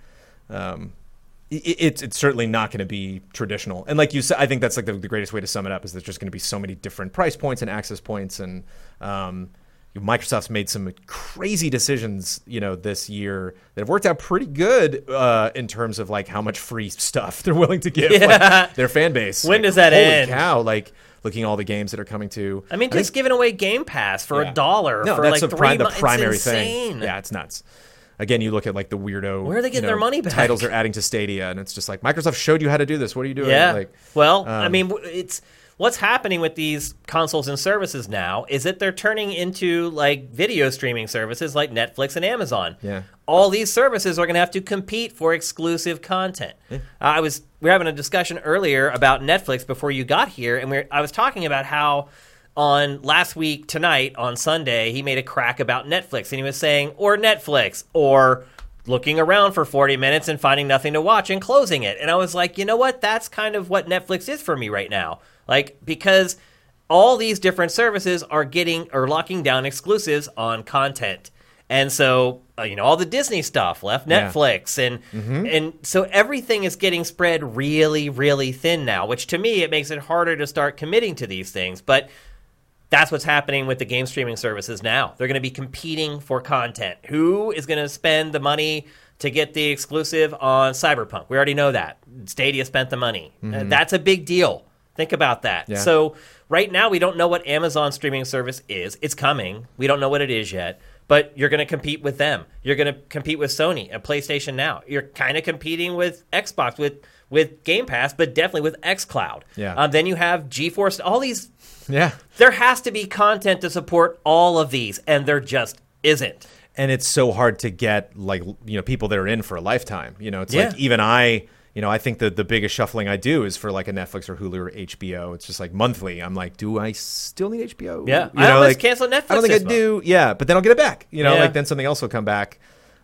um, it, it's it's certainly not going to be traditional. And like you said, I think that's like the, the greatest way to sum it up is there's just going to be so many different price points and access points, and um, Microsoft's made some crazy decisions, you know, this year that have worked out pretty good uh, in terms of like how much free stuff they're willing to give
Yeah.
like, their fan base.
When
Like,
does that
holy
end?
Cow! Like looking at all the games that are coming to.
I mean,
think-
just giving away Game Pass for
Yeah.
a dollar
no,
for
that's
like
the,
three
pri- the
months.
primary
it's
thing.
insane.
Yeah, it's nuts. Again, you look at like the weirdo.
Where are they
you
getting their
know,
money back?
Titles are adding to Stadia, and it's just like Microsoft showed you how to do this. What are you doing?
Yeah.
Like, um,
well, I mean, w- it's what's happening with these consoles and services now is that they're turning into like video streaming services like Netflix and Amazon.
Yeah.
All these services are going to have to compete for exclusive content. Uh, I was we were having a discussion earlier about Netflix before you got here, and we are I was talking about how on last week tonight on Sunday he made a crack about Netflix, and he was saying or Netflix or looking around for 40 minutes and finding nothing to watch and closing it. And I was like, you know what? That's kind of what Netflix is for me right now. Like, because all these different services are getting or locking down exclusives on content. And so, uh, you know, all the Disney stuff left
Yeah.
Netflix and and so everything is getting spread really really thin now, which to me it makes it harder to start committing to these things, but that's what's happening with the game streaming services now. They're going to be competing for content. Who is going to spend the money to get the exclusive on Cyberpunk? We already know that. Stadia spent the money. Uh, that's a big deal. Think about that.
Mm-hmm. Yeah.
So, right now, we don't know what Amazon streaming service is. It's coming. We don't know what it is yet. but you're going to compete with them. You're going to compete with Sony and PlayStation Now. You're kind of competing with Xbox with with Game Pass, but definitely with XCloud.
Yeah.
Um, then you have GeForce. All these.
Yeah.
There has to be content to support all of these, and there just isn't.
and it's so hard to get like you know people that are in for a lifetime you know it's
Yeah.
like even i you know i think that the biggest shuffling i do is for like a netflix or hulu or hbo it's just like monthly i'm like do i still need hbo
Yeah.
You
I almost
like,
canceled
i
Netflix
don't think i
this month.
do yeah but then i'll get it back you know
Yeah.
like then something else will come back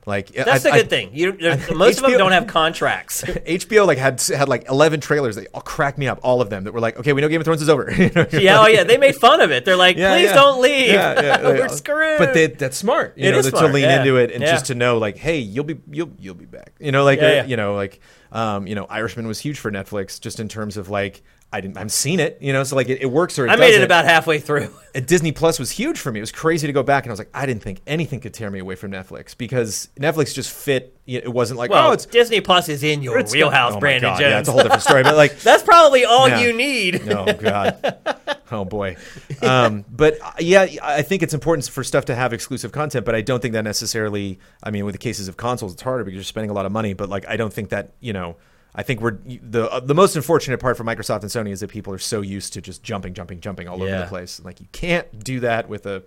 like
That's
I,
the
I-
good thing. You, there- most of them
HBO
don't have contracts.
HBO like had had like eleven trailers. They all cracked me up. All of them that were like, okay, we know Game of Thrones is over. You know,
yeah, oh yeah, they made fun of it. They're like,
Yeah,
please
yeah.
don't leave.
Yeah, yeah, yeah.
We're screwed.
But they, that's smart. You
It
know,
is
to-
smart,
to lean
yeah.
into it and
Yeah.
just to know, like, hey, you'll be you'll you'll be back. You know, like
Yeah,
uh,
yeah.
you know, like um, you know, Irishman was huge for Netflix just in terms of like I didn't I've seen it. You know, so like it, it works or it
I made it
doesn't.
about halfway through.
And Disney Plus was huge for me. It was crazy to go back and I was like, I didn't think anything could tear me away from Netflix because Netflix just fit. It wasn't like
Well,
oh it's
Disney Plus is in your
it's got-
wheelhouse,
Oh my
Brandon
God,
Jones.
Yeah, it's a whole different story. But like
That's probably all
Yeah.
you need.
Oh God. Oh boy. Um, but uh, yeah, I think it's important for stuff to have exclusive content, but I don't think that necessarily. I mean, with the cases of consoles, it's harder because you're spending a lot of money. But like, I don't think that you know. I think we're the uh, the most unfortunate part for Microsoft and Sony is that people are so used to just jumping, jumping, jumping all over
Yeah.
the place. Like you can't do that with a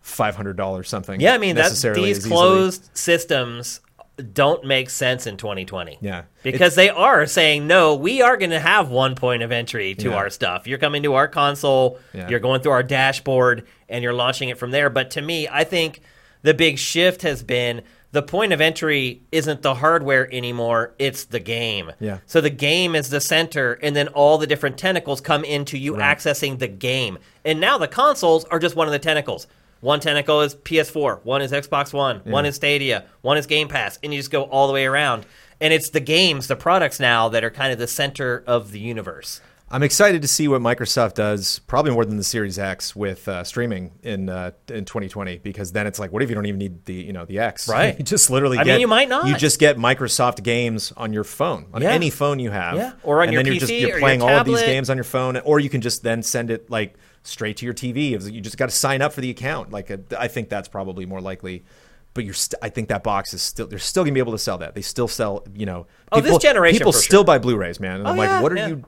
five hundred dollars something.
Yeah, I mean that
necessarily
these
as easily.
closed systems don't make sense in 2020.
Yeah.
Because they are saying, no, we are going to have one point of entry to
Yeah.
our stuff. You're coming to our console,
Yeah.
you're going through our dashboard, and you're launching it from there. But to me, I think the big shift has been the point of entry isn't the hardware anymore, it's the game.
Yeah.
So the game is the center, and then all the different tentacles come into you accessing the game. And now the consoles are just one of the tentacles. One tentacle is PS4, one is Xbox One, one is Stadia, one is Game Pass, and you just go all the way around. And it's the games, the products now that are kind of the center of the universe.
I'm excited to see what Microsoft does, probably more than the Series X with uh, streaming in uh, in 2020, because then it's like, what if you don't even need the you know the X?
Right.
you just literally.
I mean,
get-
you might not.
You just get Microsoft games on your phone, on
Yeah.
any phone you have,
Yeah. Or on
and
your
then you're just
PC or
you're
your
playing all of these
tablet.
games on your phone, or you can just then send it like straight to your TV. It's- You just got to sign up for the account. Like uh, I think that's probably more likely. But you're, st- I think that box is still. They're still gonna be able to sell that. They still sell, you know.
Oh, this generation
people
for Oh,
still buy Blu-rays, man. And I'm like,
yeah,
what are
yeah.
you?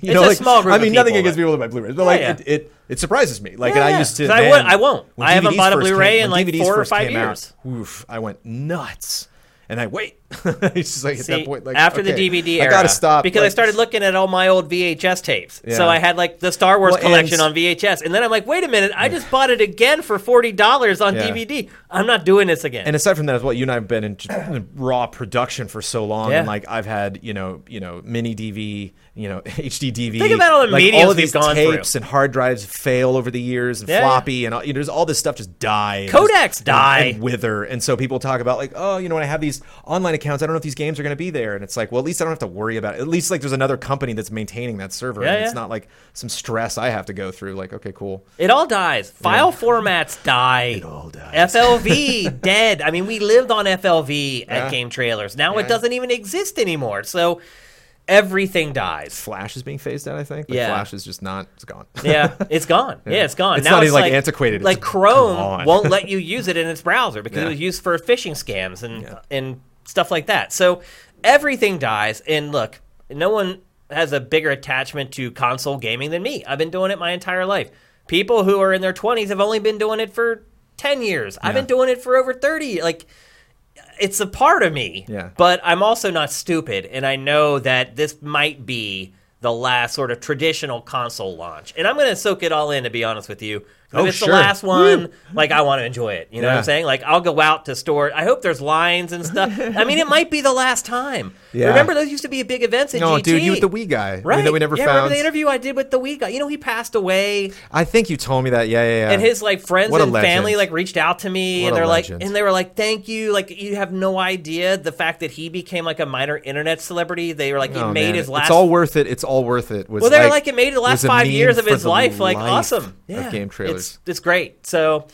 you
It's a small group
I
of
mean, nothing
people
against
that-
people that buy Blu-rays, but like
Yeah,
it, it, it surprises me. Like, and
Yeah,
I used to.
yeah. 'Cause I
man,
would- I won't.
when
I haven't
DVDs
bought a
first
Blu-ray
came-
in,
when
like,
DVDs
four or
first
five
came out,
years.
oof, I went nuts, and I wait. it's just like at
See,
that point, like
after
okay,
the DVD
I
era,
gotta stop
because I
like-
started looking at all my old VHS tapes. So
Yeah.
I had like the Star Wars
Well, and-
collection on VHS, and then I'm like, wait a minute, I just bought it again for forty dollars on
Yeah.
DVD. I'm not doing this again.
And aside from that as well, you and I have been in in raw production for so long,
Yeah.
and like I've had you know you know mini DV, you know HD DV.
Think about all the
like,
mediums
all of
we've
these
gone through.
tapes and hard drives fail over the years, and
Yeah.
floppy, and all, you know, there's all this stuff just die. and
Codecs
just-
die.
and wither, and so people talk about like, oh, you know, when I have these online accounts, I don't know if these games are going to be there, and it's like, well, at least I don't have to worry about it. At least like there's another company that's maintaining that server,
Yeah,
and
yeah.
it's not like some stress I have to go through. Like, okay, cool.
It all dies. File formats die. It
all dies.
FLV dead. I mean, we lived on FLV at game trailers. Now it doesn't even exist anymore. So everything dies.
Flash is being phased out, I think. Like,
Yeah.
Flash is just not. It's gone.
Yeah, it's gone. Yeah, it's gone.
It's
now
not
it's
even, like, antiquated. It's
Like
gone.
Chrome won't let you use it in its browser because it
Yeah.
was used for phishing scams and and stuff like that. So everything dies. And look, no one has a bigger attachment to console gaming than me. I've been doing it my entire life. People who are in their 20s have only been doing it for 10 years. I've been doing it for over 30. Like it's a part of me.
Yeah.
But I'm also not stupid, and I know that this might be the last sort of traditional console launch. And I'm gonna soak it all in to be honest with you.
Oh,
if it's
sure.
the last one, like I want to enjoy it. You know what
Yeah.
I'm saying? Like I'll go out to store. I hope there's lines and stuff. I mean, it might be the last time.
Yeah.
Remember those used to be big events at
No,
GT.
dude, you with the Wii guy.
Right.
That we never
yeah,
found.
remember the interview I did with the Wii guy. You know, he passed away.
I think you told me that. Yeah, yeah, yeah.
and his like friends
What a
and family
legend.
like reached out to me
What
and
a
they're like
legend.
and they were like thank you like you have no idea the fact that he became like a minor internet celebrity they were like it
Oh,
made
man.
his last
It's all worth it. It's all worth it. Was
well they
like,
were like it made the last
was a
five
meme
years of
for
his
the
life like
life
awesome
of
yeah
game trailers.
it's, it's great so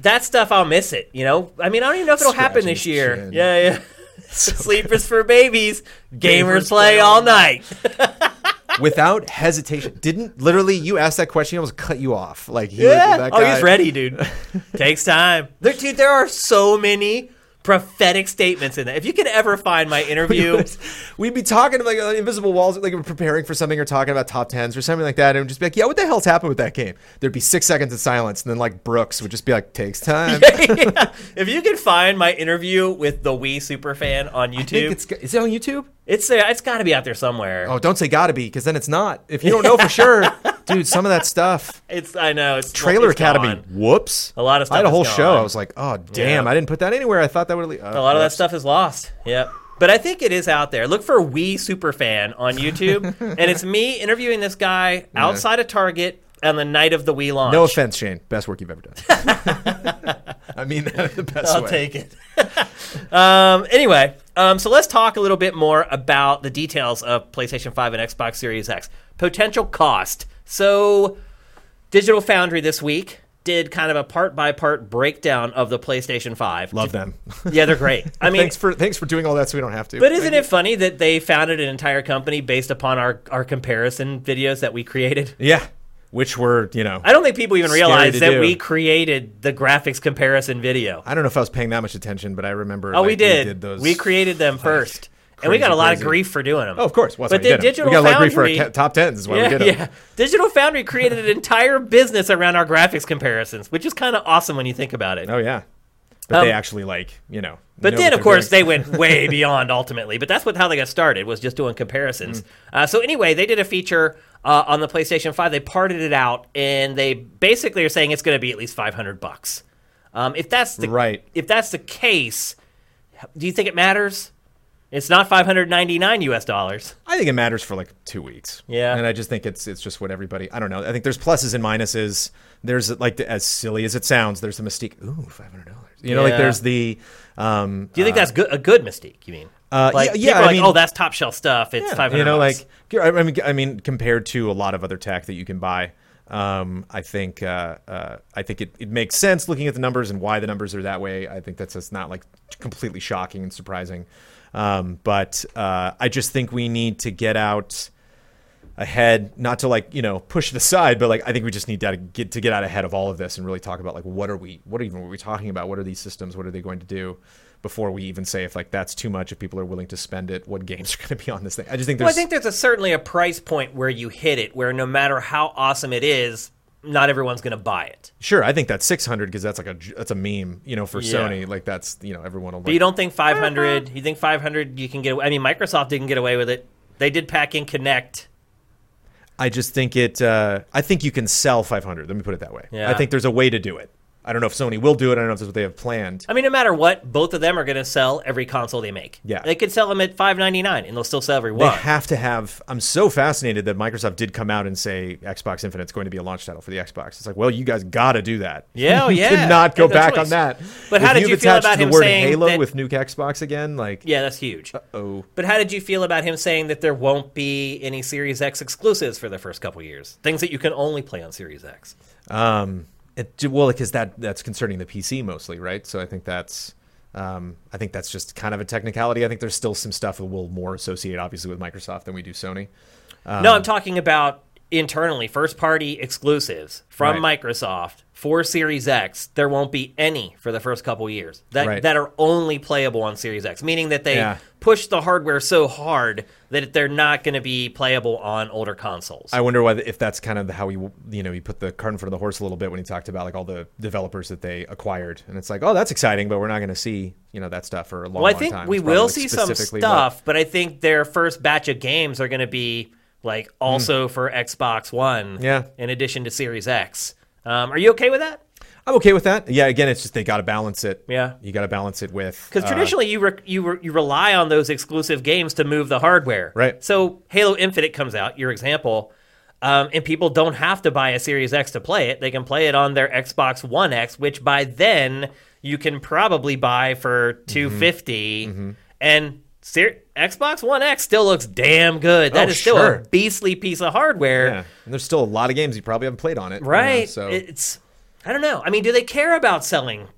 that stuff I'll miss it you know I mean I don't even know if it'll happen
Scratching
this
his
year
chin.
yeah yeah sleepers for babies gamers play all night
without hesitation. Didn't literally you asked that question, I almost cut you off. Like he- that
Oh,
guy-
he's ready, dude. Takes time. There, dude, there are so many prophetic statements in that. If you could ever find my interview,
We'd be talking like uh, invisible walls, like we're preparing for something or talking about top tens or something like that, and we'd just be like, "Yeah, what the hell's happened with that game?" There'd be six seconds of silence, and then like Brooks would just be like, "Takes time."
if you could find my interview with the Wii superfan on
I think
YouTube,
it's, is it on YouTube?
it's there. It's got to be out there somewhere.
Oh, don't say gotta be, because then it's not. If you don't know for sure, dude, some of that stuff.
It's I know it's
Trailer
it's
Academy.
gone.
Whoops.
A lot of stuff
I had a
is
whole show.
gone.
I was like, oh damn,
Yeah.
I didn't put that anywhere. I thought that would. Uh,
A lot of that stuff is lost. Yep. But I think it is out there. Look for Wii Superfan on YouTube, and it's me interviewing this guy outside of Target on the night of the Wii launch.
No offense, Shane. Best work you've ever done. I mean that in the best
I'll
way.
take it. um, anyway, um, so let's talk a little bit more about the details of PlayStation 5 and Xbox Series X. Potential cost. So, Digital Foundry this week did kind of a part by part breakdown of the PlayStation 5.
Love them.
Yeah, they're great. I mean,
thanks for thanks for doing all that so we don't have to.
but isn't it funny that they founded an entire company based upon our, our comparison videos that we created?
yeah, which were you know.
I don't think people even
Scary
realize
to
that
do.
we created the graphics comparison video.
I don't know if I was paying that much attention, but I remember.
Oh,
like,
we did. We,
those.
created them first, and we got a lot
crazy.
of grief for doing them.
Oh, of course. Well, that's
but
why
then
we did 'em.
Digital
we got a lot of grief
Foundry,
for our ca- top tens is why we
yeah,
did it.
yeah. Digital Foundry created an entire business around our graphics comparisons, which is kind of awesome when you think about it.
Oh yeah. But
Um,
they actually like you know.
But
know
then,
what
of
they're
course,
doing.
they went way beyond ultimately. But that's what how they got started was just doing comparisons.
Mm.
Uh, so anyway, they did a feature uh, on the PlayStation Five. They parted it out, and they basically are saying it's going to be at least five hundred bucks. Um, if that's the
Right.
if that's the case, do you think it matters? It's not five hundred ninety nine U.S. dollars.
I think it matters for like two weeks.
Yeah.
and I just think it's it's just what everybody. I don't know. I think there's pluses and minuses. There's like the, as silly as it sounds. There's the mystique. Ooh, five hundred dollars. You know, like
Yeah.
there's the. Um,
Do you think that's good, a good mistake? You mean?
Uh,
like,
yeah, yeah,
people are
I
like,
mean-
oh, that's top shelf stuff. It's
Yeah,
five hundred.
You know, like I I mean, I mean, compared to a lot of other tech that you can buy, um, I think uh, uh, I think it, it makes sense looking at the numbers and why the numbers are that way. I think that's just not like completely shocking and surprising, um, but uh, I just think we need to get out ahead not to like you know push it aside but like i think we just need to get to get out ahead of all of this and really talk about like what are we what even are we talking about what are these systems what are they going to do before we even say if like that's too much if people are willing to spend it what games are going to be on this thing i just think there's
Well, I think there's a, certainly a price point where you hit it, where no matter how awesome it is, not everyone's going to buy it.
sure i think that's 600 because that's like a that's a meme you know for
Yeah.
sony like that's you know everyone will
But you
like,
don't think 500? You think 500? You can get. away I mean, Microsoft didn't get away with it. They did pack in Connect.
i just think it uh i think you can sell 500 let me put it that way
Yeah.
i think there's a way to do it i don't know if sony will do it i don't know if that's what they have planned
I mean, no matter what, both of them are going to sell every console they make.
Yeah.
they could sell them at 5.99, and they'll still sell every
They
one.
have to have. I'm so fascinated that Microsoft did come out and say Xbox Infinite's going to be a launch title for the Xbox. It's like, well, you guys got to do that.
Yeah, oh,
you
yeah.
could not go
There's no
back
choice.
on that.
But how
If
did
you've
you feel
attached
about
the
him
word
saying
Halo
that-
with Nuke Xbox again? Like,
yeah, that's huge.
oh,
But how did you feel about him saying that there won't be any Series X exclusives for the first couple years? Things that you can only play on Series X.
um, it, well, because that that's concerning the PC mostly, right? So I think that's. Um, I think that's just kind of a technicality. I think there's still some stuff that we'll more associate, obviously, with Microsoft than we do Sony.
no, I'm talking about internally first party exclusives from
Right.
Microsoft for Series X. There won't be any for the first couple years that
Right.
that are only playable on Series X, meaning that they
Yeah.
push the hardware so hard that they're not going to be playable on older consoles.
I wonder why if that's kind of how he you know he put the cart in front of the horse a little bit when he talked about like all the developers that they acquired, and it's like, oh, that's exciting, but we're not going to see you know that stuff for a long.
well, I
long
think
time.
we
It's probably,
will
like,
see some
specifically
stuff, but I think their first batch of games are going to be like also for Xbox One,
Hmm. Yeah.
in addition to Series X. Um, are you okay with that?
what- I'm okay with that. Yeah, again, it's just they got to balance it.
Yeah.
you got to balance it with
Because
uh,
traditionally, you re- you re- you rely on those exclusive games to move the hardware.
Right.
So Halo Infinite comes out, your example, um, and people don't have to buy a Series X to play it. They can play it on their Xbox One X, which by then you can probably buy for
Mm-hmm.
two and. Ser- Xbox One X still looks damn good. That
Oh,
is still
sure.
a beastly piece of hardware.
yeah. And there's still a lot of games you probably haven't played on it, you know,
Right.
so
It's I don't know. I mean, do they care about selling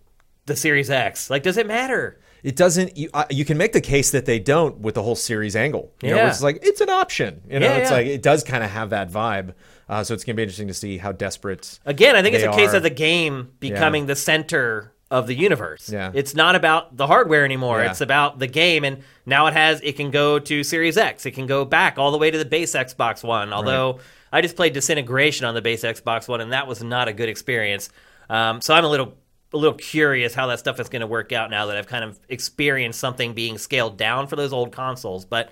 the Series X? Like, does it matter?
It doesn't. You, uh, you can make the case that they don't with the whole series angle. You know,
Yeah.
where it's like it's an option. You know,
Yeah,
it's
yeah.
like it does kind of have that vibe. Uh, so it's gonna be interesting to see how desperate.
Again, I think it's
They
a case
are-
of the game becoming the center of the universe.
Yeah.
It's not about the hardware anymore.
Yeah.
It's about the game and now it has it can go to Series X. It can go back all the way to the base Xbox 1. Although I just played Disintegration on the base Xbox 1 and that was not a good experience. Um, so I'm a little a little curious how that stuff is going to work out now that I've kind of experienced something being scaled down for those old consoles, but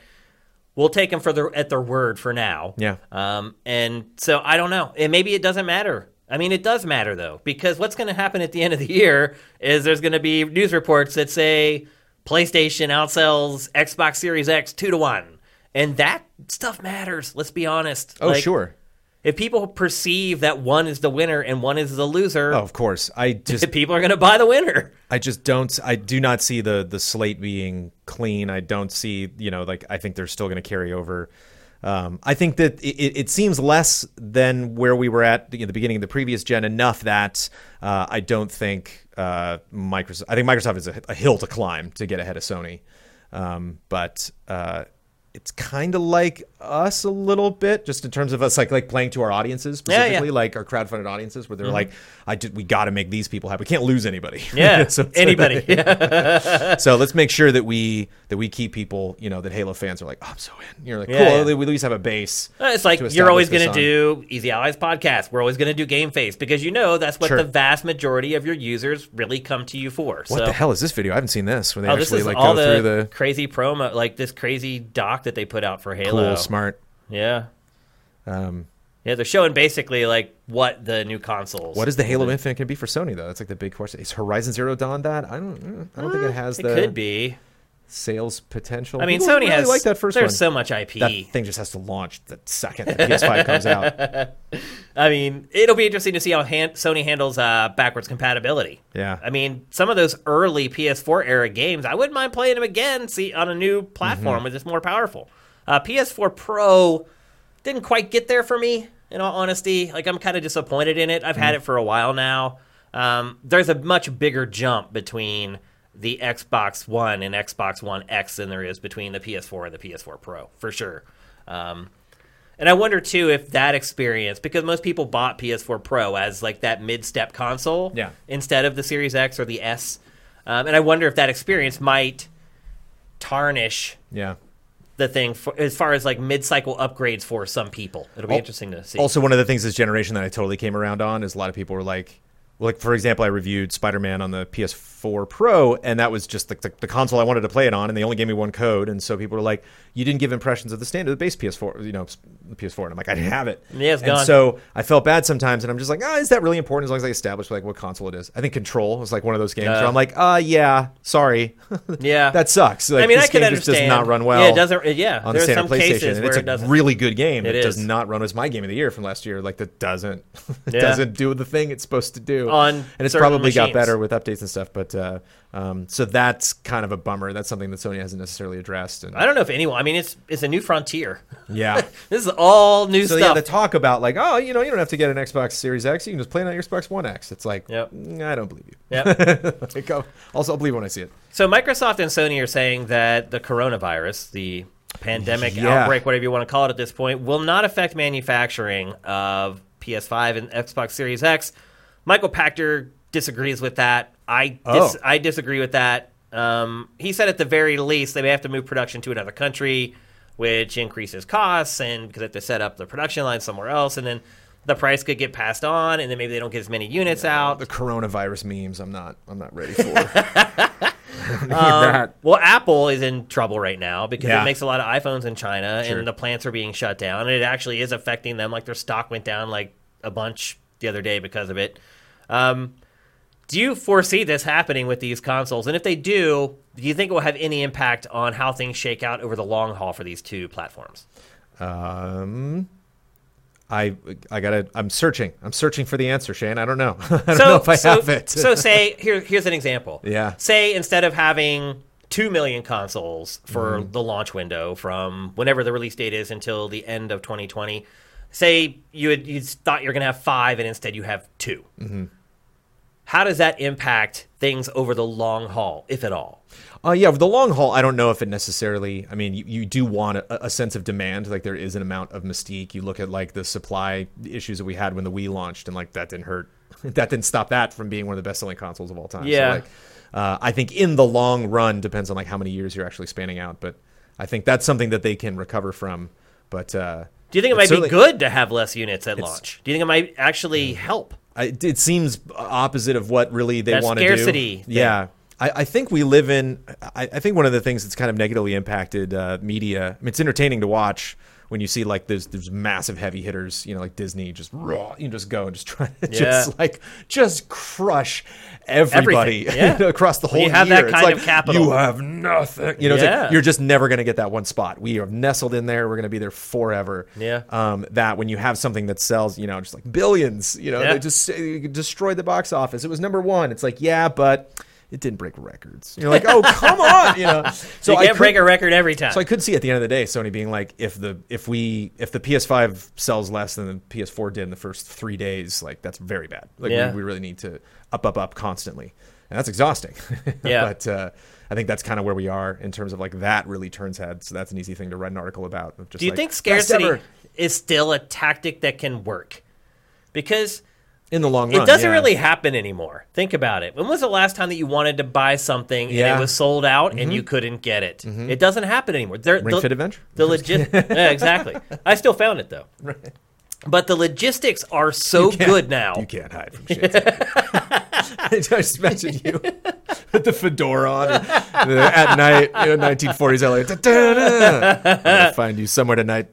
we'll take them for their at their word for now.
Yeah.
Um, and so I don't know. And maybe it doesn't matter. I mean, it does matter though, because what's going to happen at the end of the year is there's going to be news reports that say PlayStation outsells Xbox Series X two to one, and that stuff matters. Let's be honest.
Oh
Like,
sure.
If people perceive that one is the winner and one is the loser,
Oh, of course. I just
people are going to buy the winner.
I just don't. I do not see the the slate being clean. I don't see. You know, like I think they're still going to carry over. Um, I think that it, it, it seems less than where we were at the- at the beginning of the previous gen. Enough that uh, I don't think uh, Microsoft. I think Microsoft is a, a hill to climb to get ahead of Sony. Um, but uh, it's kind of like us a little bit, just in terms of us like like playing to our audiences
Yeah, Mm-hmm. yeah.
specifically, like our crowdfunded audiences, where they're like, "I did, we got to make these people happy. We can't lose anybody."
Yeah,
So it's like-
anybody.
so let's make sure that we that we keep people, you know, that Halo fans are like, oh, I'm so in. You're like, cool.
Yeah, yeah.
We at least have a base.
Uh, It's like
to
you're always
establish
going to
this
do Easy Allies podcast. We're always going to do Game Face because you know that's what
Sure.
the vast majority of your users really come to you for.
on. What
so,
the hell is this video? I haven't seen this. When they
oh, this
actually
is
like
all
go
the,
through the
crazy promo, like this crazy doc that they put out for
cool,
Halo.
smart.
Yeah,
Um,
yeah, they're showing basically like what the new consoles.
what is the Halo Infinite going to be for Sony though? That's like the big question. Is Horizon Zero Dawn that? I don't. mm, I don't think it has
Uh, it
the
could be.
sales potential.
I mean,
People
Sony
really
has
like that first
There's
one.
so much IP.
that thing just has to launch the second the PS5 comes out.
I mean, it'll be interesting to see how han- Sony handles uh, backwards compatibility.
Yeah.
I mean, some of those early PS4 era games, I wouldn't mind playing them again. See, on a new platform with it's more powerful. Uh, PS4 Pro didn't quite get there for me. In all honesty, like I'm kind of disappointed in it. I've had it for a while now. Um, there's a much bigger jump between the Xbox One and Xbox One X than there is between the PS4 and the PS4 Pro, for sure. Um, and I wonder too if that experience, because most people bought PS4 Pro as like that mid-step console,
Yeah.
instead of the Series X or the S, um, and I wonder if that experience might tarnish
Yeah.
the thing for, as far as like mid-cycle upgrades for some people. It'll be interesting to see.
Also, one of the things this generation that I totally came around on is a lot of people were like, well, like for example, I reviewed Spider Man on the PS4 Pro, and that was just the, the, the console I wanted to play it on, and they only gave me one code, and so people were like, "You didn't give impressions of the standard, the base PS4, you know, the PS4," and I'm like, "I didn't have it."
Yeah, it's
and
gone.
So I felt bad sometimes, and I'm just like, "Ah, is that really important?" As long as I establish like what console it is. I think Control was like one of those games where I'm like, "Ah, yeah, sorry,
yeah,
that sucks." Like,
I mean,
this
I can
game just
understand.
does not run well
Yeah, it doesn't. Yeah,
on the
there's
standard
some
PlayStation,
cases
and
where
it's
it
a
doesn't.
really good game.
It
It, does
is.
not run as my game of the year from last year. Like that doesn't, it
Yeah.
doesn't do the thing it's supposed to do.
On
and it's
certain
probably got
machines.
better with updates and stuff. But uh, um, so that's kind of a bummer. That's something that Sony hasn't necessarily addressed. And
I don't know if anyone. I mean, it's it's a new frontier.
yeah.
This is all new
So yeah,
stuff.
the talk about like, oh, you know, you don't have to get an Xbox Series X; you can just play it on your Xbox One X. It's like,
Yep.
mm, I don't believe you.
Yep.
Like, I'll- also, I'll believe it when I see it.
So Microsoft and Sony are saying that the coronavirus, the pandemic
Yeah.
outbreak, whatever you want to call it at this point, will not affect manufacturing of PS5 and Xbox Series X. Michael Pachter disagrees with that. I dis-
Oh.
I disagree with that. Um, he said at the very least they may have to move production to another country, which increases costs, and because they have to set up the production line somewhere else, and then the price could get passed on, and then maybe they don't get as many units out.
The coronavirus memes, I'm not, I'm not ready for. I
Um,
don't need that.
Well, Apple is in trouble right now because
Yeah.
it makes a lot of iPhones in China, and the plants are being shut down. And it actually is affecting them. Like their stock went down like a bunch the other day because of it. Um, do you foresee this happening with these consoles? And if they do, do you think it will have any impact on how things shake out over the long haul for these two platforms?
Um, I I gotta. I'm searching. I'm searching for the answer, Shane. I don't know. I don't
so,
know if I
so,
have it.
so say here, here's an example.
Yeah.
Say instead of having two million consoles for
Mm-hmm.
the launch window from whenever the release date is until the end of 2020,
Mm-hmm.
say you had, you thought you're going to have five and instead you have 2 How does that impact things over the long haul, if at all?
Uh, yeah, for the long haul, I don't know if it necessarily. I mean, you, you do want a, a sense of demand. Like there is an amount of mystique. You look at like the supply issues that we had when the Wii launched, and like that didn't hurt. That didn't stop that from being one of the best-selling consoles of all time.
Yeah.
So, like, uh, I think in the long run depends on like how many years you're actually spanning out, but I think that's something that they can recover from. But uh,
Do you think it might be
certainly- Mm.
good to have less units at launch? Do you think it might actually help?
I, it seems opposite of what really they
That
want to do.
scarcity thing.
Yeah. I, I think we live in. I, I think one of the things that's kind of negatively impacted uh, media. I mean, it's entertaining to watch when you see like there's there's massive heavy hitters. You know, like Disney just raw. You just go and just try to
Yeah.
just like just crush everybody
Everything, yeah.
you know, across the whole.
When you have
year.
that
It's
kind
like,
of capital.
You have nothing. You know, it's like,
Yeah.
you're just never going to get that one spot. We are nestled in there. We're going to be there forever.
Yeah.
Um, that when you have something that sells, you know, just like billions. You know,
Yeah.
they just it destroyed the box office. It was number one. It's like, yeah, but it didn't break records. You're like, oh, come on. You know, so
you
I
can't
could-
break a record every time.
So I could see at the end of the day, Sony being like, if the if we if the PS5 sells less than the PS4 did in the first three days, like that's very bad. Like
Yeah.
we, we really need to up up up constantly, and that's exhausting.
Yeah.
but uh, I think that's kind of where we are in terms of like that really turns heads. So that's an easy thing to write an article about. of Just
Do you
like,
think
best
scarcity
ever
is still a tactic that can work? Because
in the long run?
it doesn't
yeah.
really happen anymore. Think about it. When was the last time that you wanted to buy something and
Yeah. Mm-hmm.
it was sold out and you couldn't get it? It doesn't happen anymore. They're,
Ring
the,
Fit Adventure.
the legit yeah, exactly. I still found it though. But the logistics are so good now.
You can't hide from shit. I just imagine you with the fedora on and at night, you know, 1940s LA. Da-da-da. I'm gonna find you somewhere tonight.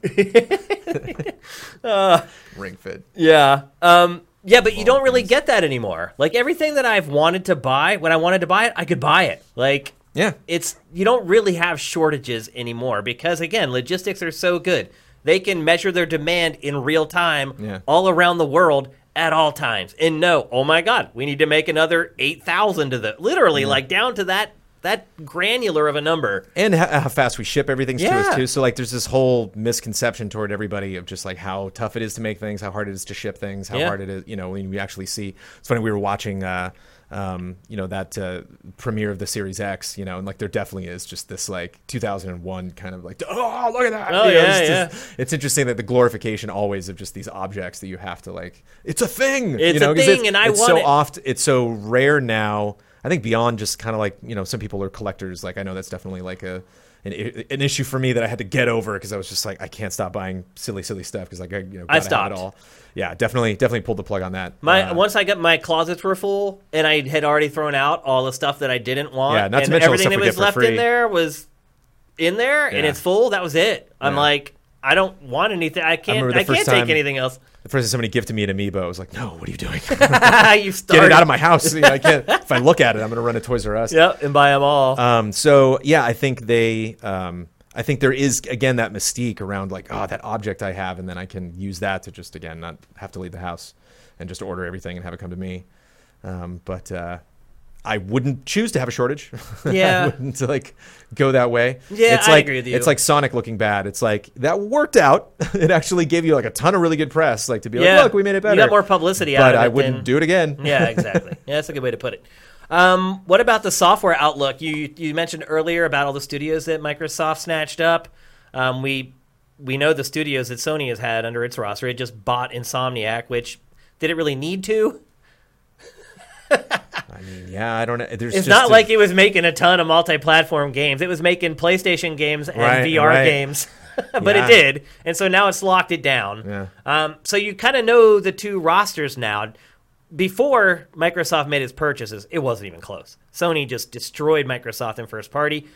Uh. Ring fit.
Yeah. Um, yeah, but you don't really get that anymore. Like everything that I've wanted to buy, when I wanted to buy it, I could buy it. Like
Yeah.
it's you don't really have shortages anymore because again, logistics are so good. They can measure their demand in real time
Yeah.
all around the world at all times. And no, oh my god, we need to make another 8,000 of the literally like down to that that granular of a number.
And how, how fast we ship everything's to
Yeah.
us too. So like, there's this whole misconception toward everybody of just like how tough it is to make things, how hard it is to ship things, how
Yeah.
hard it is. You know, when we actually see. It's funny we were watching, uh, um, you know, that uh, premiere of the Series X. You know, and like there definitely is just this like 2001 kind of like, oh look at that.
Oh,
You know,
yeah,
it's, just- it's interesting that the glorification always of just these objects that you have to like. It's a thing.
It's
you know,
a
'cause
thing and I
it's
want
so
it.
oft it's so rare now. I think beyond just kind of like you know some people are collectors. Like I know that's definitely like a an, i- an issue for me that I had to get over because I was just like I can't stop buying silly silly stuff because like I you know
I
gotta have
stopped.
it all. Yeah, definitely definitely pulled the plug on that.
My
Uh,
once I got my closets were full, and I had already thrown out all the stuff that I didn't want.
Yeah, not to
and
mention all the
everything
stuff
that
we
was
get for
left in
free.
there was in there, and
Yeah.
it's full. That was it. I'm
Yeah.
like, I don't want anything. I can't.
remember the
I can't
first
take
time-
anything else.
the first time somebody gifted me an amiibo, I was like, no, what are you doing?
you
get
started.
it out of my house. You know, I can't. if I look at it, I'm gonna run to Toys R Us.
Yep, and buy them all.
Um, so yeah, I think they. Um, I think there is again that mystique around like oh that object I have, and then I can use that to just again not have to leave the house and just order everything and have it come to me. Um, but uh, I wouldn't choose to have a shortage.
Yeah.
I wouldn't like go that way.
Yeah,
it's
I
like,
agree with you.
It's like Sonic looking bad. It's like that worked out. it actually gave you like a ton of really good press, like to be
yeah,
like, look, we made it better.
You got more publicity out
but
of it.
I wouldn't
than-
do it again.
yeah, exactly. Yeah, that's a good way to put it. Um, what about the software outlook? You you mentioned earlier about all the studios that Microsoft snatched up. Um, we we know the studios that Sony has had under its roster. It just bought Insomniac, which did it really need to?
I mean, yeah, I don't know. There's
It's
just
not
a-
like it was making a ton of multi-platform games. It was making PlayStation games and
Right,
VR
right.
games, but
Yeah.
it did, and so now it's locked it down.
Yeah.
Um, so you kind of know the two rosters now. Before Microsoft made its purchases, it wasn't even close. Sony just destroyed Microsoft in first party.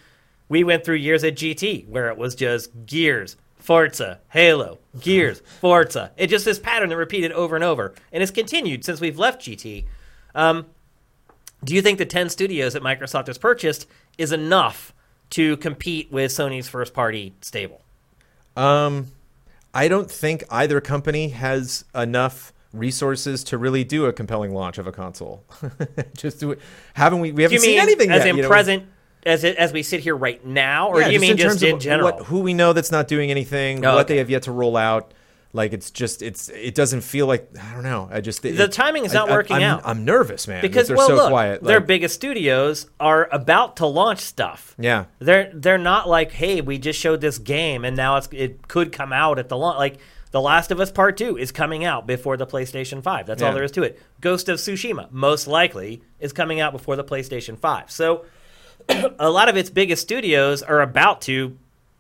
We went through years at GT where it was just Gears, Forza, Halo, Gears, Forza. It just this pattern that repeated over and over, and it's continued since we've left GT. Do you think the 10 studios that Microsoft has purchased is enough to compete with Sony's first party stable?
Um, I don't think either company has enough resources to really do a compelling launch of a console. Just do it. Haven't we? We
Do you
haven't seen
mean
anything
as
yet.
in
you know?
present as it, as we sit here right now or
Yeah,
do you mean
in
just
terms
in
of
general?
What, who we know that's not doing anything,
Oh,
what
okay.
they have yet to roll out. Like it's just it's it doesn't feel like I don't know. I just
The timing is not working
I'm,
out.
I'm nervous, man,
because
they're
well,
so
look,
quiet.
their
like-
biggest studios are about to launch stuff.
Yeah.
they're they're not like, hey, we just showed this game and now it's it could come out at the launch. Like The Last of Us Part Two is coming out before the PlayStation Five. That's all
Yeah.
there is to it. Ghost of Tsushima most likely is coming out before the PlayStation Five. So a lot of its biggest studios are about to,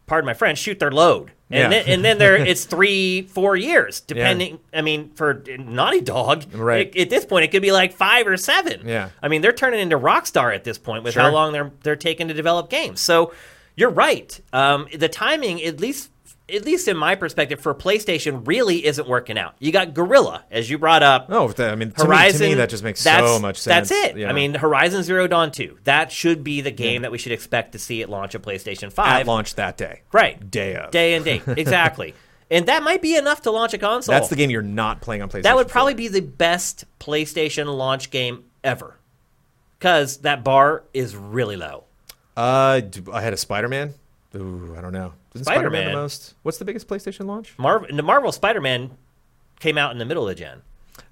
pardon my French, shoot their load. And,
Yeah.
then, and then there it's three, four years, depending. I mean, for Naughty Dog,
Right.
it- at this point, it could be like five or seven.
Yeah.
I mean, they're turning into Rockstar at this point with
Sure.
how long they're they're taking to develop games. So you're right. Um, the timing, at least at least in my perspective, for PlayStation, really isn't working out. You got Gorilla, as you brought up.
Oh, that- I mean, to me- to me,
Horizon.
that just makes
that's-
so much sense.
That's it.
Yeah.
I mean, Horizon Zero Dawn Two. That should be the game that we should expect to see at launch of PlayStation Five.
at launch that day.
right?
Day of.
Day and date. Exactly. and that might be enough to launch a console.
That's the game you're not playing on PlayStation.
That would
for.
probably be the best PlayStation launch game ever. Because that bar is really low.
Uh, d- I had a Spider Man. Ooh, I don't know. Isn't Spider Man
Spider-Man.
the most? What's the biggest PlayStation launch?
Marvel, the Marvel Spider Man came out in the middle of gen.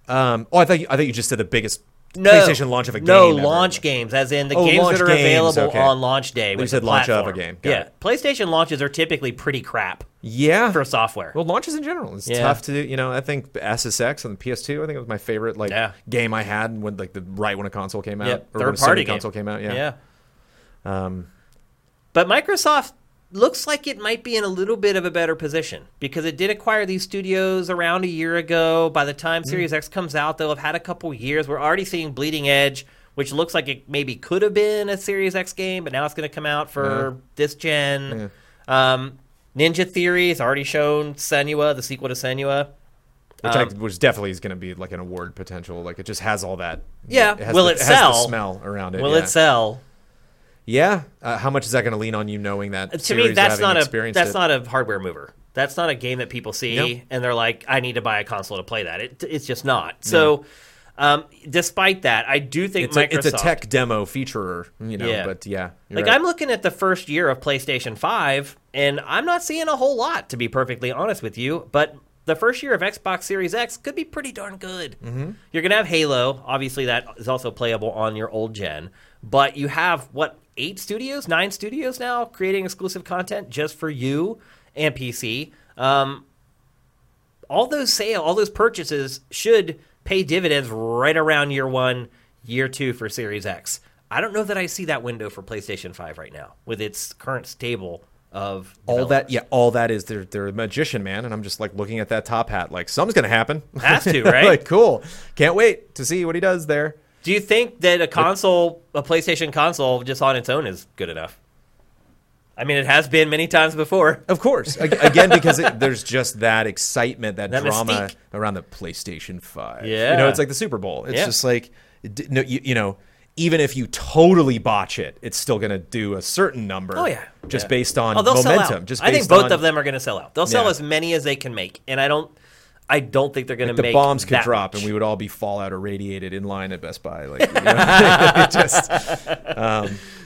Um, oh, I thought you, I thought you just said the biggest
No,
PlayStation launch of a
no,
game. ever.
launch games, as in the
Oh,
games
launch
that are
games,
available
okay.
on launch day. with
said
the
launch of a
platform.
game, got
Yeah,
it.
PlayStation launches are typically pretty crap
Yeah.
for software.
well, launches in general, it's
Yeah.
tough to do. You know, I think SSX on the PS2, I think it was my favorite like
Yeah.
game I had when like the right when a console came out,
Yep,
or when a
third party
Sony
game.
console came out. Yeah.
Um, but Microsoft looks like it might be in a little bit of a better position because it did acquire these studios around a year ago. By the
Mm.
time Series X comes out, they'll have had a couple years. We're already seeing Bleeding Edge, which looks like it maybe could have been a Series X game, but now it's going to come out for this gen. Um, Ninja Theory has already shown Senua, the sequel to Senua.
Which,
Um,
I, which definitely is going to be like an award potential. Like it just has all that.
Yeah.
has
Will
the-
it
has the
sell?
smell around it.
Will
yeah.
it sell?
Yeah. Uh, how much is that going to lean on you knowing that?
to me that's not a
experience.
that's not a hardware mover that's not a game that people see
Nope.
and they're like i need to buy a console to play that it, it's just not so um, despite that i do think
It's
microsoft
a, it's a tech demo featurer, you know.
Yeah.
But yeah, you're
like
right.
i'm looking at the first year of playstation 5 and i'm not seeing a whole lot to be perfectly honest with you but the first year of xbox series x could be pretty darn good you're gonna have halo obviously that is also playable on your old gen but you have what eight studios nine studios now creating exclusive content just for you and pc um, all those sale, all those purchases should pay dividends right around year one, year two for Series X. I don't know that I see that window for PlayStation Five right now with its current stable of
all that
developers.
yeah all that is they're they're a magician man and i'm just like looking at that top hat like something's gonna happen
Has to, right?
like cool can't wait to see what he does there
Do you think that a console, a PlayStation console, just on its own is good enough? I mean, it has been many times before.
of course Ag- again because it, there's just that excitement that,
That
drama
mystique.
around the playstation 5 you
Yeah.
know it's like the super bowl it's
Yeah.
just like d- no you, you know even if you totally botch it it's still gonna do a certain number
Oh, yeah.
just
Yeah.
based on
Oh, they'll sell
momentum
out.
just
I think
based
both
on-
of them are going to sell out. They'll sell
Yeah.
as many as they can make, and I don't, I don't think they're going to
the
make
bombs could
that
drop
much.
and we would all be fallout irradiated in line at best buy like you know? just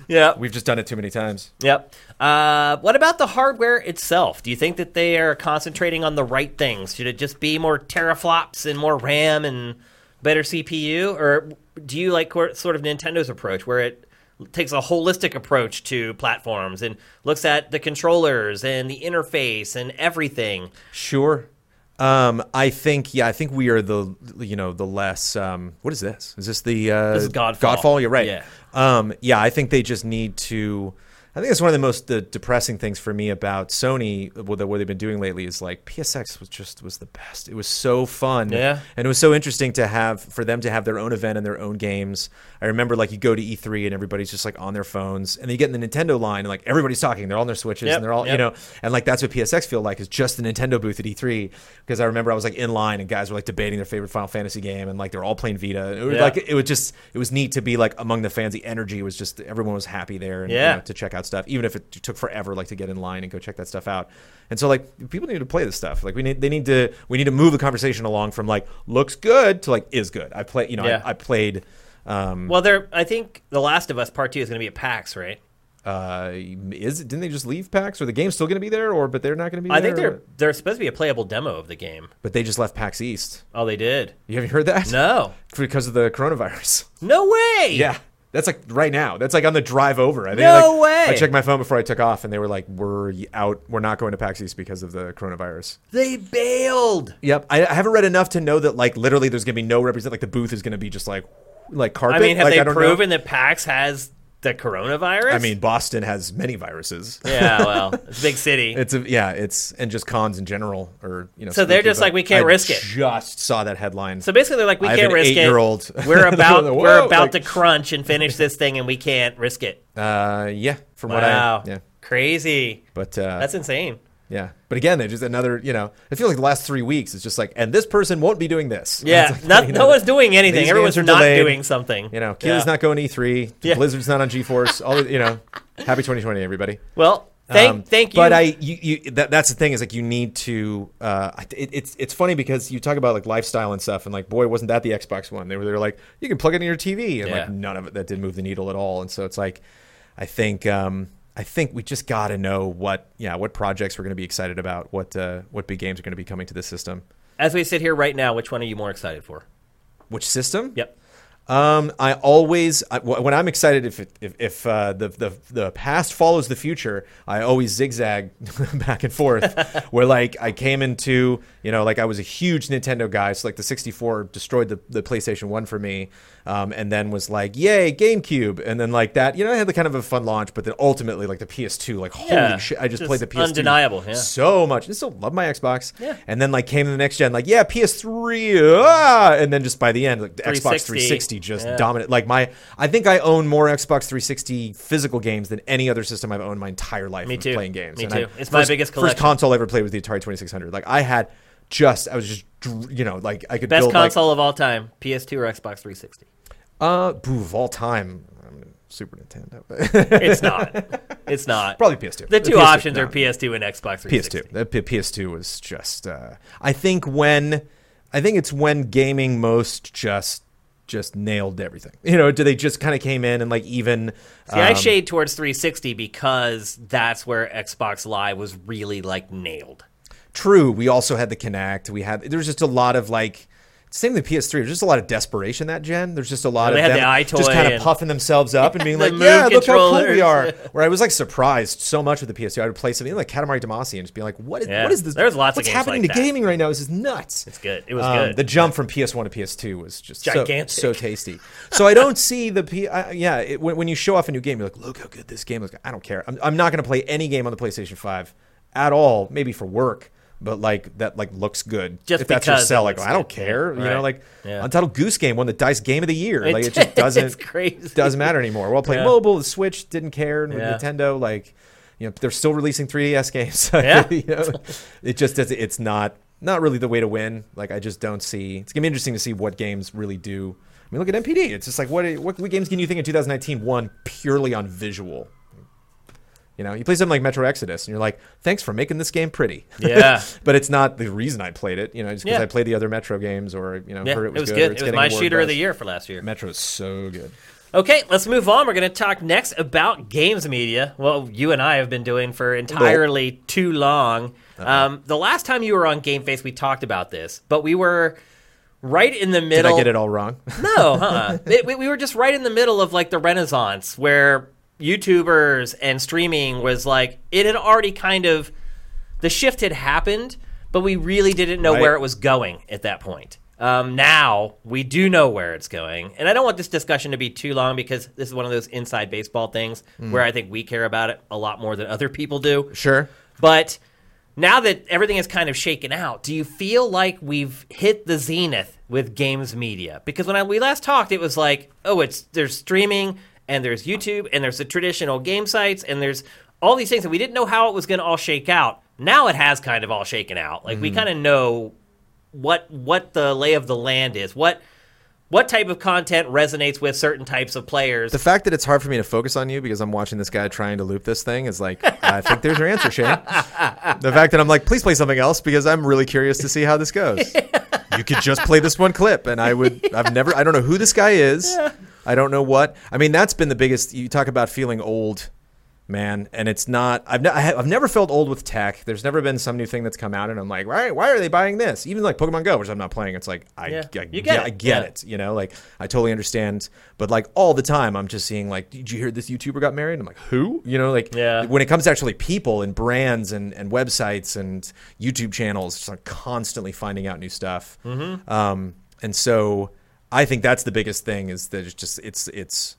yeah,
We've just done it too many times.
Yep. Uh, what about the hardware itself? Do you think that they are concentrating on the right things? Should it just be more teraflops and more RAM and better CPU, or do you like cor- sort of Nintendo's approach, where it takes a holistic approach to platforms and looks at the controllers and the interface and everything?
Sure. Um, I think yeah, I think we are the you know the less um, what is this? Is this the uh,
This is Godfall.
Godfall, you're right.
Yeah.
Um, yeah, I think they just need to. I think that's one of the most uh, depressing things for me about Sony. What, they- what they've been doing lately is like PSX was just was the best. It was so fun.
Yeah.
and it was so interesting to have for them to have their own event and their own games. I remember like you go to E3 and everybody's just like on their phones, and then you get in the Nintendo line and like everybody's talking. They're all on their switches
Yep,
and they're all you
yep.
know and like that's what PSX feel like is just the Nintendo booth at E3 because I remember I was like in line and guys were like debating their favorite Final Fantasy game and like they were all playing Vita. It was
Yeah.
like it was just it was neat to be like among the fans. The energy was just everyone was happy there and you
Yeah.
know, to check out stuff even if it took forever like to get in line and go check that stuff out. And so like people need to play this stuff. Like we need they need to we need to move the conversation along from like looks good to like is good. I play you know
Yeah.
I, I played um
Well, there. I think The Last of Us Part Two is going to be at PAX, right?
uh, is didn't they just leave PAX or the game's still going to be there or but they're not going to be
I
there?
think
or-
there there's supposed to be a playable demo of the game.
but they just left PAX East.
Oh, they did.
You haven't heard that?
No,
because of the coronavirus.
no way.
Yeah. That's like right now. That's like on the drive over. I think
No
like,
way.
I checked my phone before I took off, and they were like, "We're out. We're not going to PAX East because of the coronavirus."
they bailed.
Yep. I, I haven't read enough to know that like literally there's gonna be no represent. Like the booth is gonna be just like like
I
carpet.
mean, have
like,
they
I don't know.
proven that PAX has the coronavirus?
I mean, Boston has many viruses.
yeah, well, it's a big city.
It's a, yeah, it's and just cons in general, or you know.
So they're
spooky,
just
but
like, "We can't
I
risk it."
Just saw that headline.
so basically, they're like, we
I have
can't
an
risk
eight-year-old.
it. We're about
Whoa,
we're about
like-
to crunch and finish this thing, and we can't risk it.
uh, yeah, from what
Wow,
I yeah,
crazy.
but uh,
That's insane.
yeah, but again, they're just another you know. I feel like the last three weeks it's just like, and this person won't be doing this. And
Yeah,
it's like,
not,
you
no
know,
one's doing anything.
these
Everyone's
games are
not
delayed.
doing something.
You know, Keely's
Yeah.
not going to E3.
Yeah.
Blizzard's not on GeForce. All the- you know, happy 2020, everybody.
Well, thank
Um,
thank you.
But I, you, you that, that's the thing is like you need to. Uh, I- it, it's it's funny because you talk about like lifestyle and stuff, and like boy, wasn't that the Xbox One? They were they were like you can plug it in your TV, and
Yeah.
like none of it that did move the needle at all. And so it's like, I think um, I think we just got to know what yeah what projects we're going to be excited about, what uh, what big games are going to be coming to this system.
as we sit here right now, which one are you more excited for?
Which system?
Yep.
Um, I always I, wh- when I'm excited if it, if, if uh, the, the the past follows the future, I always zigzag back and forth. where like I came into you know like I was a huge Nintendo guy, so like the 64 destroyed the, the PlayStation One for me, um, and then was like yay GameCube, and then like that you know I had the kind of a fun launch, but then ultimately like the PS2 like holy
Yeah,
shit I just,
just
played the PS2
undeniable, yeah.
so much. I still love my Xbox.
Yeah.
And then like came to the next gen, like yeah, PS3, ah! and then just by the end, like the Xbox
360,
360 just
yeah.
dominant. Like my, I think I own more Xbox 360 physical games than any other system I've owned my entire life.
Me
of
too.
Playing games.
Me
I-
too. It's my
first-
biggest
First
collection.
console I ever played was the Atari 2600. Like I had just, I was just, dr- you know, like I could
Best
build like-
console of all time: PS2 or Xbox 360?
uh, boo, of all time, I'm Super Nintendo, but
It's not. it's not.
probably PS2.
The two
PS2,
options
no.
are PS2 and Xbox 360.
PS2. The P- PS2 was just. Uh, I think when, I think it's when gaming most just just nailed everything. You know, do they just kind of came in and like even?
See, I
um,
shade towards 360 because that's where Xbox Live was really like nailed.
True. We also had the Kinect. We had there was just a lot of like. Same with the PS3. There's just a lot of desperation that gen. There's just a lot
They
of
had
them
the eye
just
toy
kind of
and-
puffing themselves up and being
The
like,
Move
"Yeah, look how cool
controllers."
we are." Where I was like surprised so much with the PS2. I would play something like Katamari Damacy and just be like, "What is
Yeah.
what is this?
There's lots of
what's
games
happening
like
to
that.
gaming right now? This is nuts."
It's good. It was
Um,
good.
The jump from PS1 to PS2 was just so-
Gigantic.
so, tasty. So I don't see the P. I, yeah, it, when, when you show off a new game, you're like, look how good this game looks. I don't care. I'm, I'm not going to play any game on the PlayStation 5 at all. Maybe for work, but like that like looks good.
Just
if that's your
because it
sell, like
looks
I don't
good.
care. You
Right.
know, like
Yeah.
Untitled Goose Game won the Dice Game of the Year.
It
like it
did.
just doesn't.
It's crazy.
Doesn't matter anymore. Well, playing
Yeah.
mobile, the Switch didn't care, and with
Yeah.
Nintendo, like. You know, they're still releasing 3DS games. Like,
Yeah.
you know, it just does it's not not really the way to win like i just don't see it's gonna be interesting to see what games really do i mean look at mpd it's just like what what, what games can you think in 2019 won purely on visual you know you play something like metro exodus and you're like thanks for making this game pretty
Yeah.
but it's not the reason i played it you know just because
Yeah.
i played the other metro games or you know
Yeah,
heard
it was
good, or
good.
it's
It was
getting
my
award
shooter of
buzz.
the year for last year.
metro is so good
Okay, let's move on. We're going to talk next about games media. Well, you and I have been doing for entirely too long.
Uh-huh.
Um, the last time you were on Game Face, we talked about this, but we were right in the
did
middle.
i get it all wrong
No, huh? It- we, we were just right in the middle of like the renaissance where YouTubers and streaming was like it had already kind of the shift had happened, but we really didn't know
Right.
where it was going at that point. Um, now we do know where it's going, and I don't want this discussion to be too long because this is one of those inside baseball things where I think we care about it a lot more than other people do.
Hmm. sure
But now that everything is kind of shaken out, do you feel like we've hit the zenith with games media? Because when I, we last talked, it was like, oh, it's there's streaming and there's YouTube and there's the traditional game sites and there's all these things, and we didn't know how it was going to all shake out. Now it has kind of all shaken out. Like we kind of know what what the lay of the land is. What what type of content resonates with certain types of players?
The fact that it's hard for me to focus on you because I'm watching this guy trying to loop this thing is like, I think there's your answer, Shane. The fact that I'm like, please play something else because I'm really curious to see how this goes. You could just play this one clip, and I would. I've never. I don't know who this guy is. I don't know what. I mean, that's been the biggest. You talk about feeling old. man. And it's not. I've ne- I have, I've never felt old with tech. There's never been some new thing that's come out, and I'm like, why why are they buying this? Even like Pokemon Go, which I'm not playing. It's like I
Yeah.
I,
You get
yeah,
it.
I get
Yeah.
it. You know, like I totally understand. But like all the time, I'm just seeing like, did you hear this YouTuber got married? I'm like, who? You know, like
Yeah.
when it comes to actually people and brands and and websites and YouTube channels, just like constantly finding out new stuff. Um, and so I think that's the biggest thing is that it's just it's it's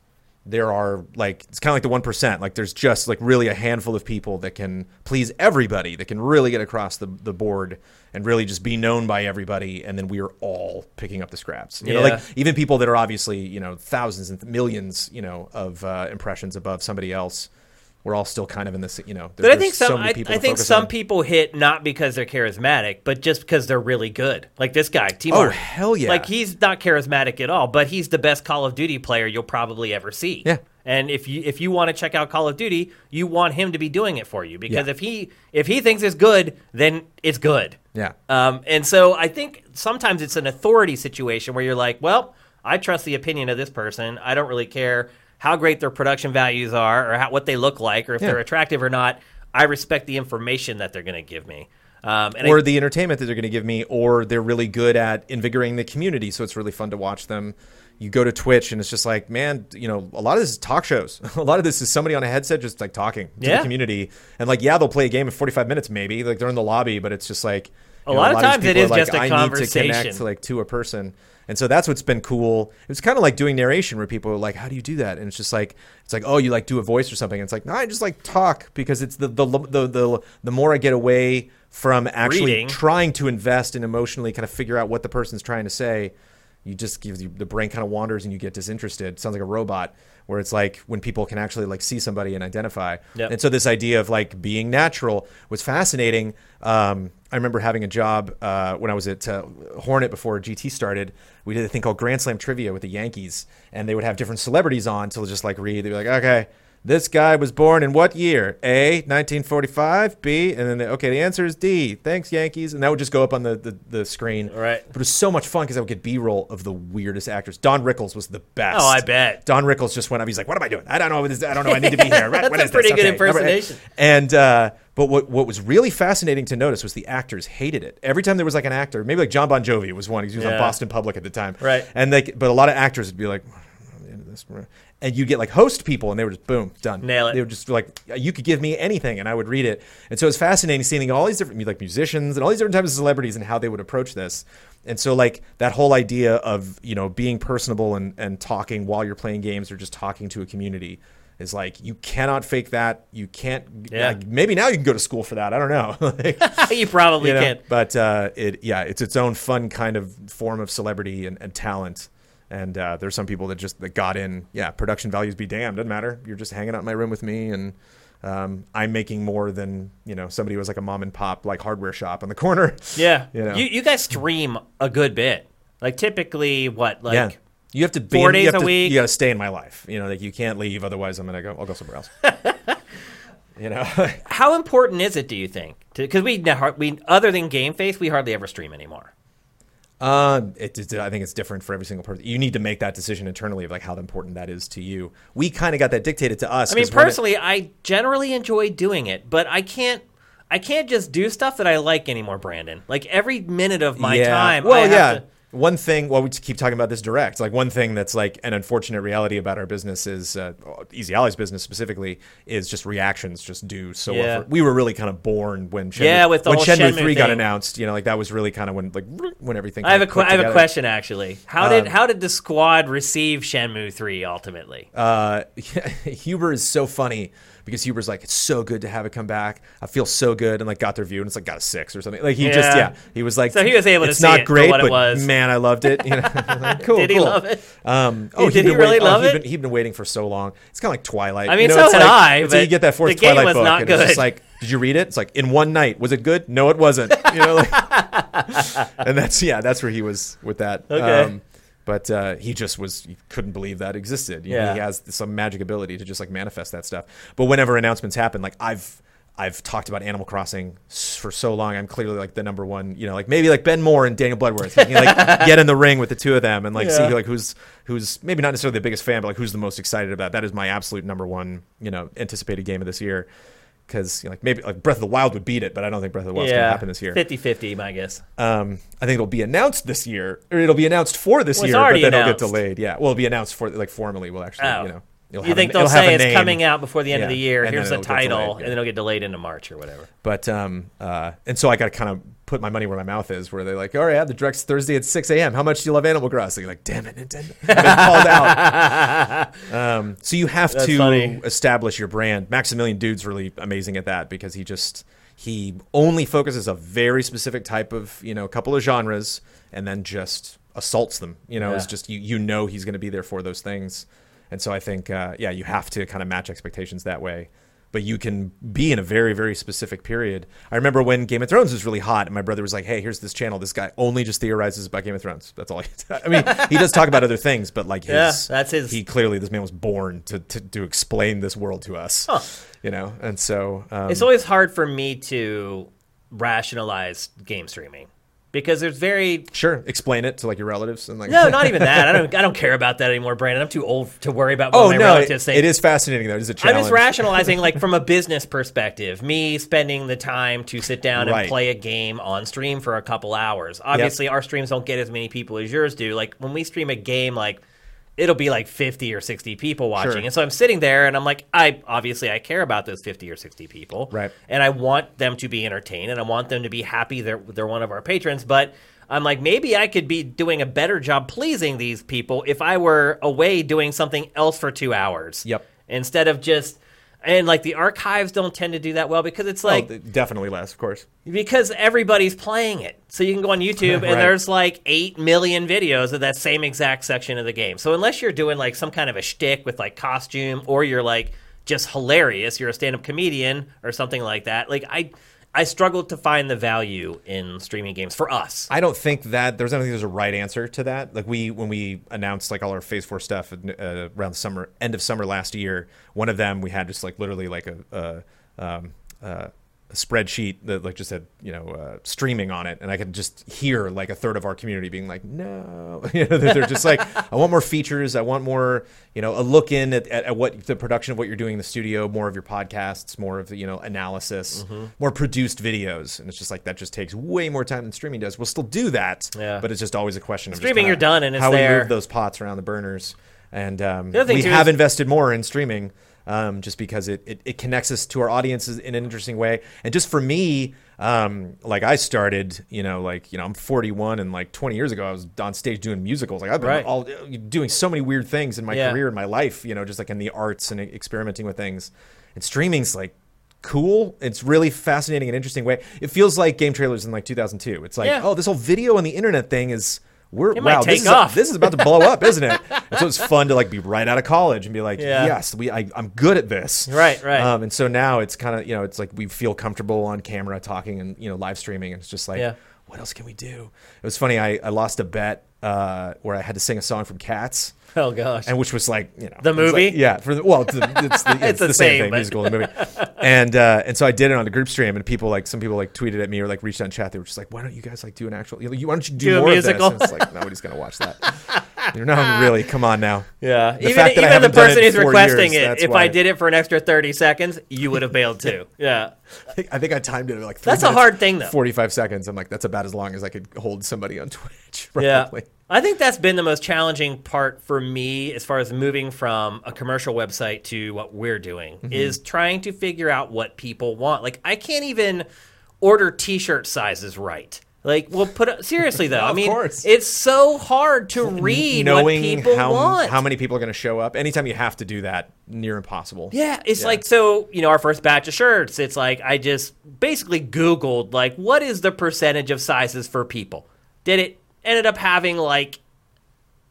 there are like it's kind of like the one percent. Like there's just like really a handful of people that can please everybody, that can really get across the, the board and really just be known by everybody, and then we are all picking up the scraps. You know,
Yeah.
like even people that are obviously you know thousands and millions you know of uh, impressions above somebody else. We're all still kind of in this, you know. there-
But I
there's
think some, I,
to
I think
focus
some
on.
people hit not because they're charismatic, but just because they're really good. Like this guy, T. Martin.
Oh, hell yeah.
Like he's not charismatic at all, but he's the best Call of Duty player you'll probably ever see.
Yeah.
And if you if you want to check out Call of Duty, you want him to be doing it for you because
Yeah.
if he if he thinks it's good, then it's good.
Yeah.
Um, and so I think sometimes it's an authority situation where you're like, well, I trust the opinion of this person. I don't really care how great their production values are or how, what they look like or if they're attractive or not. I respect the information that they're going to give me. Um, and I-
or the entertainment that they're going to give me, or they're really good at invigorating the community, so it's really fun to watch them. You go to Twitch and it's just like, man, you know, a lot of this is talk shows. a lot of this is somebody on a headset just like talking to
Yeah.
the community, and like, yeah, they'll play a game in forty five minutes, maybe like they're in the lobby, but it's just like
A
you
lot of
these
times it
people are
is just a
"I need to
conversation."
connect, like to a person. And so that's what's been cool. It was kind of like doing narration where people are like, "How do you do that?" And it's just like, it's like, "Oh, you like do a voice or something." And it's like, "No, I just like talk because it's the the the the, the more I get away from actually
Reading.
trying to invest and emotionally kind of figure out what the person's trying to say, you just give the brain kind of wanders and you get disinterested. Sounds like a robot where it's like when people can actually like see somebody and identify.
Yep.
And so this idea of like being natural was fascinating. Um, I remember having a job uh, when I was at uh, Hornet before GT started. We did a thing called Grand Slam Trivia with the Yankees, and they would have different celebrities on to just like read. They'd be like, okay. This guy was born in what year? A, 1945, B, and then, the, okay, the answer is D. Thanks, Yankees. And that would just go up on the, the, the screen.
Right.
But it was so much fun because I would get B roll of the weirdest actors. Don Rickles was the best.
Oh, I bet.
Don Rickles just went up. He's like, what am I doing? I don't know. What this, I don't know. I need to be here. What-
That's
what
a
is
pretty
this?
good
Okay, number eight.
impersonation.
And uh, but what what was really fascinating to notice was the actors hated it. Every time there was like an actor, maybe like John Bon Jovi was one. He was
Yeah.
on Boston Public at the time,
Right.
And like, but a lot of actors would be like. "I'm not into this." And you get like host people, and they were just boom done.
Nail it.
They were just like you could give me anything, and I would read it. And so it's fascinating seeing all these different like musicians and all these different types of celebrities and how they would approach this. And so like that whole idea of you know being personable and and talking while you're playing games or just talking to a community is like you cannot fake that. You can't.
Yeah.
like, maybe now you can go to school for that. I don't know. Like,
you probably
you know,
can.
But uh, it yeah, it's its own fun kind of form of celebrity and, and talent. And uh, there's some people that just that got in. Yeah, production values be damned. Doesn't matter. You're just hanging out in my room with me, and um, I'm making more than you know somebody who was like a mom and pop like hardware shop on the corner.
Yeah.
you know.
You you guys stream a good bit. Like typically what like
yeah. You have to be
four
in- you
days
have
a
to-
week.
You got to stay in my life. You know, like you can't leave. Otherwise, I'm gonna go. I'll go somewhere else. you know.
how important is it do you think? Cuz we ne- har- we other than Game Face, we hardly ever stream anymore.
Uh, it, it, I think it's different for every single person. You need to make that decision internally of like how important that is to you. We kind of got that dictated to us.
I mean,
'cause we're the-
personally, I generally enjoy doing it, but I can't. I can't just do stuff that I like anymore, Brandon. Like every minute of my time. I
Well,
have
yeah.
to-
One thing. Well, we keep talking about this direct. Like one thing that's like an unfortunate reality about our business is uh, Easy Ally's business specifically is just reactions just do so. well
Yeah.
for- we were really kind of born when Shenmue,
Yeah, with the
when
whole
Shenmue,
Shenmue
three got
thing.
announced. You know, like that was really kind of when like when everything.
I have a
kinda
que-
clicked
I have a
together. Uh,
question actually. How did how did the squad receive Shenmue three ultimately?
uh, Huber is so funny because Huber's like, it's so good to have it come back. I feel so good, and like got their view, and it's like got a six or something. Like he just,
Yeah.
yeah, he was like,
So he was able to
it's
see
not
it for
great,
what it
but
was."
man, I loved it. You know? Like, cool.
Did he
cool.
love it?
Um, oh,
Did
he'd
he
been
really
wait- oh,
love
he'd
it?
Been, he'd been waiting for so long. It's kind of like Twilight.
I mean,
you know,
so
it's
had
like,
I,
Until you
but
get that fourth
the game
Twilight
was
book,
not
and it's
good.
just like, did you read it? It's like in one night. Was it good? No, it wasn't. You know, like, and that's yeah, that's where he was with that.
Okay.
but uh, he just was he couldn't believe that existed. You know,
Yeah.
he has some magic ability to just like manifest that stuff. But whenever announcements happen, like I've I've talked about Animal Crossing s- for so long. I'm clearly like the number one, you know, like maybe like Ben Moore and Daniel Bloodworth. You can, like get in the ring with the two of them and like see
Yeah.
who, like who's who's maybe not necessarily the biggest fan, but like who's the most excited about. That is my absolute number one, you know, anticipated game of this year. Because you know, like maybe like Breath of the Wild would beat it, but I don't think Breath of the Wild's gonna happen this year.
50 50, my guess.
Um, I think it'll be announced this year, or it'll be announced for this
Well, it's
year, but
already
then it'll get
announced.
delayed. Yeah, well, it'll be announced for like formally. We'll actually,
Oh.
you know, it'll
you
have
think
a-
they'll
it'll have
say
a
it's
name.
coming out before the end of
Yeah,
the year.
and
Here's
then
the
it'll get
title,
delayed, yeah.
and then it'll get delayed into March or whatever.
But um, uh, and so I got to kind of put my money where my mouth is, where they're like, all right, yeah, the direct's Thursday at 6 a.m. How much do you love Animal Crossing? Like, damn it, Nintendo. I've been called out. Um, so you have
That's
to
funny.
establish your brand. Maximilian Dude's really amazing at that because he just he only focuses a very specific type of you know a couple of genres and then just assaults them. You know, it's
Yeah.
just you you know he's going to be there for those things, and so I think uh, yeah, you have to kind of match expectations that way. But you can be in a very very specific period. I remember when Game of Thrones was really hot, and my brother was like, "Hey, here's this channel. This guy only just theorizes about Game of Thrones. That's all." He I mean, he does talk about other things, but like his
Yeah, that's his-
He clearly this man was born to to, to explain this world to us. You know, and so um,
it's always hard for me to rationalize game streaming because there's very
sure, explain it to like your relatives and like
no, not even that. I don't. I don't care about that anymore, Brandon. I'm too old to worry about what
Oh
my
no, it,
relatives think.
it is fascinating though. It is a
I'm
challenge.
just rationalizing, like from a business perspective, me spending the time to sit down
Right.
and play a game on stream for a couple hours. Obviously, our streams don't get as many people as yours do. Like when we stream a game, like it'll be like 50 or 60 people watching,
Sure.
and so I'm sitting there and I'm like, I obviously I care about those 50 or 60 people,
Right.
And I want them to be entertained and I want them to be happy they're they're one of our patrons, but. I'm like, maybe I could be doing a better job pleasing these people if I were away doing something else for two hours
Yep.
instead of just and like the archives don't tend to do that well because it's like
oh, definitely less, of course.
because everybody's playing it so you can go on youtube and
Right.
there's like 8 million videos of that same exact section of the game so unless you're doing like some kind of a shtick with like costume or you're like just hilarious you're a stand-up comedian or something like that like i i struggled to find the value in streaming games for us
I don't think that there's anything there's a right answer to that. Like we when we announced like all our Phase Four stuff uh, around the summer end of summer last year, one of them we had just like literally like a, a um, uh, a spreadsheet that like just had you know uh, streaming on it, and I could just hear like a third of our community being like, no, you know, they're just like, I want more features, I want more, you know, a look in at, at, at what the production of what you're doing in the studio, more of your podcasts, more of the, you know analysis,
Mm-hmm.
more produced videos, and it's just like that just takes way more time than streaming does. We'll still do that,
Yeah.
but it's just always a question of just
Streaming,
kinda
you're done, and it's
how we
there.
move those pots around the burners, and um,
other thing
we
too
have
is-
invested more in streaming um, just because it, it, it connects us to our audiences in an interesting way. And just for me, um, like I started, you know, like, you know, I'm 41 and like 20 years ago, I was on stage doing musicals. Like I've been
Right.
all doing so many weird things in my
Yeah.
career, in my life, you know, just like in the arts and experimenting with things. And streaming's like, cool it's really fascinating and interesting way it feels like game trailers in like 2002 it's like
Yeah.
oh this whole video on the internet thing is we're
It might
wow
take
this, is,
off.
this is about to blow up isn't it and so it's fun to like be right out of college and be like
Yeah.
yes we I, i'm good at this
Right, right.
um, and so now it's kind of you know it's like we feel comfortable on camera talking and you know live streaming and it's just like
Yeah.
what else can we do it was funny i, I lost a bet uh, where i had to sing a song from cats
oh gosh
and which was like you know
The
it was like-
movie?
yeah for the, well it's the, it's the, it's the, same, thing
but-
musical and movie and uh, and so I did it on a group stream and people like some people like tweeted at me or like reached out in chat they were just like why don't you guys like do an actual you know, why don't you do,
Do a
more
musical?
of this and it's like nobody's gonna watch that you know really come on now
Yeah,
The
even
fact that
even the
I haven't done
person
it in
who's
four
requesting
years,
it.
that's
If
why.
I did it for an extra thirty seconds, you would have bailed too. yeah,
I think- I think I timed it at like three
That's a
minutes,
hard thing, though.
45 seconds I'm like that's about as long as I could hold somebody on Twitch
yeah.
probably.
I think that's been the most challenging part for me as far as moving from a commercial website to what we're doing
Mm-hmm.
is trying to figure out what people want. Like I can't even order t-shirt sizes right. Like we'll put a, seriously though. I mean,
course.
it's so hard to read what
knowing
people
how
want.
how many people are going to show up anytime you have to do that near impossible
Yeah, it's like so, you know, our first batch of shirts, it's like I just basically googled like what is the percentage of sizes for people. Did it ended up having like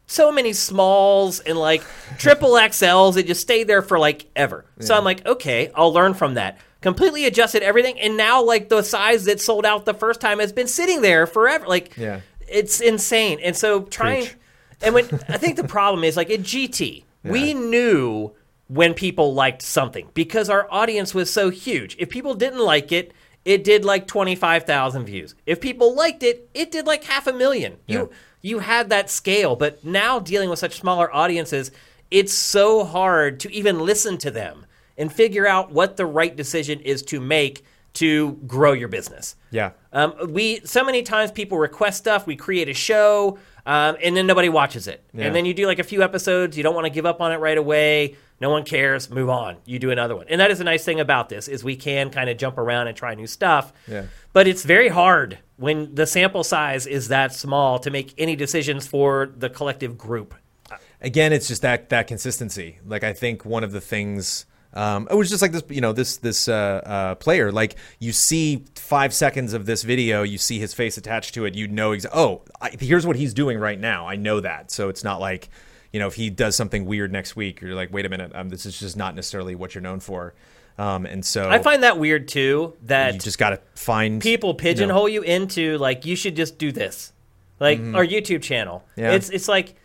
so many smalls and like triple XLs that just stayed there for like ever. So I'm like, okay, I'll learn from that. Completely adjusted everything and now like the size that sold out the first time has been sitting there forever. Like
Yeah.
it's insane. And so trying
Preach.
and when I think the problem is like at GT, we knew when people liked something because our audience was so huge. If people didn't like it, it did like 25,000 views. If people liked it, it did like half a million. You you had that scale, but now dealing with such smaller audiences, it's so hard to even listen to them and figure out what the right decision is to make to grow your business.
Yeah.
Um, we so many times people request stuff. We create a show, um, and then nobody watches it. And then you do like a few episodes. You don't want to give up on it right away. No one cares. Move on. You do another one. And that is a nice thing about this is we can kind of jump around and try new stuff.
Yeah.
But it's very hard when the sample size is that small to make any decisions for the collective group.
again, it's just that that consistency. Like I think one of the things um, it was just like this, you know, this this uh, uh, player. Like you see five seconds of this video, you see his face attached to it. You know, exa- oh, I, here's what he's doing right now. I know that, so it's not like you know if he does something weird next week, you're like, wait a minute, um, this is just not necessarily what you're known for. Um, and so
I find that weird too. That
you just got to find
people pigeonhole you into like you should just do this, like our YouTube channel.
Mm-hmm. Yeah.
It's it's like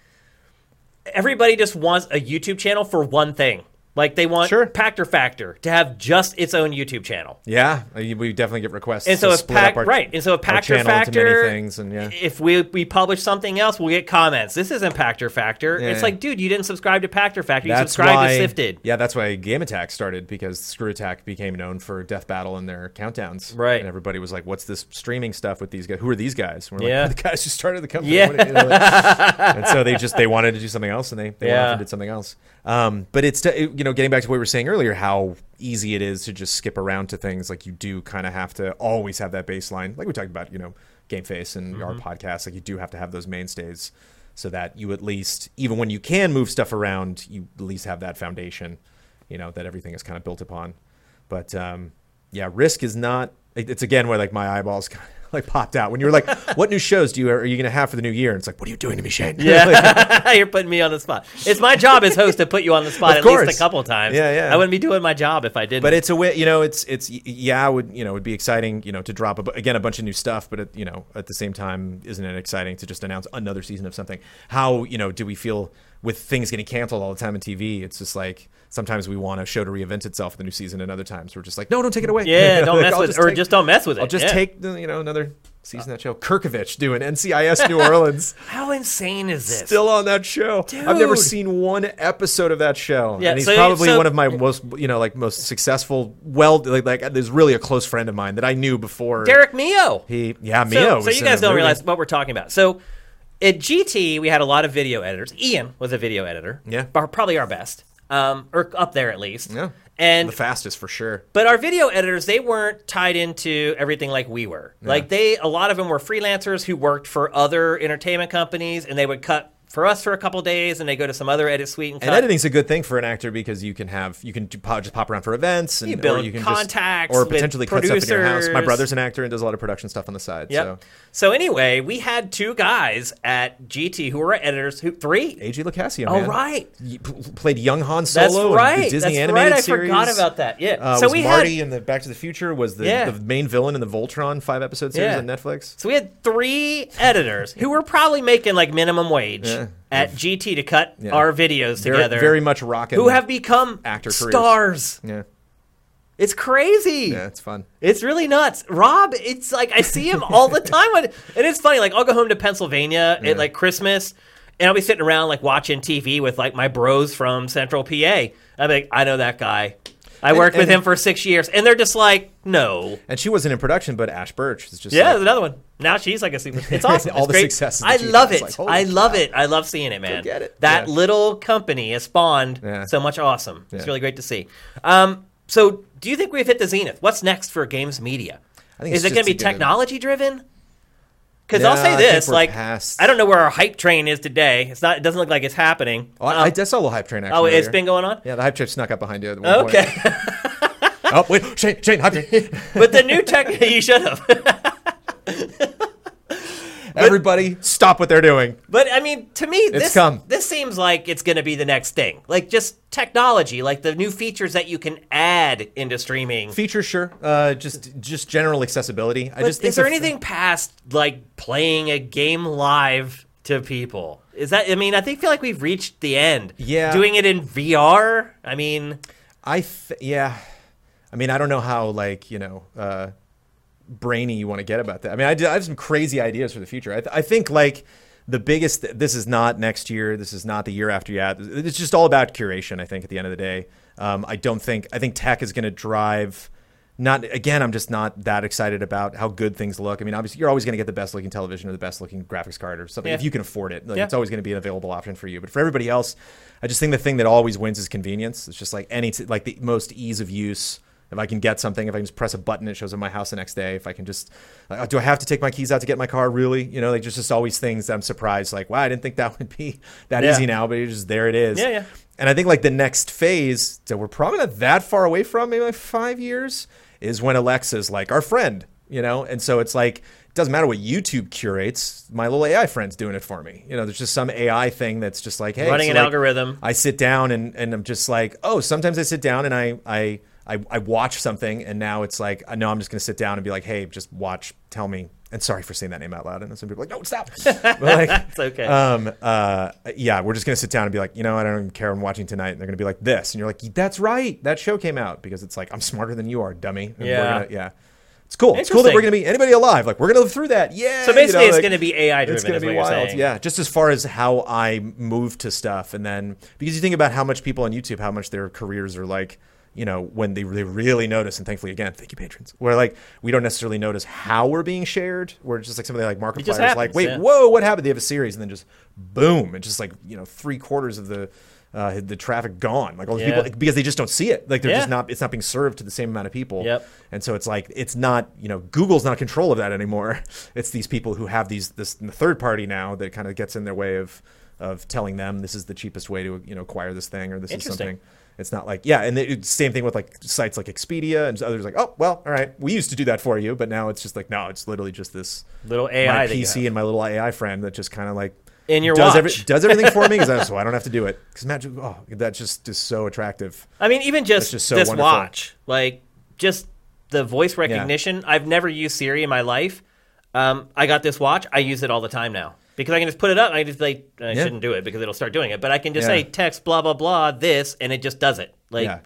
everybody just wants a YouTube channel for one thing. Like they want
Sure.
Pactor Factor to have just its own YouTube channel.
Yeah, I- we definitely get requests.
And so
to
if
split
Pac-
up our,
right, and so if
our
Pactor
channel into
Factor-
many things, and yeah,
If we we publish something else, we'll get comments. This isn't Pactor Factor.
Yeah,
it's
yeah.
like, dude, you didn't subscribe to Pactor Factor. You subscribed to Sifted.
Yeah, that's why Game Attack started because Screw Attack became known for Death Battle and their countdowns.
Right.
And everybody was like, "What's this streaming stuff with these guys? Who are these guys?" And we're
Yeah.
like, "The guys who started the company."
Yeah.
What are you-" they're like- and so they just they wanted to do something else, and they they went
Yeah.
off and did something else. Um, but it's to, you know getting back to what we were saying earlier, how easy it is to just skip around to things. Like you do kind of have to always have that baseline, like we talked about, you know, Game Face and our podcast. Like you do have to have those mainstays so that you at least, even when you can move stuff around, you at least have that foundation, you know, that everything is kind of built upon. But um, yeah, risk is not. it- It's again where like my eyeballs kind of like popped out when you were like, "What new shows do you are you going to have for the new year?" And it's like, "What are you doing to me, Shane?"
Yeah, you're putting me on the spot. It's my job as host to put you on the spot at
Of
least
course.
a couple times.
Yeah, yeah.
I wouldn't be doing my job if I didn't.
but it's a way you know it's it's yeah it would you know it would be exciting you know to drop a, bu- again a bunch of new stuff but at, you know at the same time isn't it exciting to just announce another season of something how you know do we feel with things getting canceled all the time on tv it's just like sometimes we want a show to reinvent itself with a new season and other times we're just like no don't take it away
yeah, don't
Like,
mess
I'll
with or
take-
just don't mess with it.
i'll just
Yeah.
take the, you know another season of that show kirkovich doing ncis new orleans
How insane is this?
still on that show. I've never
Dude.
seen one episode of that show.
Yeah,
and he's
so-
probably
so-
one of my most, you know, like most successful. Well, like, like there's really a close friend of mine that I knew before.
Derek Mio.
He, yeah,
So-
Mio.
So,
was
you
in
guys
the
don't
movie.
realize what we're talking about. So at GT, we had a lot of video editors. Ian was a video editor.
Yeah.
Pro- Probably our best, um, or up there at least.
Yeah.
And
the fastest for sure.
but our video editors, they weren't tied into everything like we were. Like they, a lot of them were freelancers who worked for other entertainment companies, and they would cut for us for a couple days, and they go to some other edit suite and cut.
And editing's a good thing for an actor because you can have you can do, pop, just pop around for events and
You build
or you can
contacts
just, or
with
potentially cut stuff in your house. My
producers.
brother's an actor and does a lot of production stuff on the side.
Yep.
So
So. anyway, we had two guys at GT who were editors. Who three?
AJ Lucassian,
All
man.
Oh, right.
You p- played young Han Solo.
That's
in
right.
The Disney
That's right.
animated
I
series.
forgot about that. Yeah.
Uh,
so
was
we
Marty
had
in the Back to the Future was the,
Yeah.
the main villain in the Voltron five episode series
Yeah.
on Netflix.
so we had three editors who were probably making like minimum wage at GT to cut
Yeah.
our videos
Very,
together.
very much rocking.
who have become
actor careers.
stars.
yeah,
It's crazy.
yeah, it's fun.
It's really nuts. Rob, it's like I see him all the time. When, and it's funny, like I'll go home to Pennsylvania at like Christmas and I'll be sitting around like watching TV with like my bros from Central PA. I'm like, I know that guy. I worked with
and-
him for six years. And they're just like, no.
And she wasn't in production, but Ash Birch is just
Yeah,
like,
there's another one. Now she's like a super. It's awesome.
All
It's
the
great.
successes that
I
she
love
has,
it.
like, holy
I love it. I love seeing it, man.
get it.
That
Yeah.
little company has spawned
Yeah.
so much awesome. It's
Yeah.
really great to see. Um, so, do you think we've hit the zenith? What's next for games media?
I think
Is it
it's
going
just
to be
to get it-
technology driven? Because
No,
I'll say
I think
this:
we're
like,
past-
I don't know where our hype train is today. It's not. It doesn't look like it's happening. Um,
Oh, I, I just saw a little hype train. Action
oh, it's
earlier.
been going on.
Yeah, the hype train snuck up behind you. At one
Okay.
Point. oh wait, Shane, Shane, hype train.
but the new tech, you should have.
Everybody, stop what they're doing.
But I mean, to me, this
come.
this seems like it's going to be the next thing. Like just technology, like the new features that you can add into streaming.
Feature, sure. Uh, just, just general accessibility. I
But
just think
is there
the-
anything past like playing a game live to people? Is that? I mean, I think feel like we've reached the end.
Yeah.
Doing it in VR. I mean,
I th- yeah, I mean I don't know how like you know uh, brainy you want to get about that. I mean I, d- I have some crazy ideas for the future. I, th- I think like the biggest this is not next year. This is not the year after yet. It's just all about curation. I think at the end of the day, um, I don't think I think tech is going to drive. Not again. I'm just not that excited about how good things look. I mean, obviously, you're always going to get the best looking television or the best looking graphics card or something
Yeah.
if you can afford it. Like,
Yeah.
It's always going to be an available option for you. But for everybody else, I just think the thing that always wins is convenience. It's just like any t- like the most ease of use. If I can get something, if I can just press a button, it shows up in my house the next day. If I can just, like, oh, do I have to take my keys out to get my car? Really? You know, like just just always things that I'm surprised. Like, wow, I didn't think that would be that
Yeah.
easy now, but it's just there it is.
Yeah, yeah.
And I think like the next phase that we're probably not that far away from, maybe like five years, is when Alexa's like our friend, you know? And so it's like, it doesn't matter what YouTube curates, my little AI friend's doing it for me. You know, there's just some AI thing that's just like, hey,
running
so
an
like,
algorithm.
I sit down and, and I'm just like, oh, sometimes I sit down and I, I, I, I watch something and now it's like, uh, no, I'm just going to sit down and be like, hey, just watch, tell me. And sorry for saying that name out loud. And then some people are like, no, stop. But, like,
It's okay.
um, uh, yeah, we're just gonna sit down and be like, you know, I don't even care. I'm watching tonight, and they're gonna be like this, and you're like, that's right, that show came out because it's like I'm smarter than you are, dummy. And we're
Yeah.
gonna- yeah. It's cool. It's cool that
Interesting.
we're gonna be anybody alive. Like we're gonna live through that. Yeah.
so basically, it's going to be AI driven. is what you're saying.
Yeah, just as far as how I move to stuff, and then because you think about how much people on YouTube, how much their careers are like, you know, when they really, really notice, and thankfully, again, thank you, patrons, where like we don't necessarily notice how we're being shared. We're just like something like Markiplier
just
is
happens,
like, wait,
yeah.
whoa, what happened? They have a series, and then just boom, and just like you know, three quarters of the. Uh, the traffic gone, like all these
Yeah.
people, like, because they just don't see it. Like they're
Yeah.
just not. It's not being served to the same amount of people.
Yep.
And so it's like it's not you know Google's not in control of that anymore. It's these people who have these this third party now that kind of gets in their way of of telling them this is the cheapest way to you know acquire this thing or this is
Interesting.
something. It's not like yeah, and the it's same thing with like sites like Expedia and others like oh well all right we used to do that for you but now it's just like no it's literally just this
Little AI
my
that you
PC
have.
and my little AI friend that just kind of like
In your
does
watch.
does everything for me because so I don't have to do it because imagine oh that's just just so attractive
I mean, even just,
just so
this
wonderful.
watch, like just the voice recognition. I've never used Siri in my life. Um, I got this watch. I use it all the time now because I can just put it up. And I just like I shouldn't do it because it'll start doing it, but I can just
Yeah.
say text blah blah blah this, and it just does it. Like
yeah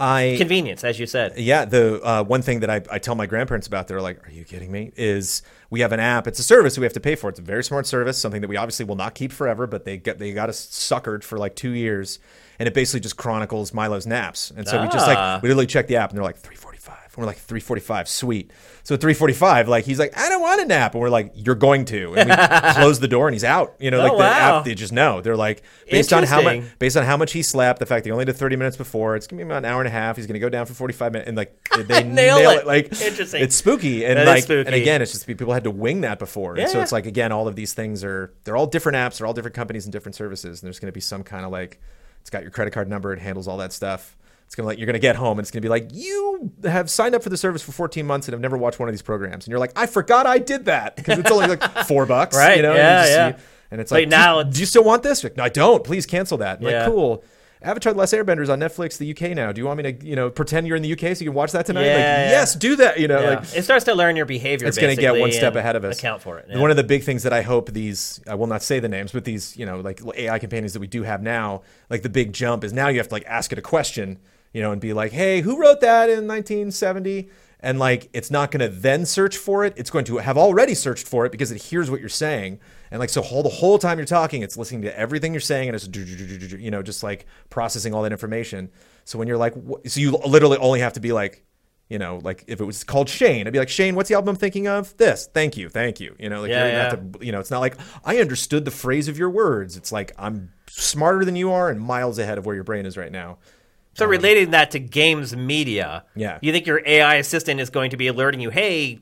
I
convenience, as you said.
Yeah, the uh, one thing that I, I tell my grandparents about, they're like, "Are you kidding me?" Is we have an app. It's a service we have to pay for. It's a very smart service, something that we obviously will not keep forever. But they got they got us suckered for like two years, and it basically just chronicles Milo's naps. And so we just
Ah.
like we literally check the app, and they're like three forty five. And we're like three forty five, sweet. So three forty five, like he's like, I don't want a nap, and we're like, you're going to. And we close the door, and he's out. You know,
Oh,
like the
wow.
app, they just know. They're like, based on how much
Interesting.
based on how much he slept, the fact that he only did 30 minutes before, it's gonna be about an hour and a half. He's gonna go down for 45 minutes, and like they- they
Nail
nail,
it.
it. Like
Interesting.
It's spooky, and
That is
like and
spooky.
again, it's just people had to wing that before. And so
Yeah.
it's like again, all of these things are they're all different apps, they're all different companies and different services, and there's gonna be some kind of like it's got your credit card number, it handles all that stuff. It's gonna like you're gonna get home and it's gonna be like you have signed up for the service for 14 months and have never watched one of these programs, and you're like, I forgot I did that because it's only like four bucks,
Right,
You know, and
yeah,
you
yeah.
and it's
Like,
like,
now
now, do,
it's-
you, still want this? Like, no, I don't. Please cancel that. And
Yeah.
Like, cool. Avatar: The Last Airbender is on Netflix, the UK now. Do you want me to, you know, pretend you're in the UK so you can watch that tonight?
Yeah,
like,
yeah.
yes, do that. You know,
Yeah.
like
it starts to learn your behavior.
it's going to get
basically,
one step
and
ahead of us.
Account for it. yeah.
One of the big things that I hope these, I will not say the names, but these, you know, like AI companions that we do have now, like the big jump is now you have to like ask it a question, you know, and be like, hey, who wrote that in 1970? And like, it's not going to then search for it. It's going to have already searched for it because it hears what you're saying. And like, so whole, the whole time you're talking, it's listening to everything you're saying and it's, do- do- do- do- do- you know, just like processing all that information. So when you're like, wh- so you literally only have to be like, you know, like if it was called Shane, I'd be like, Shane, what's the album I'm thinking of? This. Thank you. Thank you. You know, like
Yeah,
you don't
yeah.
have to, you know, it's not like I understood the phrase of your words. It's like I'm smarter than you are and miles ahead of where your brain is right now.
So relating that to games media,
Yeah.
you think your AI assistant is going to be alerting you, hey,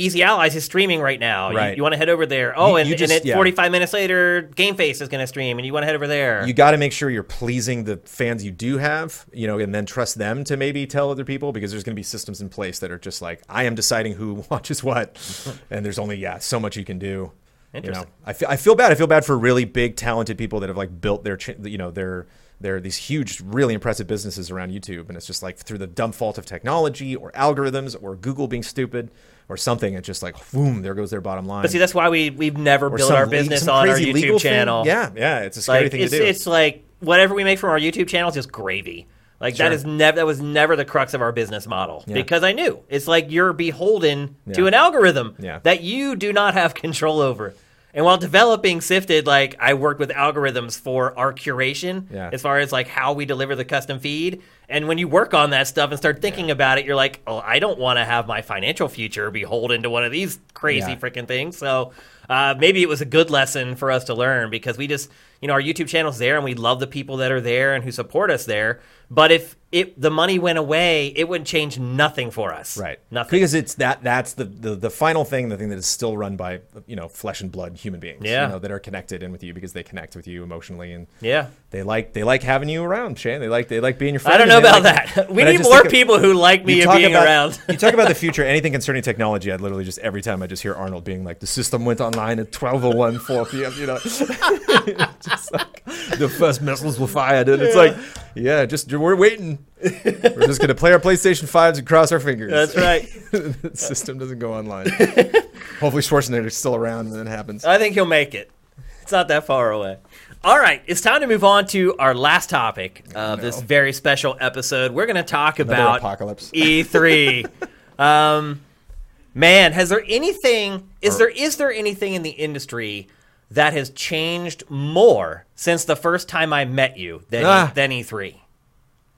Easy Allies is streaming right now. You- You,
Right.
want to head over there. Oh, and,
you
and
just-
it,
yeah.
45 minutes later, Game Face is going to stream, and you want to head over there.
You got to make sure you're pleasing the fans you do have, you know, and then trust them to maybe tell other people because there's going to be systems in place that are just like, I am deciding who watches what. and there's only, yeah, so much you can do. You know,
Interesting.
I feel, I feel bad. I feel bad for really big, talented people that have like built their, ch- you know, their there are these huge, really impressive businesses around YouTube, and it's just like through the dumb fault of technology or algorithms or Google being stupid or something. It's just like, boom, there goes their bottom line.
But see, that's why we we've never
Or
built
some
our
le-
business
some
on our
crazy legal
YouTube
thing.
channel.
Yeah, yeah, it's a scary
like
thing
it's,
to do.
it's like whatever we make from our YouTube channel is just gravy. Like that
Sure.
is never that was never the crux of our business model because I knew it's like you're beholden to
Yeah.
an algorithm
Yeah.
that you do not have control over. And while developing Sifted, like I worked with algorithms for our curation
Yeah.
as far as like how we deliver the custom feed. And when you work on that stuff and start thinking about it, you're like, oh, I don't want to have my financial future beholden to one of these crazy
Yeah.
freaking things. So uh, maybe it was a good lesson for us to learn because we just, you know, our YouTube channel's there and we love the people that are there and who support us there. But if it the money went away, it would change nothing for us.
Right.
Nothing.
Because it's that that's the, the the final thing, the thing that is still run by you know flesh and blood human beings.
Yeah.
You know, that are connected in with you because they connect with you emotionally and
Yeah.
they like they like having you around, Shane. They like they like being your friend.
I don't know
and they
about
like-
that. We
but I
need
just
more
think of-
people who like me
you
and
talk
being
about-
around.
you talk about the future, anything concerning technology. I literally just every time I just hear Arnold being like, "The system went online at 12:01 4 p.m." You know, just like the first missiles were fired, and it's like, yeah, just we're waiting. we're just gonna play our PlayStation fives and cross our fingers.
That's right.
the system doesn't go online. Hopefully Schwarzenegger's still around when that happens.
I think he'll make it. It's not that far away. All right, it's time to move on to our last topic of this very special episode. We're going to talk about
apocalypse.
E3. um, man, has there anything? Is there is there anything in the industry that has changed more since the first time I met you than
Ah.
than E E3?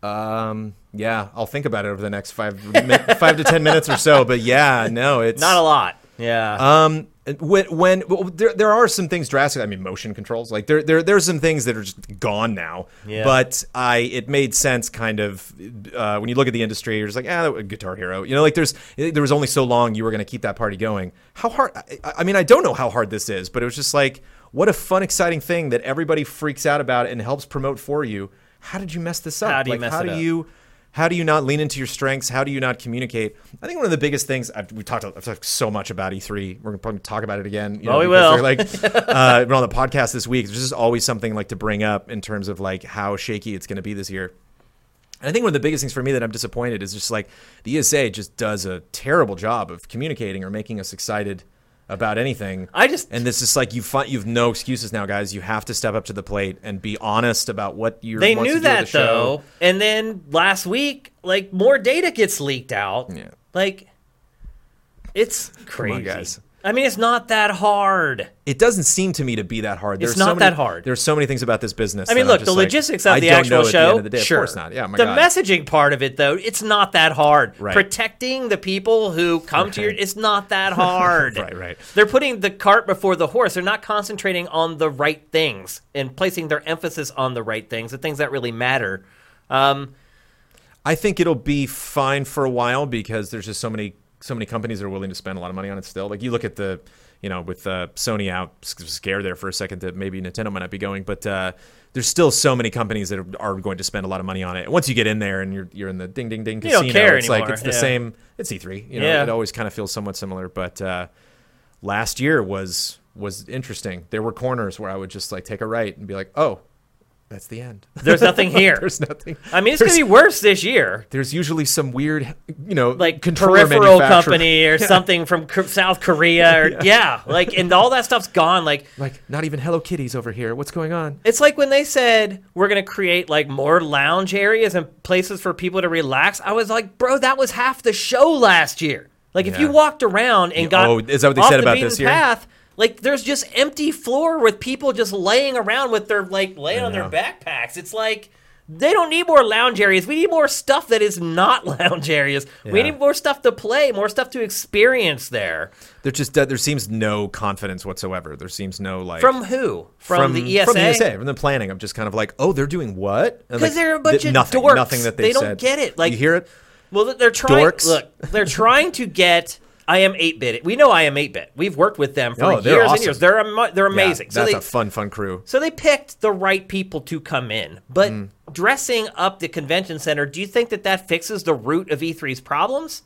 Um, yeah, I'll think about it over the next five mi- five to ten minutes or so. But yeah, no, it's
Not a lot. Yeah.
Um, when when well, there there are some things drastic. I mean, motion controls. Like there there there's some things that are just gone now.
Yeah.
But I it made sense kind of uh, when you look at the industry. You're just like ah, Guitar Hero. You know, like there's there was only so long you were going to keep that party going. How hard? I, I mean, I don't know how hard this is, but it was just like what a fun, exciting thing that everybody freaks out about and helps promote for you. How did you mess this up?
How do you
like,
mess
how
it
do
up?
you you- how do you not lean into your strengths how do you not communicate i think one of the biggest things I've, we've talked, I've talked so much about e3 we're going to probably talk about it again you
Oh, we
because
will.
they're like uh, we're on the podcast this week there's just always something like to bring up in terms of like how shaky it's going to be this year and I think one of the biggest things for me that I'm disappointed is just like the ESA just does a terrible job of communicating or making us excited about anything.
I just-
and this is like you find you've no excuses now, guys. You have to step up to the plate and be honest about what you're.
they
wants
knew
to do with
that
the show.
though and then last week like more data gets leaked out
Yeah.
like it's crazy
guys.
i mean it's not that hard
it doesn't seem to me to be that hard. There's so
not
many-
that hard.
There's so many things about this business.
i mean
that I'm
look the
just like,
logistics
I
of the
don't
actual
know
show
at the end of the day.
sure
Of course not. Yeah, oh my
the
God.
messaging part of it though it's not that hard
Right.
protecting the people who come to your it's not that hard
Right, right.
they're putting the cart before the horse they're not concentrating on the right things and placing their emphasis on the right things the things that really matter um,
I think it'll be fine for a while because there's just so many so many companies that are willing to spend a lot of money on it still. Like you look at the you know with uh, Sony out s- scared there for a second that maybe Nintendo might not be going, but uh, there's still so many companies that are, are going to spend a lot of money on it. Once you get in there and you're you're in the ding ding ding
don't
casino,
care
it's like
anymore,
it's the
yeah.
same. It's E3. You know,
Yeah.
it always kind of feels somewhat similar, but. Uh, last year was was interesting. There were corners where I would just like take a right and be like, "Oh, that's the end."
there's nothing here
there's nothing.
I mean, it's
there's,
going to be worse this year.
there's usually some weird, you know,
Like
controller
peripheral
manufacturer.
company or something from K- South Korea, or yeah. like and all that stuff's gone. Like
Like not even Hello Kitty's over here. What's going on?
it's like when they said we're going to create like more lounge areas and places for people to relax. I was like, bro, that was half the show last year. Like if
Yeah.
you walked around and got
oh, is that what they
off
said
the
about
beaten
this year?
Path, like there's just empty floor with people just laying around with their like laying on their
know.
backpacks. It's like they don't need more lounge areas. We need more stuff that is not lounge areas. We
Yeah.
need more stuff to play, more stuff to experience there.
There just there seems no confidence whatsoever. There seems no like
From who? From, the E ESA.
from the E ESA, from the planning. I'm just kind of like, oh, they're doing what? And,
'Cause
like,
they're a bunch of
nothing,
dorks.
Nothing that they,
They don't
said.
get it. Like-
you hear it.
Well, th- they're trying.
Dorks.
Look, they're trying to get. I am eight bit. We know I am eight bit. We've worked with them for
Oh, they're
years and
awesome.
years. They're am- they're
Yeah,
amazing. so
that's
they,
a fun, fun crew.
So they picked the right people to come in, but
Mm.
dressing up the E convention center, do you think that that fixes the root of E3's problems?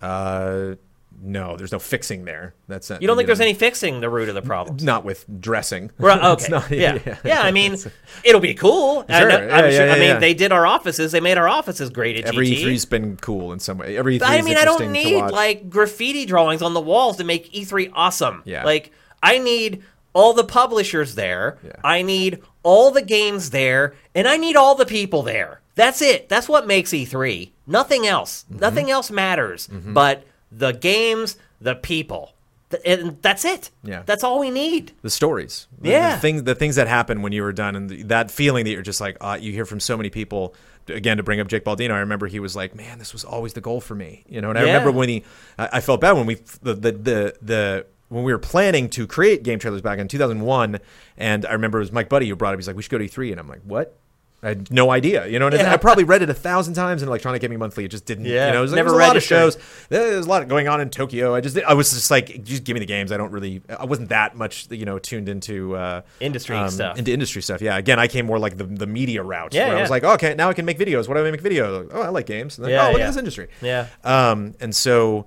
Uh, no, there's no fixing there. That's not,
You don't think there's any fixing the root of the problem?
not with dressing.
Right, okay.
It's not-
yeah. yeah. I mean, it'll be cool. I,
Sure,
know-
yeah,
I'm
yeah,
sure- I
yeah,
mean,
yeah.
they did our offices. They made our offices great at E.
Every E
GT.
E3's been cool in some way. Every E3
I
is
mean, I don't
interesting to
need
watch.
like graffiti drawings on the walls to make E3 awesome.
Yeah.
Like, I need all the publishers there. I need all the games there, and I need all the people there. That's it. That's what makes E3. Nothing else.
Mm-hmm.
Nothing else matters but the games, the people. Th- And that's it.
Yeah.
That's all we need.
the stories, The-
Yeah.
the things, the things that happen when you were done, and the, that feeling that you're just like, uh, you hear from so many people. Again, to bring up Jake Baldino, I remember he was like, "Man, this was always the goal for me," you know. And I
Yeah.
remember when he, I, I felt bad when we, the, the the the when we were planning to create game trailers back in 2001, and I remember it was Mike Buddy who brought up. He's like, "We should go to E3," and I'm like, "What?" I had no idea, you know. And I-
Yeah.
I probably read it a thousand times in Electronic Gaming Monthly. It just didn't,
Yeah.
you know. It was, like,
Never E
it was a lot of
registering.
shows shows. There was a lot going on in Tokyo. I just I was just like, just give me the games. I don't really I wasn't that much you know tuned into uh,
Industry stuff.
Into industry stuff. Yeah. Again, I came more like the, the media route.
Yeah,
where I
yeah.
was like, okay, now I can make videos. What do I make videos? Oh, I like games. And then,
Yeah,
oh, look
yeah.
at this industry.
Yeah.
Um, and so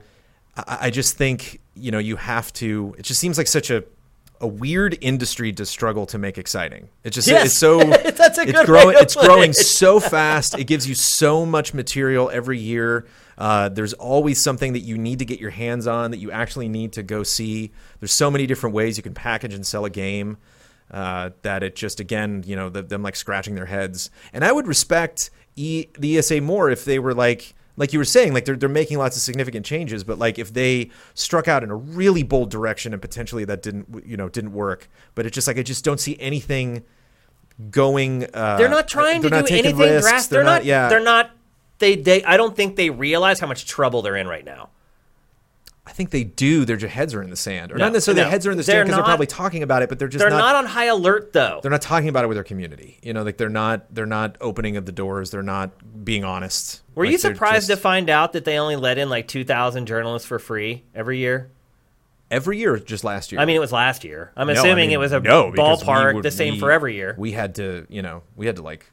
I, I just think you know you have to. It just seems like such a a weird industry to struggle to make exciting. It just
Yes.
it's so
That's a
it's
good way
growing
to
it's
put
growing
it.
so fast. It gives you so much material every year. Uh, there's always something that you need to get your hands on that you actually need to go see. There's so many different ways you can package and sell a game uh, that it just again, you know, the, them like scratching their heads. And I would respect e, the ESA more if they were like. Like you were saying, like they're, they're making lots of significant changes, but like if they struck out in a really bold direction and potentially that didn't you know didn't work, but it's just like I just don't see anything going. Uh,
They're not trying
they're
to
not
do
taking
anything
risks.
drastic. They're, not.
Yeah,
They're not. They. They. I don't think they realize how much trouble they're in right now.
I think they do. Their heads are in the sand, or
No,
not necessarily
no.
their heads are in the
They're
sand because they're
not-
probably talking about it, but they're just
They're
not.
not on high alert though.
they're not talking about it with their community. You know, like they're not. They're not opening of the doors. They're not being honest.
Were you
Like, they're
surprised to
just-
find out that they only let in like 2,000 journalists for free every year?
every year, just last year?
I mean, it was last year. I'm
No, I
assuming
mean,
it was a
no, because we
ballpark,
would-
the same
we-
for every year.
We had to, you know, we had to like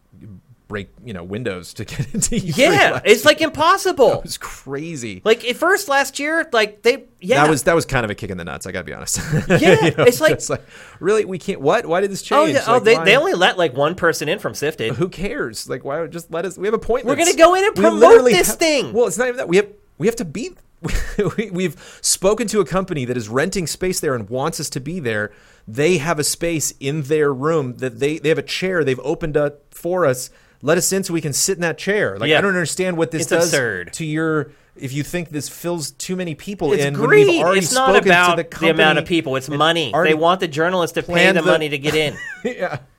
break, you know, windows to get into. E3
yeah,
last- it
it's like impossible.
was crazy.
Like at first last year, like they yeah
That was that was kind of a kick in the nuts. I gotta be honest.
Yeah, it's like-
just really we can't. What? Why did this
oh,
change?
yeah, oh
Like,
they,
why-
they only let like one person in from Sifted.
who cares? Like, why would just let us? We have appointments.
gonna go in and
We
promote
literally
this
have-
thing.
Well, it's not even that. We have we have to be. we- We've spoken to a company that is renting space there and wants us to be there. They have a space in their room that they they have a chair they've opened up for us. Let us in so we can sit in that chair. Like
Yeah.
I don't understand what this
It's
does
absurd.
to your. If you think this fills too many people
It's
in, when
greed.
we've already
It's not
spoken to
about
the,
the,
company,
amount of people. It's money. They
already
want the journalists to pay
planned
the
the-
money to get in.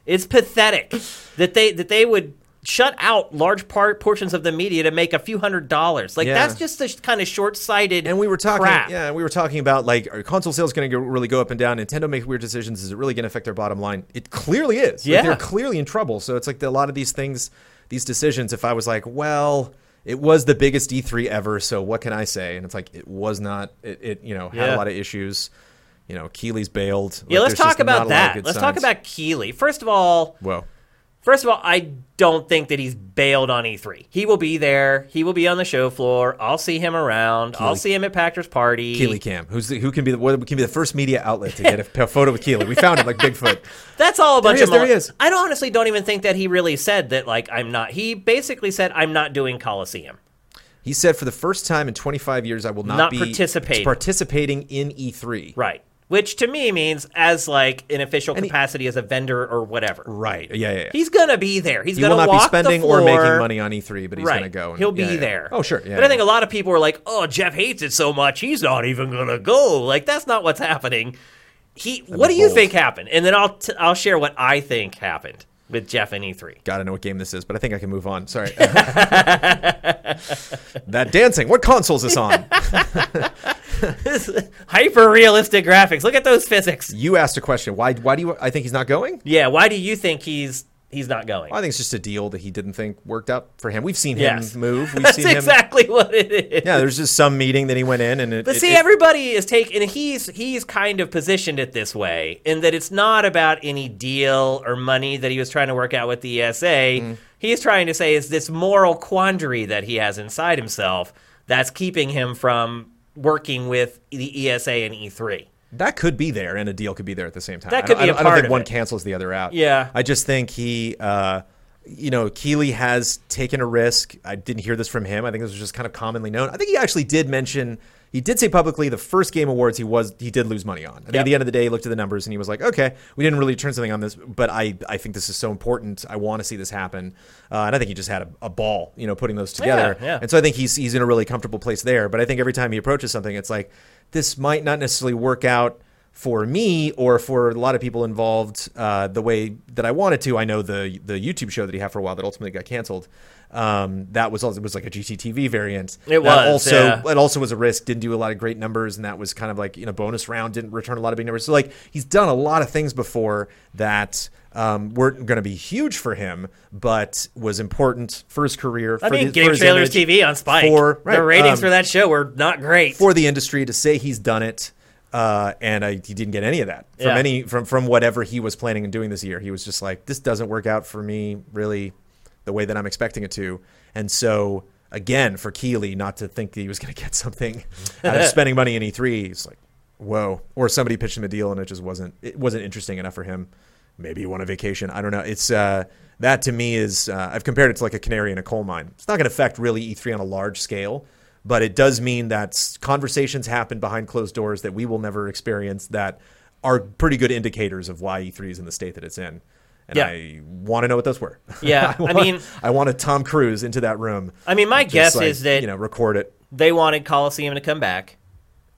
It's pathetic that they that they would shut out large part portions of the media to make a few hundred dollars. Like
Yeah.
that's just the kind of short sighted.
And we were talking,
crap.
yeah, we were talking about like, are console sales going to really go up and down? Nintendo makes weird decisions. Is it really going to affect their bottom line? It clearly is. Like,
Yeah.
they're clearly in trouble. So it's like the, a lot of these things, these decisions. If I was like, well, it was the biggest E3 ever, so what can I say? And it's like it was not. It, it you know had
Yeah.
a lot of issues. You know, Keeley's bailed.
Yeah,
Like,
let's
there's just
talk
not
about
a lot of
that.
good
Let's talk
signs.
about Keeley. First of all,
Whoa.
First of all, I don't think that he's bailed on E3. He will be there. He will be on the show floor. I'll see him around. I'll see him at Pactor's party.
Keeley Cam, who's the, who can be the what can be the first media outlet to get a p- photo with Keeley? We found him like Bigfoot.
That's all a bunch
he is,
of. mul-
there he is.
I don't, honestly don't even think that he really said that. Like I'm not. He basically said I'm not doing Coliseum.
He said, for the first time in 25 years, I will not,
Not
be
participating.
participating in E E3.
Right. Which to me means as like an official
he-
capacity as a vendor or whatever.
Right. Yeah, yeah, yeah.
He's gonna be there. He's
he
gonna
will not be
walk
spending
the floor.
or making money on E3, but he's
right.
going to go. and-
He'll be
yeah, yeah.
there.
Oh, sure. Yeah,
but I think
yeah.
a lot of people are like, "Oh, Jeff hates it so much, he's not even gonna go." Like that's not what's happening. He. what do you
bold.
think happened? And then I'll t- I'll share what I think happened with Jeff and E E3.
God, I know what game this is, but I think I can move on. Sorry. that dancing. What consoles is this on?
Hyper realistic graphics. Look at those physics.
you asked a question. Why? Why do you? I think he's not going.
Yeah. Why do you think he's he's not going?
I think it's just a deal that he didn't think worked out for him. We've seen
Yes.
him move. We've
That's
seen him.
exactly what it is.
Yeah, there's just some meeting that he went in, and it,
But
it-
see,
it-
everybody is taking. and He's he's kind of positioned it this way in that it's not about any deal or money that he was trying to work out with the ESA.
Mm.
He's trying to say is this moral quandary that he has inside himself that's keeping him from working with the ESA and E E3.
That could be there, and a deal could be there at the same time.
That
I
could
don't- I
be a
don't- I
part
don't think
of
one
it.
cancels the other out.
Yeah.
I just think he, uh, you know, Keeley has taken a risk. I didn't hear this from him. I think this was just kind of commonly known. I think he actually did mention. He did say publicly the first game awards he was he did lose money on. I think
Yep.
at the end of the day he looked at the numbers and he was like, okay, we didn't really turn something on this, but I I think this is so important. I want to see this happen, uh, and I think he just had a, a ball, you know, putting those together.
yeah.
And so I think he's he's in a really comfortable place there. But I think every time he approaches something, it's like this might not necessarily work out for me or for a lot of people involved uh, the way that I wanted to. I know the the YouTube show that he had for a while that ultimately got canceled. Um, that was also, it was like a GTTV variant.
It
That
was,
also
yeah.
it also was a risk. Didn't do a lot of great numbers, and that was kind of like you know bonus round. Didn't return a lot of big numbers. So like he's done a lot of things before that um, weren't going to be huge for him, but was important for his career.
I
for
mean,
the- for
Game
his
Trailers
image,
TV on Spike.
for- right,
the ratings
um,
for that show were not great.
for the industry to say he's done it. Uh, and I, he didn't get any of that from
Yeah.
any from from whatever he was planning and doing this year. He was just like, this doesn't work out for me really, the way that I'm expecting it to. And so again, for Keeley not to think that he was going to get something out of spending money in E3, he's like, whoa. Or somebody pitched him a deal and it just wasn't it wasn't interesting enough for him. Maybe he went on vacation. I don't know. It's uh, that to me is uh, I've compared it to like a canary in a coal mine. It's not going to affect really E3 on a large scale, but it does mean that s- conversations happen behind closed doors that we will never experience that are pretty good indicators of why E3 is in the state that it's in. And
Yeah.
I want to know what those were.
Yeah, I
want-
mean-
I want a Tom Cruise into that room.
I mean, my
Just,
guess
like,
is that
you know record it.
they wanted Coliseum to come back,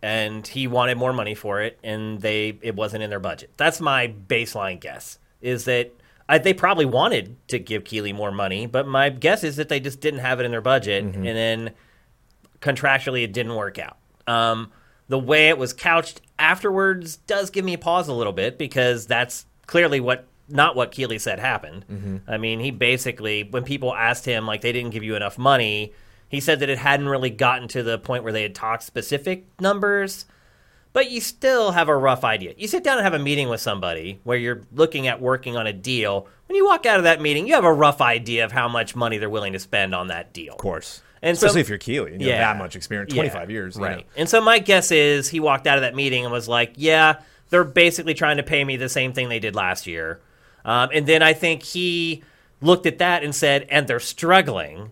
and he wanted more money for it, and they it wasn't in their budget. That's my baseline guess. Is that I, they probably wanted to give Keeley more money, but my guess is that they just didn't have it in their budget, and then contractually it didn't work out. Um, the way it was couched afterwards does give me pause a little bit because that's clearly what not what Keeley said happened. I mean, he basically when people asked him like they didn't give you enough money, he said that it hadn't really gotten to the point where they had talked specific numbers but you still have a rough idea. You sit down and have a meeting with somebody where you're looking at working on a deal. When you walk out of that meeting, you have a rough idea of how much money they're willing to spend on that deal.
Of course.
And so-
Especially if you're Keeley, and you
Yeah.
have that much experience, 25 years. you
Right.
know.
And so my guess is he walked out of that meeting and was like, yeah, they're basically trying to pay me the same thing they did last year. Um, and then I think he looked at that and said, and they're struggling.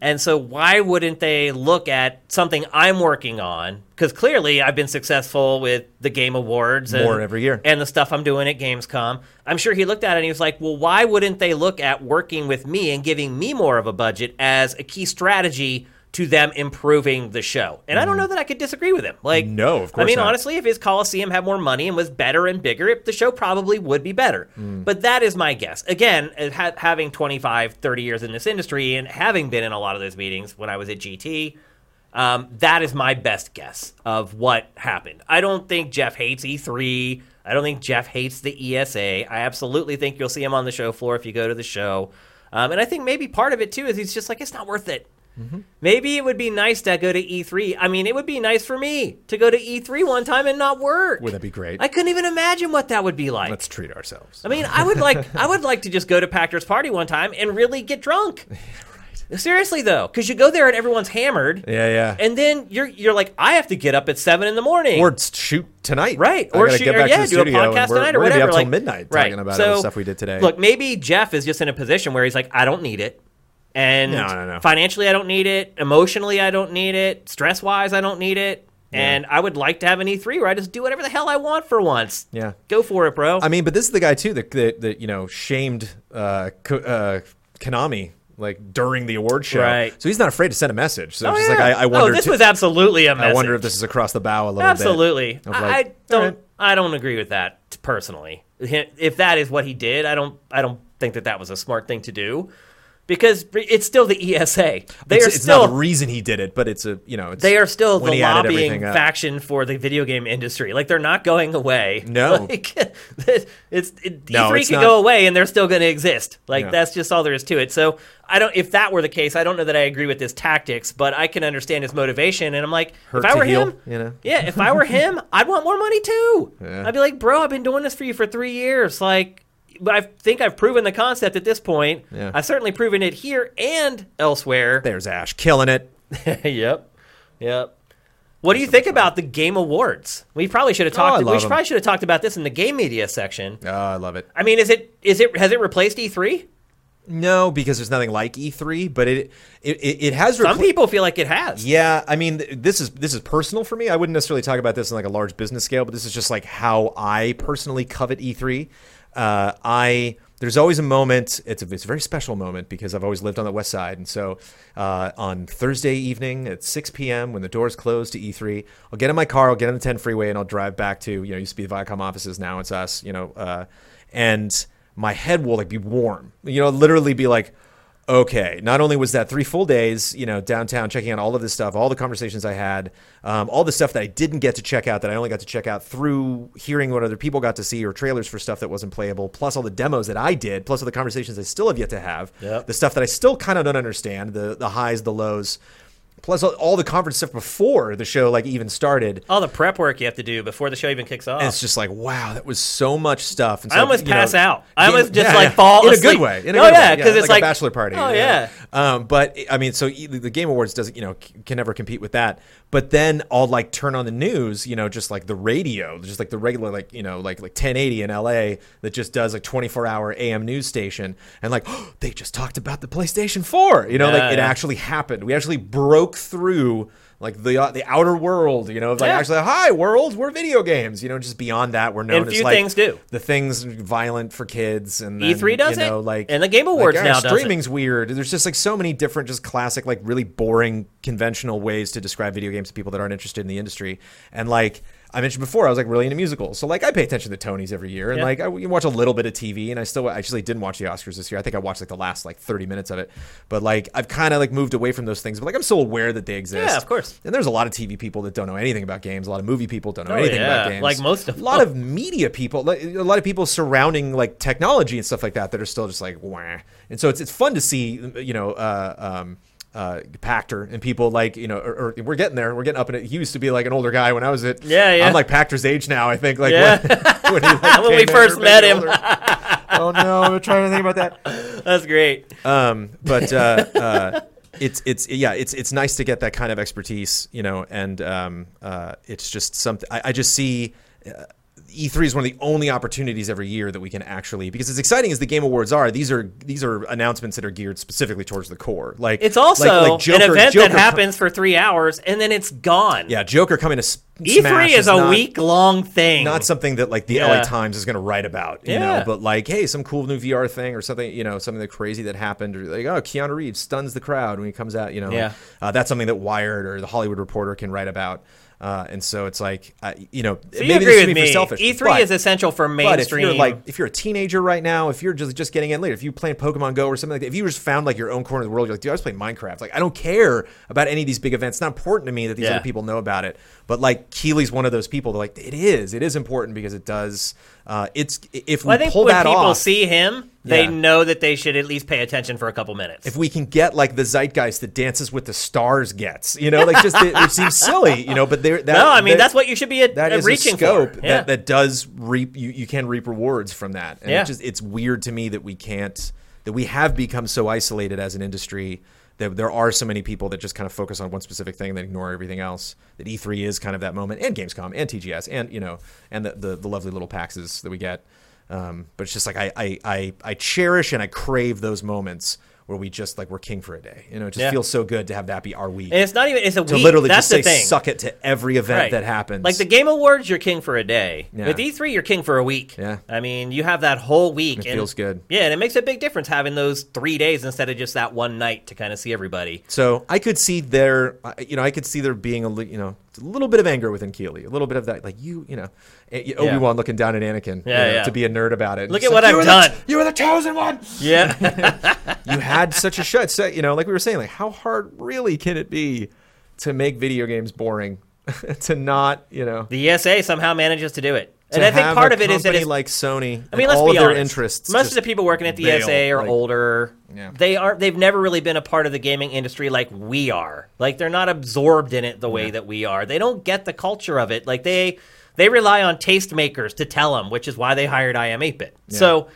And so why wouldn't they look at something I'm working on? Because clearly I've been successful with the game awards and
More every year.
and the stuff I'm doing at Gamescom. I'm sure he looked at it and he was like, well, why wouldn't they look at working with me and giving me more of a budget as a key strategy to them improving the show? And I don't
Mm-hmm.
know that I could disagree with him. Like,
No, of
I
course
mean,
not.
honestly, if his Coliseum had more money and was better and bigger, it, the show probably would be better.
Hmm.
But that is my guess. Again, as ha- having 25, 30 years in this industry and having been in a lot of those meetings when I was at GT, um, that is my best guess of what happened. I don't think Jeff hates E3. I don't think Jeff hates the ESA. I absolutely think you'll see him on the show floor if you go to the show. Um, and I think maybe part of it too is he's just like, it's not worth it. Maybe it would be nice to go to E3. I mean, it would be nice for me to go to E3 one time and not work.
Wouldn't that be great?
I couldn't even imagine what that would be like.
Let's treat ourselves.
I mean, I would like I would like to just go to Pactor's party one time and really get drunk. Seriously though, because you go there and everyone's hammered.
Yeah, yeah.
And then you're you're like, I have to get up at seven in the morning.
or shoot tonight.
right.
I
or
gotta
shoot,
get
or
back
yeah,
to
do
the
a
studio and
podcast
we're,
tonight or
we're
whatever.
gonna Be up
like,
till midnight
right.
talking about
so,
all the stuff we did today.
Look, maybe Jeff is just in a position where he's like, I don't need it. And
No, no, no.
financially I don't need it. Emotionally I don't need it. Stress wise I don't need it. And I would like to have an E three where I just do whatever the hell I want for once.
Yeah.
Go for it, bro.
I mean, but this is the guy too that that, that you know shamed uh, Ko- uh, Konami like during the award show.
Right.
So he's not afraid to send a message. So
Oh,
it's just
yeah.
like I, I wonder.
Oh, this
too-
was absolutely a message.
I wonder if this is across the bow a little
absolutely.
bit. of
I-
like,
I don't.
alright.
I don't agree with that t- personally. Hi- If that is what he did, I don't. I don't think that that was a smart thing to do, because re- it's still the ESA. They
It's,
are
it's
still.
not the reason he did it, but it's a you know it's
they are still
when
the
he added
lobbying
everything up.
faction for the video game industry. Like they're not going away.
No.
like, it's it,
No,
E3
it's
can
not-
go away and they're still going to exist. Like
Yeah.
that's just all there is to it. So I don't. If that were the case, I don't know that I agree with his tactics, but I can understand his motivation. And I'm like, if
Hurt
I
to
were
heal,
him,
you know?
yeah, if I were him, I'd want more money too.
Yeah.
I'd be like, bro, I've been doing this for you for three years. Like, but I think I've proven the concept at this point.
Yeah.
I've certainly proven it here and elsewhere.
There's Ash killing it.
yep. Yep. What do you think about the Game Awards? We probably should have
Oh, I
talked. we
love
should-
'em.
probably should have talked about this in the game media section.
Oh, I love it.
I mean, is it is it has it replaced E three?
No, because there's nothing like E3, but it it, it, it has
Some
repl-
people feel like it has.
Yeah, I mean, th- this is this is personal for me. I wouldn't necessarily talk about this on like a large business scale, but this is just like how I personally covet E3. Uh, I there's always a moment. It's a it's a very special moment because I've always lived on the West Side, and so uh, on Thursday evening at 6 p.m. when the doors close to E3, I'll get in my car, I'll get on the 10 freeway, and I'll drive back to you know used to be the Viacom offices, now it's us, you know, uh, and my head will like be warm, you know, literally be like okay not only was that three full days you know downtown checking out all of this stuff all the conversations i had um, all the stuff that i didn't get to check out that i only got to check out through hearing what other people got to see or trailers for stuff that wasn't playable plus all the demos that i did plus all the conversations i still have yet to have
Yep.
the stuff that i still kind of don't understand the, the highs the lows plus all, all the conference stuff before the show like even started
All the prep work you have to do before the show even kicks off.
and it's just like wow that was so much stuff and so,
I almost
you know,
pass out. I
yeah,
almost just
yeah,
like
yeah.
fall
in a
asleep.
good way. In a
oh
good
yeah,
way.
because it's like
like a bachelor party.
Oh yeah.
Um, but I mean, so e- the Game Awards doesn't, you know, c- can never compete with that. But then I'll like turn on the news, you know, just like the radio, just like the regular, like you know, like like 1080 in LA that just does like 24 hour AM news station, and like they just talked about the PlayStation 4. You know,
Yeah,
like it
yeah.
actually happened. We actually broke through like the uh, the outer world. You know, of like
Yeah.
actually, hi world, we're video games. You know, just beyond that, we're known
And
as
few
like
things do.
the things violent for kids and
E three
then,
does
you know,
it,
like
and the Game Awards
like,
now does it.
streaming's weird. There's just like so many different, just classic, like really boring, conventional ways to describe video games to people that aren't interested in the industry. And like I mentioned before, I was like really into musicals, so like I pay attention to the Tonys every year, and
Yeah.
like I you watch a little bit of TV, and I still I actually didn't watch the Oscars this year. I think I watched like the last like 30 minutes of it, but like I've kind of like moved away from those things, but like I'm still aware that they exist.
of course.
And there's a lot of TV people that don't know anything about games. A lot of movie people don't know
Oh,
anything about
yeah.
games.
Like most of
a lot of media people, like, a lot of people surrounding like technology and stuff like that that are still just like wah. And so it's it's fun to see you know uh, um, uh, Pactor and people like you know or, or we're getting there. We're getting up in it. He used to be like an older guy when I was at
Yeah, yeah.
I'm like Pactor's age now. I think like
Yeah.
when, when, he, like,
When we
came in,
first
or maybe
met him.
older. oh no, I'm trying to think about that.
That's great.
Um, but uh, uh, it's it's yeah, it's it's nice to get that kind of expertise, you know. And um, uh, it's just something I, I just see. Uh, E3 is one of the only opportunities every year that we can actually because as exciting as the Game Awards are, these are these are announcements that are geared specifically towards the core. Like
It's also
like- like
an event
Joker
that happens for three hours and then it's gone.
yeah, Joker coming to s-
E3
Smash
E is, a
not-
week long thing.
not something that like the
Yeah.
LA Times is going to write about, you
Yeah.
know, but like, hey, some cool new VR thing or something, you know, something that crazy that happened, or like, oh, Keanu Reeves stuns the crowd when he comes out, you know,
Yeah.
uh, that's something that Wired or the Hollywood Reporter can write about, uh, and so it's like, uh, you know,
Do you
maybe
agree
this is
with
me for
me?
selfish.
E3
but-
is essential for
But if
mainstream.
you're like, if you're a teenager right now, if you're just just getting in later, if you playing Pokemon Go or something like that, if you just found like your own corner of the world, you're like, dude, I was playing Minecraft. Like, I don't care about any of these big events. It's not important to me that these
Yeah.
other people know about it. But like, Keeley's one of those people. that like, it is, it is important because it does. Uh, it's if we
Well, I think
pull
when
that
people
off,
see him, they
Yeah.
know that they should at least pay attention for a couple minutes.
if we can get like the zeitgeist that Dances with the Stars gets, you know, like just it, it seems silly, you know, but there. That,
no, I mean
that-
that's what you should be at,
that
at
is
reaching
a scope
for.
that,
Yeah.
that does reap you, you can reap rewards from that and
Yeah.
it's just it's weird to me that we can't that we have become so isolated as an industry that there are so many people that just kind of focus on one specific thing and then ignore everything else that e3 is kind of that moment and gamescom and tgs and you know and the the, the lovely little paxes that we get um, but it's just like I, I i i cherish and i crave those moments where we just like we're king for a day you know it just
Yeah.
feels so good to have that be our week
and it's not even it's a
to
week.
literally
that's
just say
the thing.
suck it to every event
Right.
that happens
Like the Game Awards, you're king for a day.
Yeah.
With E3, you're king for a week.
Yeah.
I mean, you have that whole week. It
feels good.
Yeah, and it makes a big difference having those three days instead of just that one night to kind of see everybody.
So I could see there, I- you know, I could see there being a, li- you know, a little bit of anger within Keeley, a little bit of that, like you, you know, Obi Wan looking down at Anakin, you
Yeah,
know,
yeah.
to be a nerd about it.
Look
Just
at
like,
what
"You
I've
were the-
done."
you were the chosen one.
Yeah.
you had such a shut. So, you know, like we were saying, like how hard really can it be to make video games boring, to not, you know,
the ESA somehow manages to do it. And
to
I think
have
part
a
of it is that
company
it's
like Sony.
I mean,
and
let's
all
be
of their
honest.
interests.
Most
just-
of the people working at the
bail,
ESA are
like-
older.
Yeah.
They are. They've never really been a part of the gaming industry like we are. Like they're not absorbed in it the way that we are. They don't get the culture of it. Like they they rely on tastemakers to tell them, which is why they hired IM 8-bit. So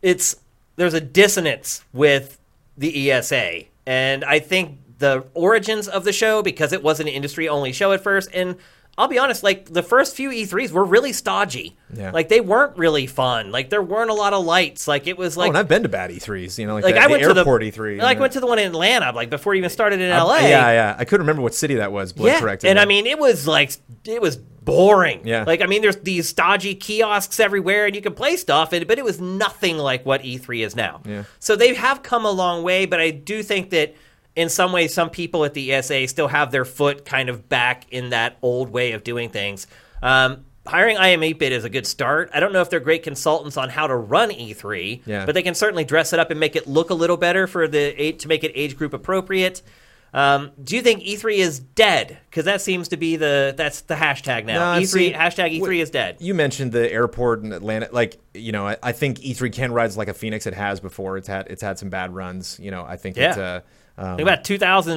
it's there's a dissonance with the ESA, E and I think the origins of the show because it was an industry only show at first. And I'll be honest, like the first few E3s were really stodgy.
Yeah.
Like they weren't really fun. Like there weren't a lot of lights. Like it was
oh,
like
and I've been to bad E3s, you know, like,
like
the,
I
the
went
airport
to the
E3.
Like I
yeah.
went to the one in Atlanta, like before it even started in
I-
LA.
Yeah, yeah. I couldn't remember what city that was. Blood
yeah.
corrected.
And
me.
I mean, it was like it was boring.
Yeah.
Like I mean, there's these stodgy kiosks everywhere, and you can play stuff, and, but it was nothing like what E3 is now.
Yeah.
So they have come a long way, but I do think that in some ways, some people at the ESA still have their foot kind of back in that old way of doing things. Um, hiring IM8Bit is a good start. I don't know if they're great consultants on how to run E E3,
Yeah.
but they can certainly dress it up and make it look a little better for the age, to make it age group appropriate. Um, do you think E3 is dead? Because that seems to be the that's the hashtag
No,
now.
I've
E3
seen-
hashtag E3 is dead.
you mentioned the airport in Atlanta. Like, you know, I, I think E3 can rise like a phoenix. It has before. It's had it's had some bad runs. You know, I think
Yeah.
it's uh, um,
Think about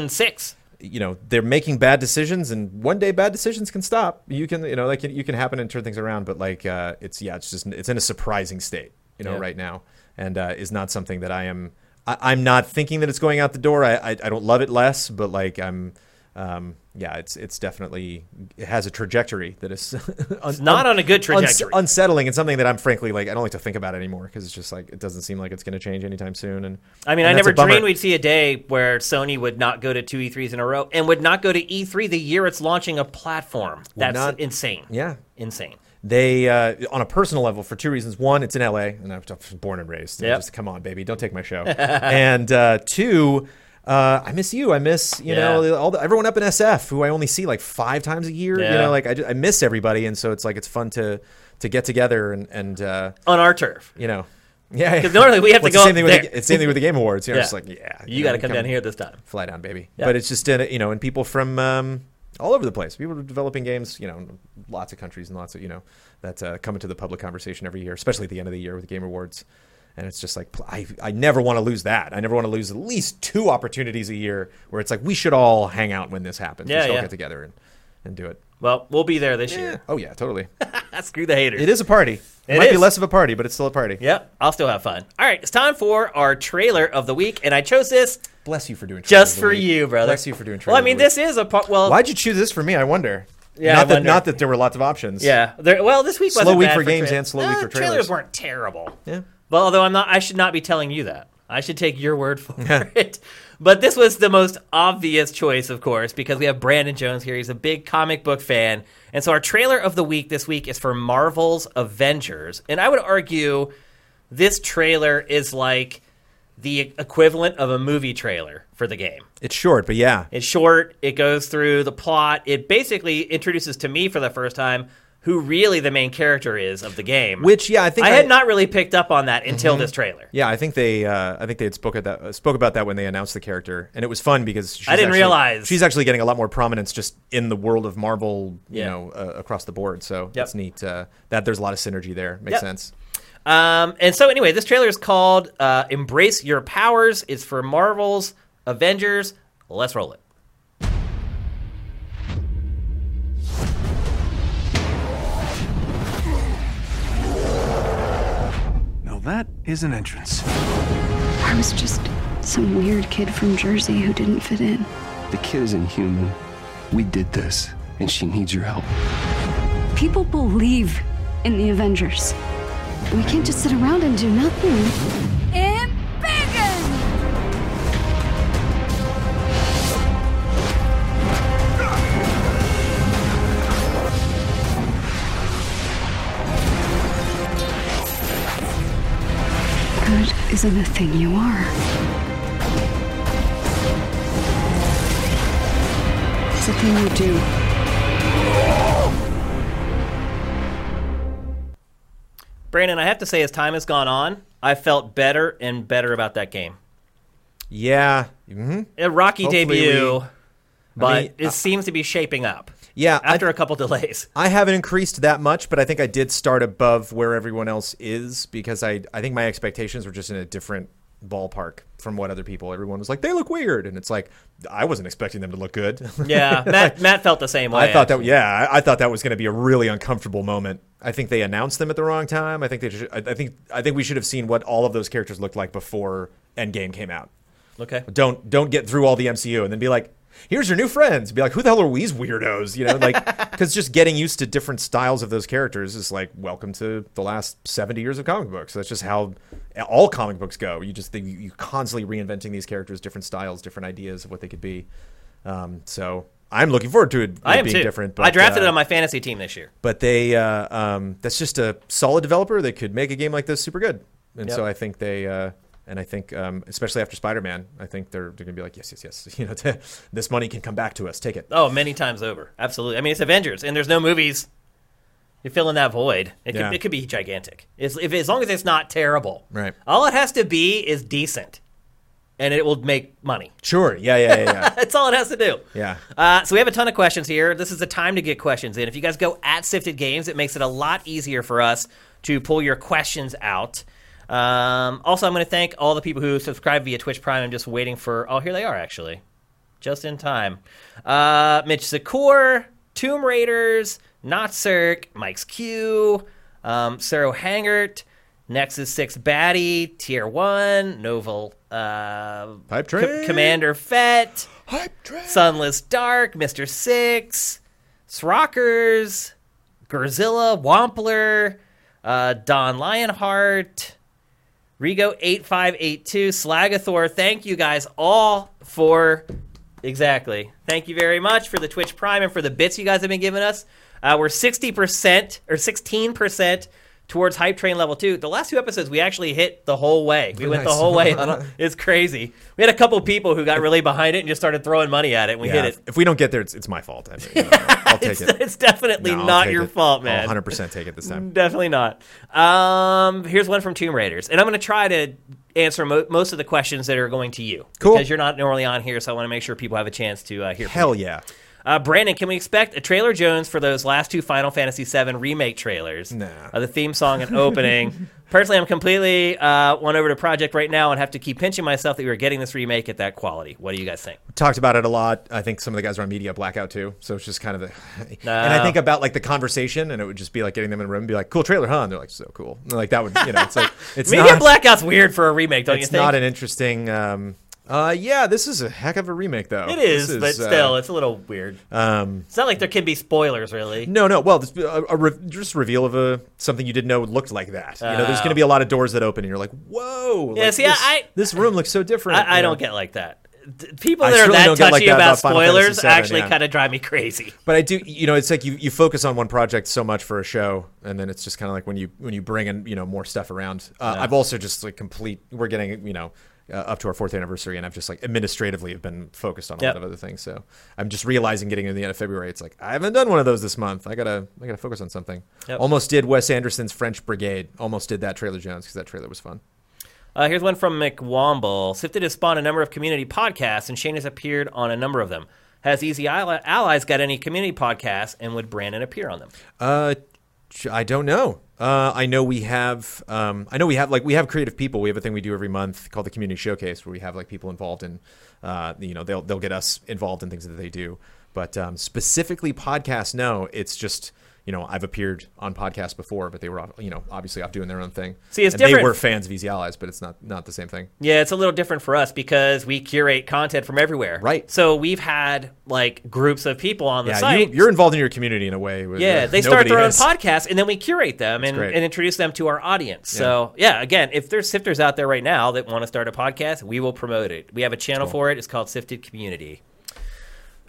2006.
you know they're making bad decisions, and one day bad decisions can stop. You can you know like you can happen and turn things around. But like uh, it's yeah, it's just it's in a surprising state. You know,
Yeah.
right now, and uh, is not something that I am. I, I'm not thinking that it's going out the door. I, I I don't love it less, but like I'm. Um, yeah, it's it's definitely it has a trajectory that is
It's not on a good trajectory.
uns- unsettling and something that I'm frankly like I don't like to think about anymore because it's just like it doesn't seem like it's going to change anytime soon. And
I mean,
and
I
that's
never
a bummer.
dreamed we'd see a day where Sony would not go to two E3s in a row and would not go to E3 the year it's launching a platform. That's
not-
insane.
Yeah,
Insane.
they uh, on a personal level for two reasons. One, it's in LA, and I was born and raised.
Yep.
Just come on, baby, don't take my show. and uh, two. Uh, I miss you. I miss you
Yeah.
know all the, everyone up in SF who I only see like five times a year. You
Yeah.
know, like I, ju- I miss everybody, and so it's like it's fun to to get together and and uh,
On our turf.
you know, yeah.
'Because normally we have to
Well, it's
go
the same
up
thing with
there.
the, it's the same thing with the Game Awards. You know,
Yeah.
it's like yeah,
You,
know,
got to come down here this time.
fly down baby
Yeah.
but it's just in a- you know and people from um, all over the place people are developing games you know lots of countries and lots of you know that uh, come into the public conversation every year especially at the end of the year with the game awards and it's just like pl- i, I never want to lose that i never want to lose at least two opportunities a year where it's like we should all hang out when this happens we
Yeah,
should all
yeah.
get together and, and do it
Well, we'll be there this year.
oh yeah totally
Screw the haters.
it is a party it,
It
might be
is.
less of a party but it's still a party
Yep, I'll still have fun. All right, it's time for our trailer of the week, and I chose this
bless you for doing Trailer
just
of the
for
Week.
you, brother.
bless you for doing
Well, I
Trailer of
mean,
the Week.
this is a part. Well,
why'd you choose this for me i wonder
Yeah,
not
I
that
wonder.
not that there were lots of options
Yeah, there, well, this week
Slow
wasn't
week
bad
for games and slow week
Uh,
for trailers.
Trailers weren't terrible.
yeah
Well, although I'm not, I should not be telling you that. I should take your word for it. But this was the most obvious choice, of course, because we have Brandon Jones here. He's a big comic book fan. And so our trailer of the week this week is for Marvel's Avengers. And I would argue this trailer is like the equivalent of a movie trailer for the game.
it's short but yeah
It's short. It goes through the plot. It basically introduces to me for the first time who really the main character is of the game.
Which, yeah, I think
I,
I- Mm-hmm.
had not really picked up on that until this trailer.
Yeah, I think they, uh, I think they had spoke at that, uh, spoke about that when they announced the character, and it was fun because she's
I didn't
actually-
realize.
she's actually getting a lot more prominence just in the world of Marvel, you
Yeah.
know, uh, across the board. So
Yep.
it's neat uh, that there's a lot of synergy there. Makes
Yep.
sense.
Um, and so, anyway, this trailer is called uh, "Embrace Your Powers." It's for Marvel's Avengers. Let's roll it.
Now that is an entrance.
I was just some weird kid from Jersey who didn't fit in.
The kid is inhuman. We did this, and she needs your help.
People believe in the Avengers. We can't just sit around and do nothing. Good isn't a thing you are. It's a thing you do.
Brandon, I have to say, as time has gone on, I felt better and better about that game.
Yeah, hmm
A rocky
Hopefully
debut,
we-
but
mean,
it seems to be shaping up
yeah. I-
after a couple delays.
I haven't increased that much, but I think I did start above where everyone else is because I, I think my expectations were just in a different ballpark from what other people. Everyone was like, they look weird, and it's like I wasn't expecting them to look good.
Yeah, Matt, Matt felt the same way.
I thought that yeah, I, I thought that was going to be a really uncomfortable moment. I think they announced them at the wrong time. I think they should, I, I think I think we should have seen what all of those characters looked like before Endgame came out.
Okay.
Don't don't get through all the MCU and then be like, here's your new friends. Be like, who the hell are these weirdos? You know, like because just getting used to different styles of those characters is like welcome to the last seventy years of comic books. That's just how all comic books go. You just think you constantly reinventing these characters, different styles, different ideas of what they could be. Um, so. I'm looking forward to it, it
I am
being
too.
different.
I drafted
uh,
it on my fantasy team this year.
but they uh, um, that's just a solid developer that could make a game like this super good and so i think they uh, and i think um, especially after spider-man i think they're, they're gonna be like yes yes yes you know this money can come back to us take it
Oh, many times over. Absolutely. I mean, it's Avengers, and there's no movies. You're filling that void. It could,
Yeah.
it could be gigantic. It's, if, as long as it's not terrible.
Right.
All it has to be is decent, and it will make money.
sure yeah yeah yeah yeah
That's all it has to do.
Yeah.
Uh, so we have a ton of questions here. This is the time to get questions in. If you guys go at Sifted Games, it makes it a lot easier for us to pull your questions out. Um, also, I'm going to thank all the people who subscribe via Twitch Prime. I'm just waiting for. Oh, here they are actually, just in time. Uh, Mitch Secor, Tomb Raiders, Notzirk, Mike's Q, um, Sarah Hangert. Nexus 6 Baddie, Tier 1, Novel uh,
Pipe
Co-
Train.
Commander Fett, Sunless Dark, Mr. Six, Srockers, Gorzilla, Wampler, uh, Don Lionheart, Rigo8582, Slagathor. Thank you guys all for. Exactly. Thank you very much for the Twitch Prime and for the bits you guys have been giving us. Uh, we're 60% or 16% towards Hype Train level two. The last two episodes, we actually hit the whole way. We went the
Nice.
whole way. It's crazy. We had a couple people who got really behind it and just started throwing money at it. And we
Yeah,
hit
if-
it.
if we don't get there it's, it's my fault I mean, you know, i'll take
It's,
it
it's definitely
No, I'll
not
take
your
it. Oh,
fault,
I'll
man. Mm.
100% take it this time
Definitely not. Um, here's one from Tomb Raiders, and I'm going to try to answer mo- most of the questions that are going to you.
Cool.
Because you're not normally on here, so I want to make sure people have a chance to uh, hear. from
hell
you.
yeah
Uh, Brandon, can we expect a trailer Jones for those last two Final Fantasy VII remake trailers?
Nah.
Uh, the theme song and opening. Personally, I'm completely uh, won over to Project right now and have to keep pinching myself that we were getting this remake at that quality. What do you guys think?
talked about it a lot. I think some of the guys are on media blackout too, so it's just kind of the. And I think about like the conversation, and it would just be like getting them in a room and be like, "Cool trailer, huh?" And they're like, "So cool." And like that would, you know, it's like it's
Media
not
Blackout's weird for a remake, don't you
it's
think?
not an interesting. Um, uh, yeah, this is a heck of a remake though.
it is,
This
but
uh, um,
still, it's a little weird. it's not like there can be spoilers, really.
No, no. Well, this, uh, a, a re- just reveal of a something you didn't know looked like that. You know, there's going to be a lot of doors that open, and you're like,
Ah.
"Whoa!"
Yeah,
like,
see, I-
this,
I-
this room looks so different.
I, I
you know?
don't get like that. D- People
I
that are
certainly
that
don't get
touchy
like that
about,
about Final Fantasy
spoilers
VII,
actually
yeah.
kind of drive me crazy.
But I do, you know, it's like you, you focus on one project so much for a show, and then it's just kind of like when you when you bring in you know more stuff around. Uh, I've also just like complete. We're getting you know uh, up to our fourth anniversary, and I've just like administratively have been focused on a
Yep.
lot of other things. So I'm just realizing getting to the end of February, it's like I haven't done one of those this month. I gotta I gotta focus on something.
Yep.
Almost did Wes Anderson's French Brigade. Almost did that trailer Jones because that trailer was fun.
Uh, here's one from McWomble. Sifted has spawned a number of community podcasts, and Shane has appeared on a number of them. Has Easy Ally- Allies got any community podcasts, and would Brandon appear on them?
Uh, ch- I don't know. Uh, I know we have. Um, I know we have like we have creative people. We have a thing we do every month called the community showcase, where we have like people involved in. Uh, you know, they'll they'll get us involved in things that they do. But um, specifically podcasts, no. It's just you know I've appeared on podcasts before, but they were off, you know obviously off doing their own thing.
See, it's
and They
different.
were fans of Easy Allies, but it's not not the same thing.
Yeah, it's a little different for us because we curate content from everywhere.
Right.
So we've had like groups of people on the
Yeah,
site.
you, you're involved in your community in a way. where
yeah, they start
nobody
their own
is.
podcast and then we curate them and,
great.
and introduce them to our audience. So yeah, again, if there's sifters out there right now that want to start a podcast, we will promote it. We have a channel for it. It's called Sifted Community.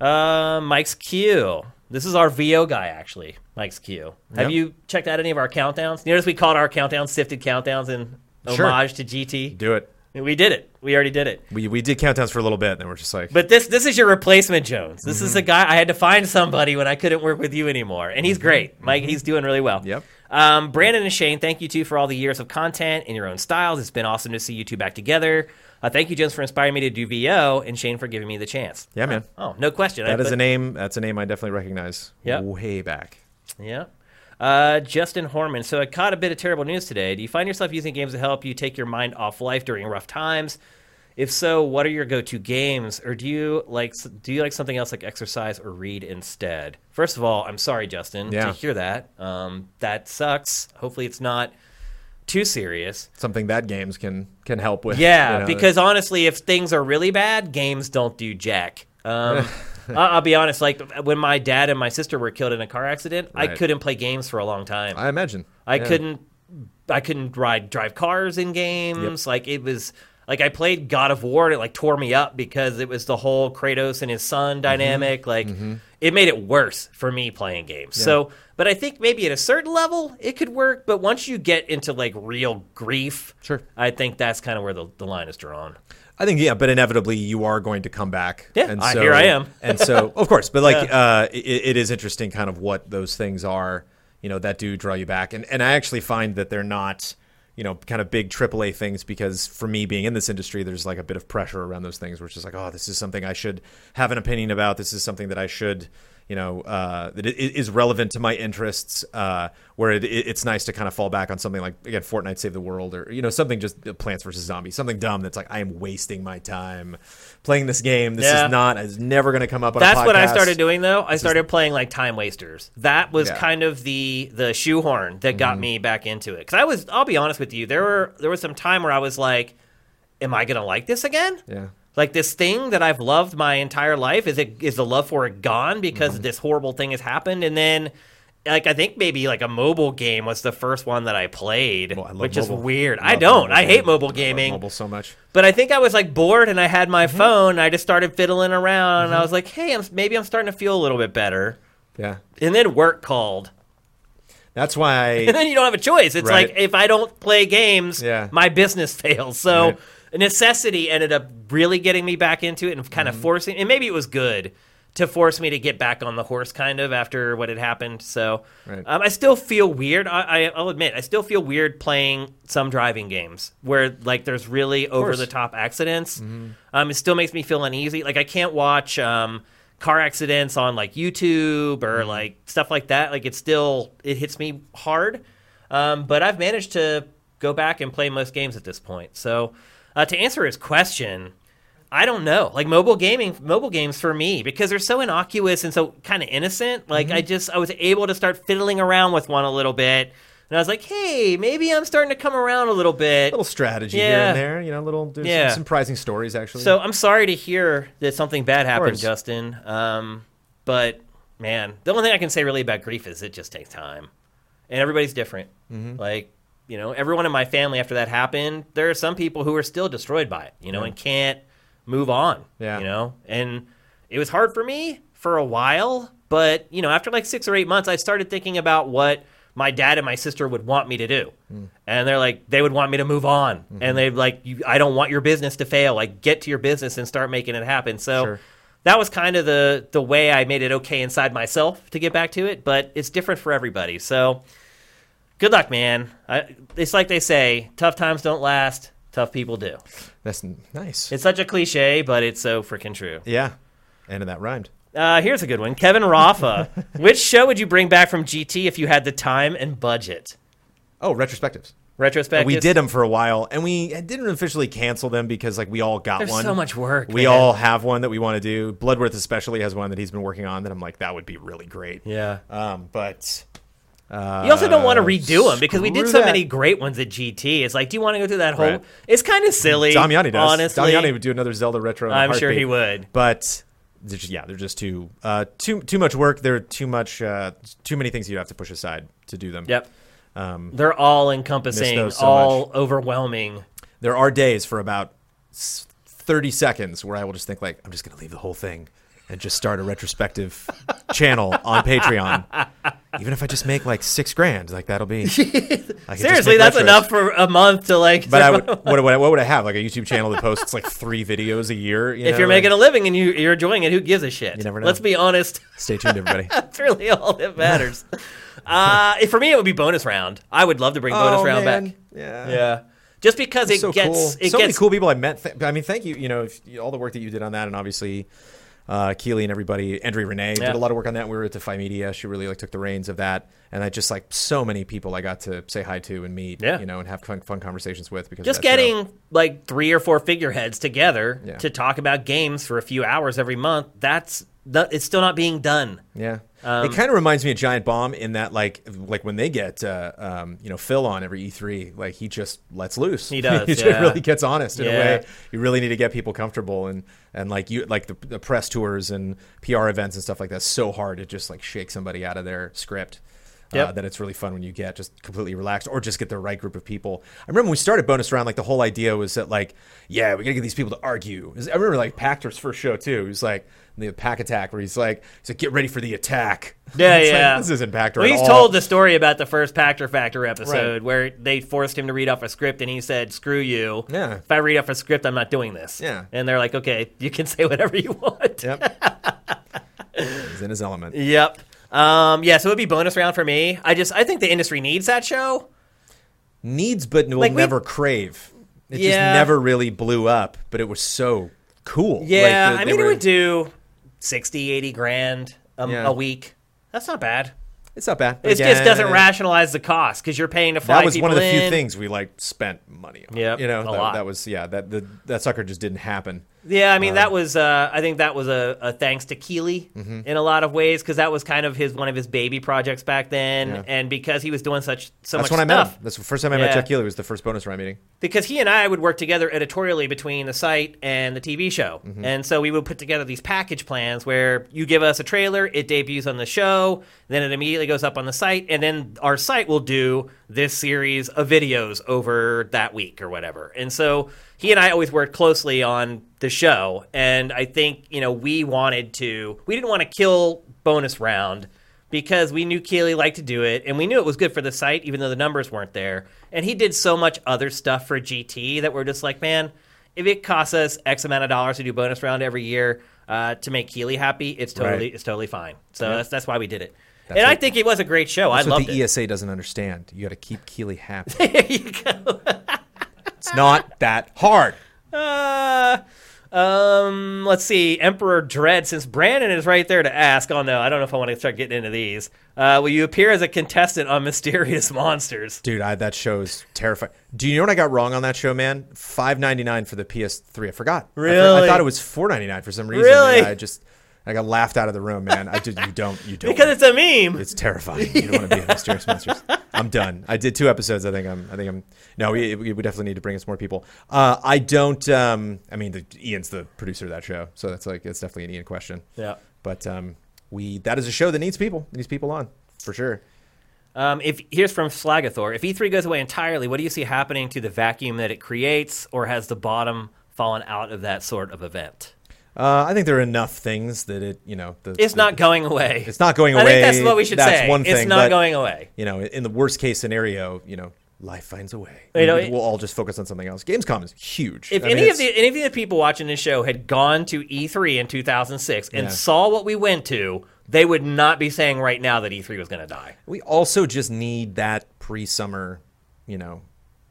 Uh, Mike's Q. This is our VO guy, actually. Mike's Q. Have
Yep.
you checked out any of our countdowns? You notice we called our countdowns Sifted Countdowns in
Sure.
homage to GT.
Do it.
We did it. We already did it.
We, we did countdowns for a little bit, and then we're just like,
But this this is your replacement, Jones. This is the
Mm-hmm.
guy I had to find somebody when I couldn't work with you anymore, and he's great, Mike. He's doing really well.
Mm-hmm. Yep.
Um, Brandon and Shane, thank you too for all the years of content in your own styles. It's been awesome to see you two back together. Uh, thank you, Jones, for inspiring me to do VO, and Shane for giving me the chance.
yeah, man.
Oh, no question.
That
I
is
put-
a name. That's a name I definitely recognize.
Yep.
way back.
Yeah. Uh, Justin Horman. So I caught a bit of terrible news today. Do you find yourself using games to help you take your mind off life during rough times? If so, what are your go-to games, or do you like do you like something else like exercise or read instead? First of all, I'm sorry, Justin,
Yeah.
to hear that. Um, that sucks. Hopefully, it's not too serious.
something that games can can help with.
Yeah,
you know,
because honestly, if things are really bad, games don't do jack. Um, I- I'll be honest. Like when my dad and my sister were killed in a car accident, I
Right.
couldn't play games for a long time.
I imagine
I
Yeah.
couldn't I couldn't ride drive cars in games. Like it was like I played God of War and it like tore me up because it was the whole Kratos and his
Mm-hmm.
son dynamic. Like it made it worse for me playing games. So but I think maybe at a certain level it could work, but once you get into like real grief,
Sure.
I think that's kind of where the, the line is drawn.
I think yeah, but inevitably you are going to come back.
Yeah, I- here I am.
and so of course, but like uh, it, it is interesting, kind of what those things are, you know, that do draw you back. And and I actually find that they're not, you know, kind of big AAA things because for me being in this industry, there's like a bit of pressure around those things, which is like, oh, this is something I should have an opinion about. This is something that I should. You know uh, that it it is relevant to my interests. Uh, where it, it, it's nice to kind of fall back on something like again, Fortnite Save the World, or you know something just uh, Plants vs Zombies, something dumb that's like I am wasting my time playing this game. This
Yeah.
is not. It's never going to come up on.
That's
a podcast.
what I started doing though. I started playing like time wasters. That was
Yeah. Mm-hmm.
kind of the the shoehorn that got me back into it. Because I was, I'll be honest with you, there were there was some time where I was like, "Am I gonna like this again?
Yeah.
Like this thing that I've loved my entire life is it is the love for it gone because
Mm-hmm.
this horrible thing has happened? And then, like I think maybe like a mobile game was the first one that I played,
Well, I love
which
mobile.
is weird.
I
I
love
don't.
mobile
I hate
gaming.
mobile
I love
gaming.
mobile so much.
But I think I was like bored and I had my
Mm-hmm.
phone. And I just started fiddling around. And I was like, hey, I'm, maybe I'm starting to feel a little bit better.
Yeah,
And then work called.
that's why.
And then you don't have a choice. It's
Right.
like if I don't play games,
Yeah.
my business fails. So
Right.
necessity ended up really getting me back into it and kind
Mm-hmm.
of forcing. And maybe it was good to force me to get back on the horse, kind of after what had happened. So
Right.
um, I still feel weird. I, I, I'll admit, I still feel weird playing some driving games where like there's really over the top accidents. Um, it still makes me feel uneasy. Like I can't watch. Um, car accidents on like youtube or like stuff like that like it still it hits me hard um, but I've managed to go back and play most games at this point. So, uh, to answer his question, I don't know. Like mobile gaming, mobile games for me because they're so innocuous and so kind of innocent. Like
Mm-hmm.
I just I was able to start fiddling around with one a little bit, and I was like, hey, maybe I'm starting to come around a little bit.
little strategy here
Yeah.
and there, you know, little there's
Yeah.
some surprising stories actually.
So I'm sorry to hear that something bad happened,
course.
Justin. Um, but man, the only thing I can say really about grief is it just takes time, and everybody's different.
Mm-hmm.
Like you know, everyone in my family after that happened, there are some people who are still destroyed by it, you know, and can't move on.
Yeah.
you know, and it was hard for me for a while, but you know, after like six or eight months, I started thinking about what my dad and my sister would want me to do. And they're like, they would want me to move on. And they like, you, I don't want your business to fail. Like, get to your business and start making it happen. So
Sure.
that was kind of the the way I made it okay inside myself to get back to it. But it's different for everybody. So good luck, man. I, it's like they say, tough times don't last. Tough people do.
that's n- nice.
It's such a cliche, but it's so freaking true.
yeah, and that rhymed.
Uh, here's a good one. Kevin Rafa. Which show would you bring back from GT if you had the time and budget?
Oh, retrospectives.
Retrospective.
We did them for a while, and we didn't officially cancel them because like we all got
There's
one.
so much work,
We
man.
all have one that we want to do. Bloodworth especially has one that he's been working on that I'm like that would be really great.
Yeah.
Um, but
You also don't want to redo them because we did
uh,
so
screw that.
many great ones at GT. It's like, do you want to go through that whole?
Right.
It's kind of silly.
Damiani does.
Honestly,
Damiani would do another Zelda retro. in a
I'm sure
heartbeat.
he would.
But they're just, yeah, they're just too uh, too too much work. There are too much uh, too many things you have to push aside to do them.
Yep. They're all encompassing,
those so
all overwhelming.
There are days for about s- thirty seconds where I will just think like I'm just going to leave the whole thing and just start a retrospective channel on Patreon. Even if I just make like six grand, like that'll be. I could just
Seriously,
make
that's
retros.
enough for a month to like.
But I would, what, what, what would I have? Like a YouTube channel that posts like three videos a year. You
if
know,
you're
like-
making a living and you, you're enjoying it, who gives a shit? You
never know.
Let's be honest.
stay tuned, everybody.
That's really all that matters. uh, for me, it would be bonus round. I would love to bring
Oh,
bonus round back.
Yeah.
Oh, Yeah, just because it
so
gets
cool.
it
so many
gets
cool people I met. Th- I mean, thank you. You know, if, all the work that you did on that, and obviously uh, Keely and everybody, Andrea Renee
Yeah.
did a lot of work on that. We were at Defy Media. She really like took the reins of that, and I just like so many people I got to say hi to and meet.
Yeah.
You know, and have fun, fun conversations with because of
just
that show.
getting like three or four figureheads together
Yeah.
to talk about games for a few hours every month. That's that, it's still not being done.
Yeah.
Um,
it kind of reminds me of Giant Bomb in that, like, like when they get, uh, um, you know, Phil on every E3, like he just lets loose.
He does,
he just
yeah.
really gets honest in
Yeah.
a way. You really need to get people comfortable and and like you like the, the press tours and PR events and stuff like that. So hard to just like shake somebody out of their script.
Yep.
Uh, that it's really fun when you get just completely relaxed or just get the right group of people. I remember when we started bonus round, like the whole idea was that like, yeah, we gotta get these people to argue. 'Cause I remember like Pactor's first show too. He was like the pack attack where he's like, he's like, get ready for the attack.
Yeah,
It's like,
yeah.
this isn't Pactor.
Well,
at
he's
all.
told the story about the first Pactor Factor episode
Right.
where they forced him to read off a script, and he said, "Screw you!
Yeah.
If I read off a script, I'm not doing this."
Yeah.
And they're like, "Okay, you can say whatever you want."
Yep. he's in his element.
Yep. Um, yeah. So it'd be bonus round for me. I just I think the industry needs that show.
Needs, but will
Like, we-
never crave. It
Yeah.
just never really blew up, but it was so cool. Like,
Yeah.
the-
I
they
mean,
were-
it would do 60, 80 grand um,
Yeah.
a week. That's not bad.
It's not bad.
It just doesn't
rash.
rationalize the cost because you're paying to fly
that was one of the
people
few
in.
things we like spent money on.
Yep,
you know
a
that,
lot.
that was yeah that the, that sucker just didn't happen.
Yeah, I mean that was uh, I think that was a, a thanks to Keeley
Mm-hmm.
in a lot of ways because that was kind of his one of his baby projects back then, and because he was doing such so
That's
much
when I met
stuff.
him. That's the first time I
Yeah.
met Chuck Keeley. Was the first bonus round meeting.
Because he and I would work together editorially between the site and the TV show, and so we would put together these package plans where you give us a trailer, it debuts on the show, then it immediately goes up on the site, and then our site will do this series of videos over that week or whatever, and so he and I always worked closely on the show. And I think, you know, we wanted to, we didn't want to kill bonus round because we knew Keeley liked to do it and we knew it was good for the site, even though the numbers weren't there. And he did so much other stuff for GT that we're just like, man, if it costs us X amount of dollars to do bonus round every year uh, to make Keeley happy, it's totally,
Right.
it's totally fine. So that's, that's why we did it. and I think it was a great show.
That's
I
what
loved
the E-
it.
ESA doesn't understand. You got to keep Keeley happy. there you go. it's not that hard.
Uh, um, let's see. Emperor Dread, since Brandon is right there to ask. Oh no, I don't know if I want to start getting into these. Uh, will you appear as a contestant on Mysterious Monsters?
Dude, I, that show's terrifying. Do you know what I got wrong on that show, man? Five ninety nine for the PS3. I forgot. I for- I,
Really?
thought it was four ninety nine for some reason.
Really?
and I just I got laughed out of the room, man. I did. You don't. You don't.
Because it's a meme.
It's terrifying. You don't want to be in Mysterious Monsters. I'm done. I did two episodes. I think I'm. I think I'm. No, we, we we definitely need to bring us more people. Uh, I don't. Um, I mean, the, Ian's the producer of that show, so that's like it's definitely an Ian question.
Yeah.
But um, we that is a show that needs people. Needs people on for sure.
Um, if here's from Slagathor. If E3 goes away entirely, what do you see happening to the vacuum that it creates, or has the bottom fallen out of that sort of event?
Uh, I think there are enough things that it. You know, the,
It's
the-
not going away.
It's not going
I
away.
think that's what we should
That's
say.
one
it's
thing,
not
but-
going away.
You know, in the worst case scenario, you know, life finds a way.
You know,
we,
it-
will all just focus on something else. Gamescom is huge.
If
I mean,
any of
it's-
the any of the people watching this show had gone to E3 in 2006 and
Yeah.
saw what we went to, they would not be saying right now that E3 was going to die.
We also just need that pre-summer, you know,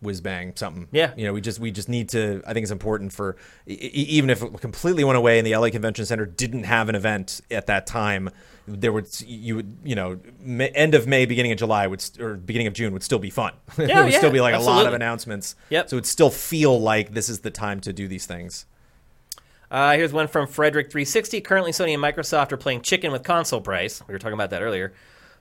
whiz bang something.
Yeah.
You know, we just we just need to. I think it's important for e- e- even if it completely went away and the LA Convention Center didn't have an event at that time, there would you would you know ma- end of May, beginning of July would st- or beginning of June would still be fun.
Yeah,
there would
yeah,
still be like a lot of
absolutely.
announcements.
Yep.
So it'd still feel like this is the time to do these things.
Uh, here's one from Frederick360. Currently, Sony and Microsoft are playing chicken with console price. We were talking about that earlier.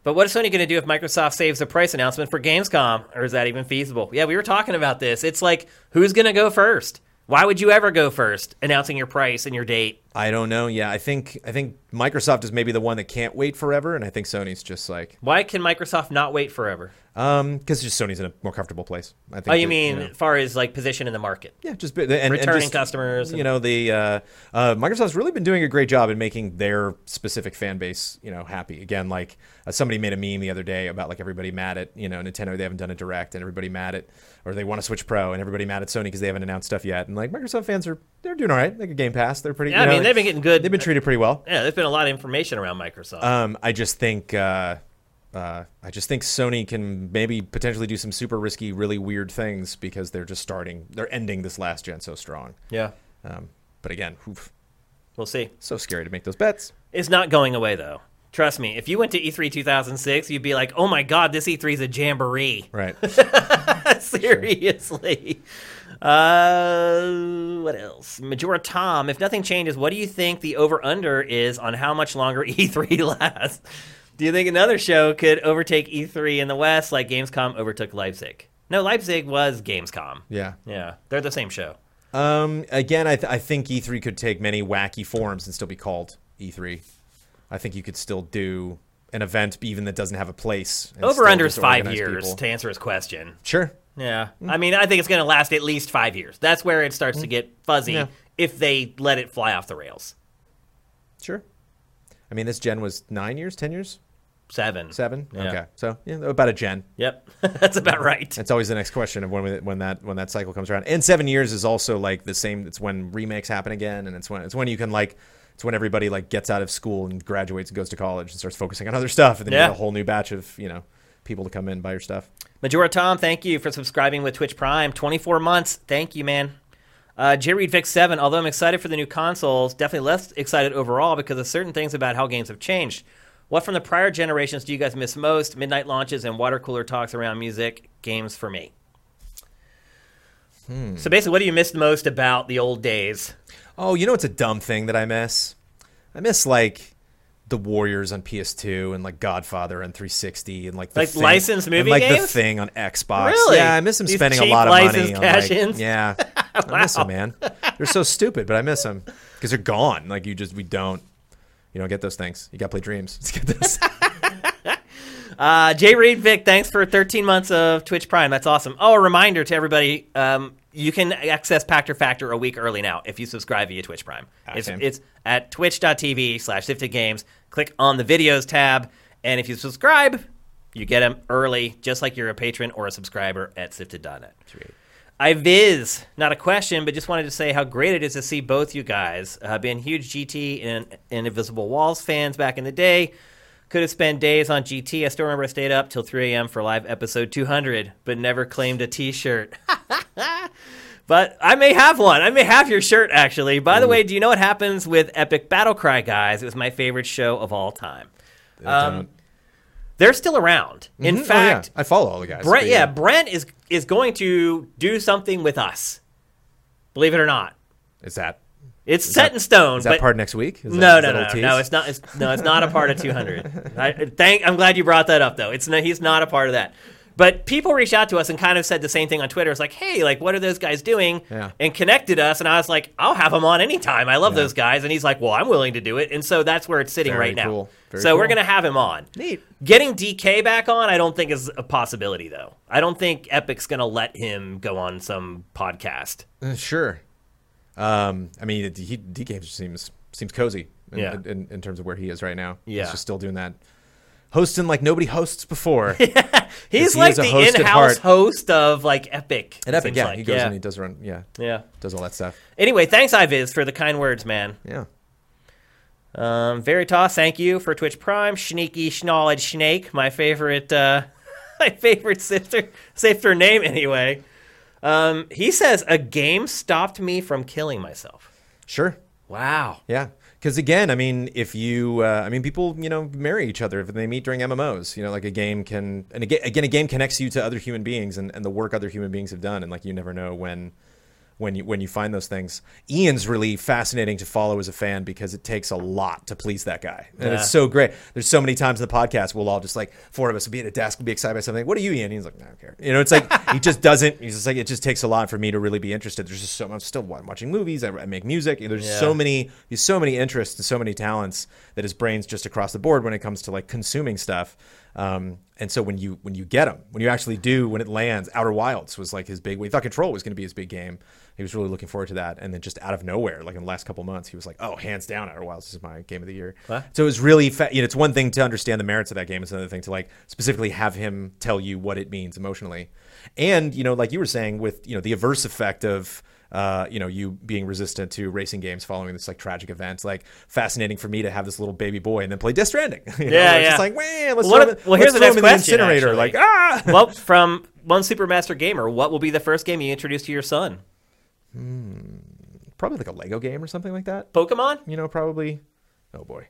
But what is Sony going to do if Microsoft saves the price announcement for Gamescom? Or is that even feasible? Yeah, we were talking about this. It's like, who's going to go first? Why would you ever go first announcing your price and your date?
I don't know. Yeah, I think I think Microsoft is maybe the one that can't wait forever, and I think Sony's just like
Why can Microsoft not wait forever?
Um, because just Sony's in a more comfortable place. I think.
Oh, you
that,
mean
know.
as far as like position in the market?
yeah, just and, and
returning
just,
customers and-
You know, the uh, uh, Microsoft's really been doing a great job in making their specific fan base, you know, happy. Again, like uh, somebody made a meme the other day about like everybody mad at you know Nintendo they haven't done a direct, and everybody mad at or they want to switch pro, and everybody mad at Sony because they haven't announced stuff yet. And like Microsoft fans are they're doing all right. They got Game Pass. They're pretty.
Yeah, I
you know,
mean, they've been getting good-
They've been treated pretty well.
Yeah, there's been a lot of information around Microsoft.
Um, I just think uh, uh, I just think Sony can maybe potentially do some super risky, really weird things because they're just starting, they're ending this last gen so strong.
yeah,
Um, but again, oof,
we'll see.
so scary to make those bets.
It's not going away though. Trust me. If you went to E E3 2006, you'd be like, "Oh my God, this E3 is a jamboree."
Right.
Seriously. Uh, what else? Majora Tom, if nothing changes, what do you think the over under is on how much longer E3 lasts? Do you think another show could overtake E3 in the West like Gamescom overtook Leipzig? No, Leipzig was Gamescom.
Yeah.
Yeah. They're the same show.
Um, again, I, th- I think E3 could take many wacky forms and still be called E3. I think you could still do an event even that doesn't have a place. and
Over
still
under is
just
five
organize
years
people. Mm.
to answer his question.
Sure.
Yeah. I mean, I think it's going to last at least five years. That's where it starts
Mm.
to get fuzzy if they let it fly off the rails.
Sure. I mean, this gen was nine years, 10 years,
Seven.
seven.
Yeah.
Okay. So, yeah, about a gen.
Yep. That's about right.
It's always the next question of when we- when that when that cycle comes around. And seven years is also like the same. It's when remakes happen again, and it's when it's when you can like it's when everybody like gets out of school and graduates and goes to college and starts focusing on other stuff, and then
Yeah.
you get a whole new batch of you know people to come in and buy your stuff.
Majora Tom, thank you for subscribing with Twitch Prime. 24 months. Thank you, man. Uh, J Reed Vic 7, although I'm excited for the new consoles, definitely less excited overall because of certain things about how games have changed. What from the prior generations do you guys miss most? Midnight launches and water cooler talks around music, games for me. So basically, what do you miss most about the old days?
Oh, you know it's a dumb thing that I miss. I miss like the Warriors on PS2 and like Godfather on 360 and like the
Like
Thing-
licensed
and,
movie
like the
games?
thing on Xbox.
Really?
Yeah, I miss them
These
spending a
cheap
lot of money
licensed
on
cash-ins?
like yeah. I miss them, man. They're so stupid, but I miss them because they're gone. Like you just we don't you don't get those things. You got to play Dreams. Let's get this.
Uh, J Reed Vic, thanks for 13 months of Twitch Prime. That's awesome. Oh, a reminder to everybody: um, you can access Pactor Factor a week early now if you subscribe via Twitch Prime. It's,
Awesome.
it's at twitch.tv/slash Sifted Games. Click on the videos tab, and if you subscribe, you get them early, just like you're a patron or a subscriber at Sifted.net. I viz, not a question, but just wanted to say how great it is to see both you guys. Uh, being huge GT and, and Invisible Walls fans back in the day, could have spent days on GT. I still remember I stayed up till 3 a.m. for live episode 200, but never claimed a T-shirt. but I may have one. I may have your shirt actually. By the way, do you know what happens with Epic Battle Cry guys? It was my favorite show of all time. Um, they're still around. In
Mhm. Oh, yeah.
fact,
I follow all the guys.
Brent,
But
yeah, Brent is is going to do something with us. Believe it or not,
Is that
it's set in stone.
is that
but
part next week? Is
no,
that,
no,
is that
no,
old
no,
tease?
no. It's not. It's, no, it's not a part of 200. I, thank. I'm glad you brought that up, though. It's no, he's not a part of that. But people reached out to us and kind of said the same thing on Twitter. It's like, hey, like, what are those guys doing?
Yeah.
And connected us, and I was like, I'll have them on anytime. I love those guys, and he's like, well, I'm willing to do it. And so that's where it's sitting
Very
right now.
cool. Very
so we're
cool.
gonna have him on.
Neat.
Getting DK back on, I don't think is a possibility, though. I don't think Epic's gonna let him go on some podcast.
Uh, sure. Um, I mean, he, he DK just seems seems cozy. In,
Yeah.
In, in terms of where he is right now.
Yeah.
He's just still doing that, hosting like nobody hosts before.
He's
he
like
is a
the
host at
in-house
heart.
host of like Epic.
and
it
Epic,
seems
yeah,
like.
he goes and he does run. Yeah.
Yeah.
Does all that stuff.
Anyway, thanks, Iviz, for the kind words, man.
Yeah.
Um, Veritas, thank you for Twitch Prime. Sneaky Schnalled Snake, my favorite, uh, my favorite sister, sister name anyway. Um, he says a game stopped me from killing myself.
Sure.
Wow.
Yeah. Because again, I mean, if you, uh, I mean, people, you know, marry each other if they meet during MMOs. You know, like a game can, and aga- again, a game connects you to other human beings and, and the work other human beings have done, and like you never know when, when you when you find those things. Ian's really fascinating to follow as a fan because it takes a lot to please that guy, and
Yeah.
it's so great. There's so many times in the podcast we'll all just like four of us will be at a desk, we'll be excited by something. What are you, Ian? He's like, I don't care. You know, it's like he just doesn't. He's just like it just takes a lot for me to really be interested. There's just so I'm still watching movies. I, I make music. and There's
Yeah.
so many he's so many interests and so many talents that his brain's just across the board when it comes to like consuming stuff. Um, and so when you when you get him, when you actually do, when it lands, Outer Wilds was like his big. We thought Control was going to be his big game. He was really looking forward to that, and then just out of nowhere, like in the last couple months, he was like, "Oh, hands down, Outer Wilds is my game of the year." So it was really, fa- you know, it's one thing to understand the merits of that game; it's another thing to like specifically have him tell you what it means emotionally. And you know, like you were saying, with you know the averse effect of uh, you know, you being resistant to racing games following this like tragic event. Like fascinating for me to have this little baby boy and then play Death Stranding. you know,
Yeah,
it's
yeah.
Just like, man, let's
Well, what-
throw him,
well, here's
let's
the
throw
next question,
him in the incinerator.
actually.
Like, ah,
well, from one Supermaster Gamer, what will be the first game you introduce to your son?
probably like a Lego game or something like that.
Pokemon?
You know, probably. Oh boy.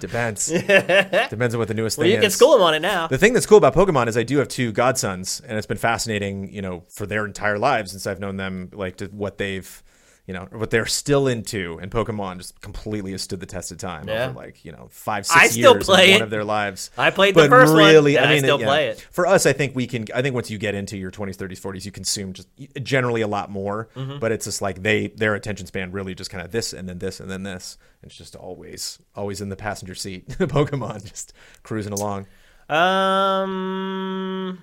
Depends. Depends on what the newest
Well,
thing
you can
is.
school him on it now.
The thing that's cool about Pokemon is I do have two godsons, and it's been fascinating, you know, for their entire lives since I've known them, like to what they've, you know, what they're still into, and Pokemon just completely has stood the test of time
Yeah.
over like you know five, six
I
years
still play
of
it.
one of their lives.
I played the
But
first one,
really,
and I
I mean,
still
yeah.
play it.
For us, I think we can. I think once you get into your 20s, 30s, 40s, you consume just generally a lot more.
Mm-hmm.
But it's just like they their attention span really just kind of this and then this and then this. It's just always always in the passenger seat. Pokemon just cruising along.
Um,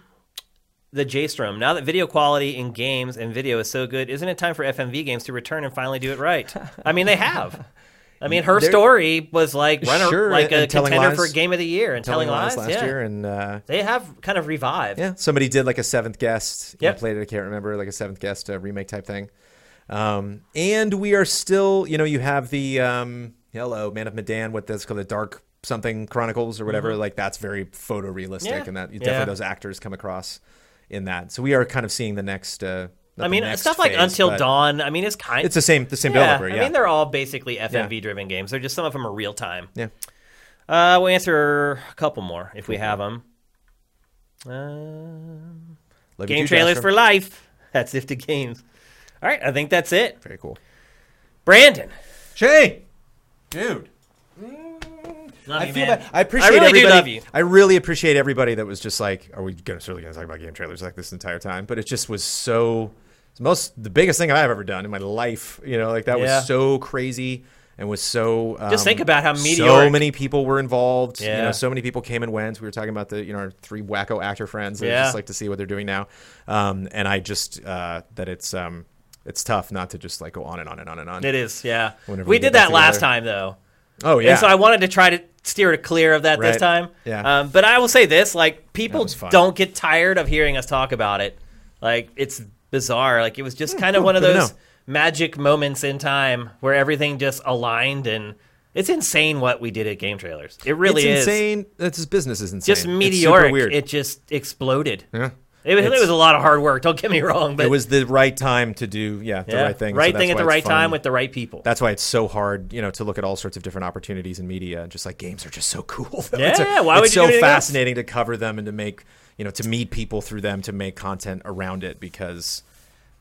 the JSTROM. Now that video quality in games and video is so good, isn't it time for FMV games to return and finally do it right? I mean, they have. I mean, her story was like runner,
Sure,
like a
and Telling
contender
Lies-
for Game of the Year and telling, lies.
last
yeah.
year, and uh,
they have kind of revived.
yeah, somebody did like a seventh guest. Yeah,
Yep.
played it. I can't remember like a seventh guest uh, remake type thing. Um, and we are still, you know, you have the um, hello Man of Medan, what that's called the Dark Something Chronicles or whatever. Like that's very photorealistic,
Mm-hmm. Yeah.
and that definitely
Yeah.
those actors come across in that. So we are kind of seeing the next. Uh, not
I
the
mean,
next
stuff like
phase,
Until
but
Dawn. I mean, it's kind.
It's the same, the same
yeah,
developer.
I
Yeah,
mean, they're all basically FMV-driven games. They're just some of them are real time.
yeah.
Uh, we'll answer a couple more if we have them. Uh,
Love you
game
too,
trailers
Jasper.
for life. That's Ifted Games. All right, I think that's it.
very cool.
Brandon.
Shane, dude.
Love
I
you,
feel
man.
bad. I appreciate
really do
everybody.
love you.
I really appreciate everybody that was just like, are we gonna, certainly going to talk about game trailers like this entire time? But it just was so it's the most the biggest thing I've ever done in my life. You know, like that
Yeah.
was so crazy and was so. Um,
Just think about how
so
meteoric-
many people were involved. You
Yeah.
know, so many people came and went. We were talking about the you know our three wacko actor friends. I
Yeah.
just like to see what they're doing now. Um, and I just uh, that it's um it's tough not to just like go on and on and on and on.
It is, yeah.
Whenever
we
we
did
get back
that last
together.
time, though.
Oh yeah.
And so I wanted to try to steer it clear of that this
Right.
time.
Yeah.
Um, but I will say this: like, people
was fun.
don't get tired of hearing us talk about it. Like, it's bizarre. Like, it was just kind of one of
good to
those
know.
magic moments in time where everything just aligned, and it's insane what we did at game trailers. It really
it's
is
insane. That's his business is insane.
just
It's super
meteoric.
weird.
It just exploded.
Yeah.
It, was- it
It's-
was a lot of hard work. Don't get me wrong, but
it was the right time to do yeah the
yeah,
right thing so
right
that's
thing at
why
the
it's
right
fun.
time with the right people.
that's why it's so hard you know to look at all sorts of different opportunities in media and just like games are just so cool though.
Yeah,
It's a-
yeah, why would
it's
you do
so
anything else?
fascinating to cover them and to make you know to meet people through them to make content around it because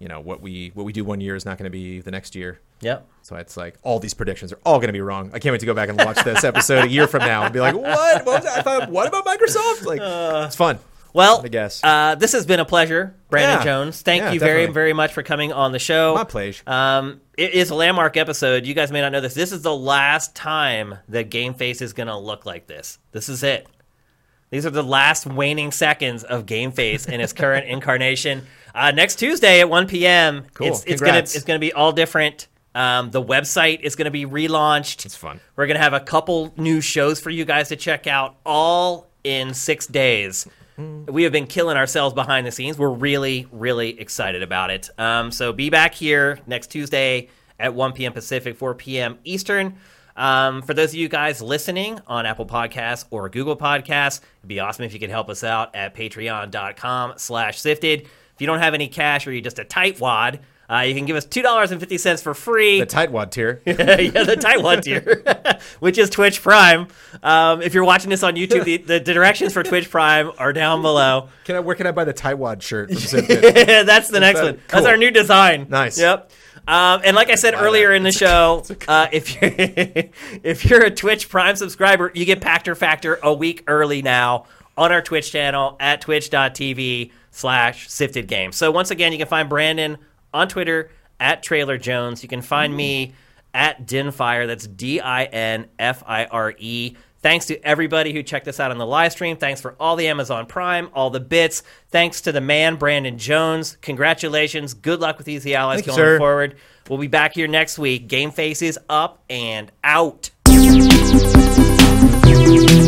you know what we what we do one year is not going to be the next year
yep.
so it's like all these predictions are all going to be wrong. I can't wait to go back and watch this episode a year from now and be like, "What? What was I thought? What about Microsoft?" Like,
Uh.
it's fun.
Well,
I guess.
Uh, this has been a pleasure, Brandon
Yeah.
Jones. Thank
Yeah,
you very,
definitely.
very much for coming on the show.
My pleasure.
Um, it is a landmark episode. You guys may not know this. This is the last time that Game Face is going to look like this. This is it. These are the last waning seconds of Game Face in its current incarnation. Uh, next Tuesday at 1 p.m.
Cool.
It's, it's gonna
Congrats.
it's gonna be all different. Um, the website is gonna be relaunched. It's
fun.
We're gonna have a couple new shows for you guys to check out, all in six days. We have been killing ourselves behind the scenes. We're really, really excited about it. Um, so be back here next Tuesday at 1 p.m. Pacific, 4 p.m. Eastern. Um, for those of you guys listening on Apple Podcasts or Google Podcasts, it'd be awesome if you could help us out at patreon.com slash sifted. If you don't have any cash or you're just a tightwad, uh, you can give us $2.50 for free.
The tightwad tier.
yeah, the Taiwan tier, which is Twitch Prime. Um, if you're watching this on YouTube, the, the directions for Twitch Prime are down below.
Can I? Where can I buy the tightwad shirt? From Zipfit?
That's the next
that-
one. That's
cool.
our new design.
Nice.
Yep. Um, and like I said earlier in the show, uh, if you're if you're a Twitch Prime subscriber, you get Pactor Factor a week early now on our Twitch channel at twitch.tv slash sifted game. So once again, you can find Brandon on Twitter at Trailer Jones. You can find me at Dinfire. That's D-I-N-F-I-R-E. E. Thanks to everybody who checked us out on the live stream. Thanks for all the Amazon Prime, all the bits. Thanks to the man, Brandon Jones. Congratulations. Good luck with Easy Allies
Thank you,
going
sir.
forward. We'll be back here next week. Game faces up and out.
Thank you.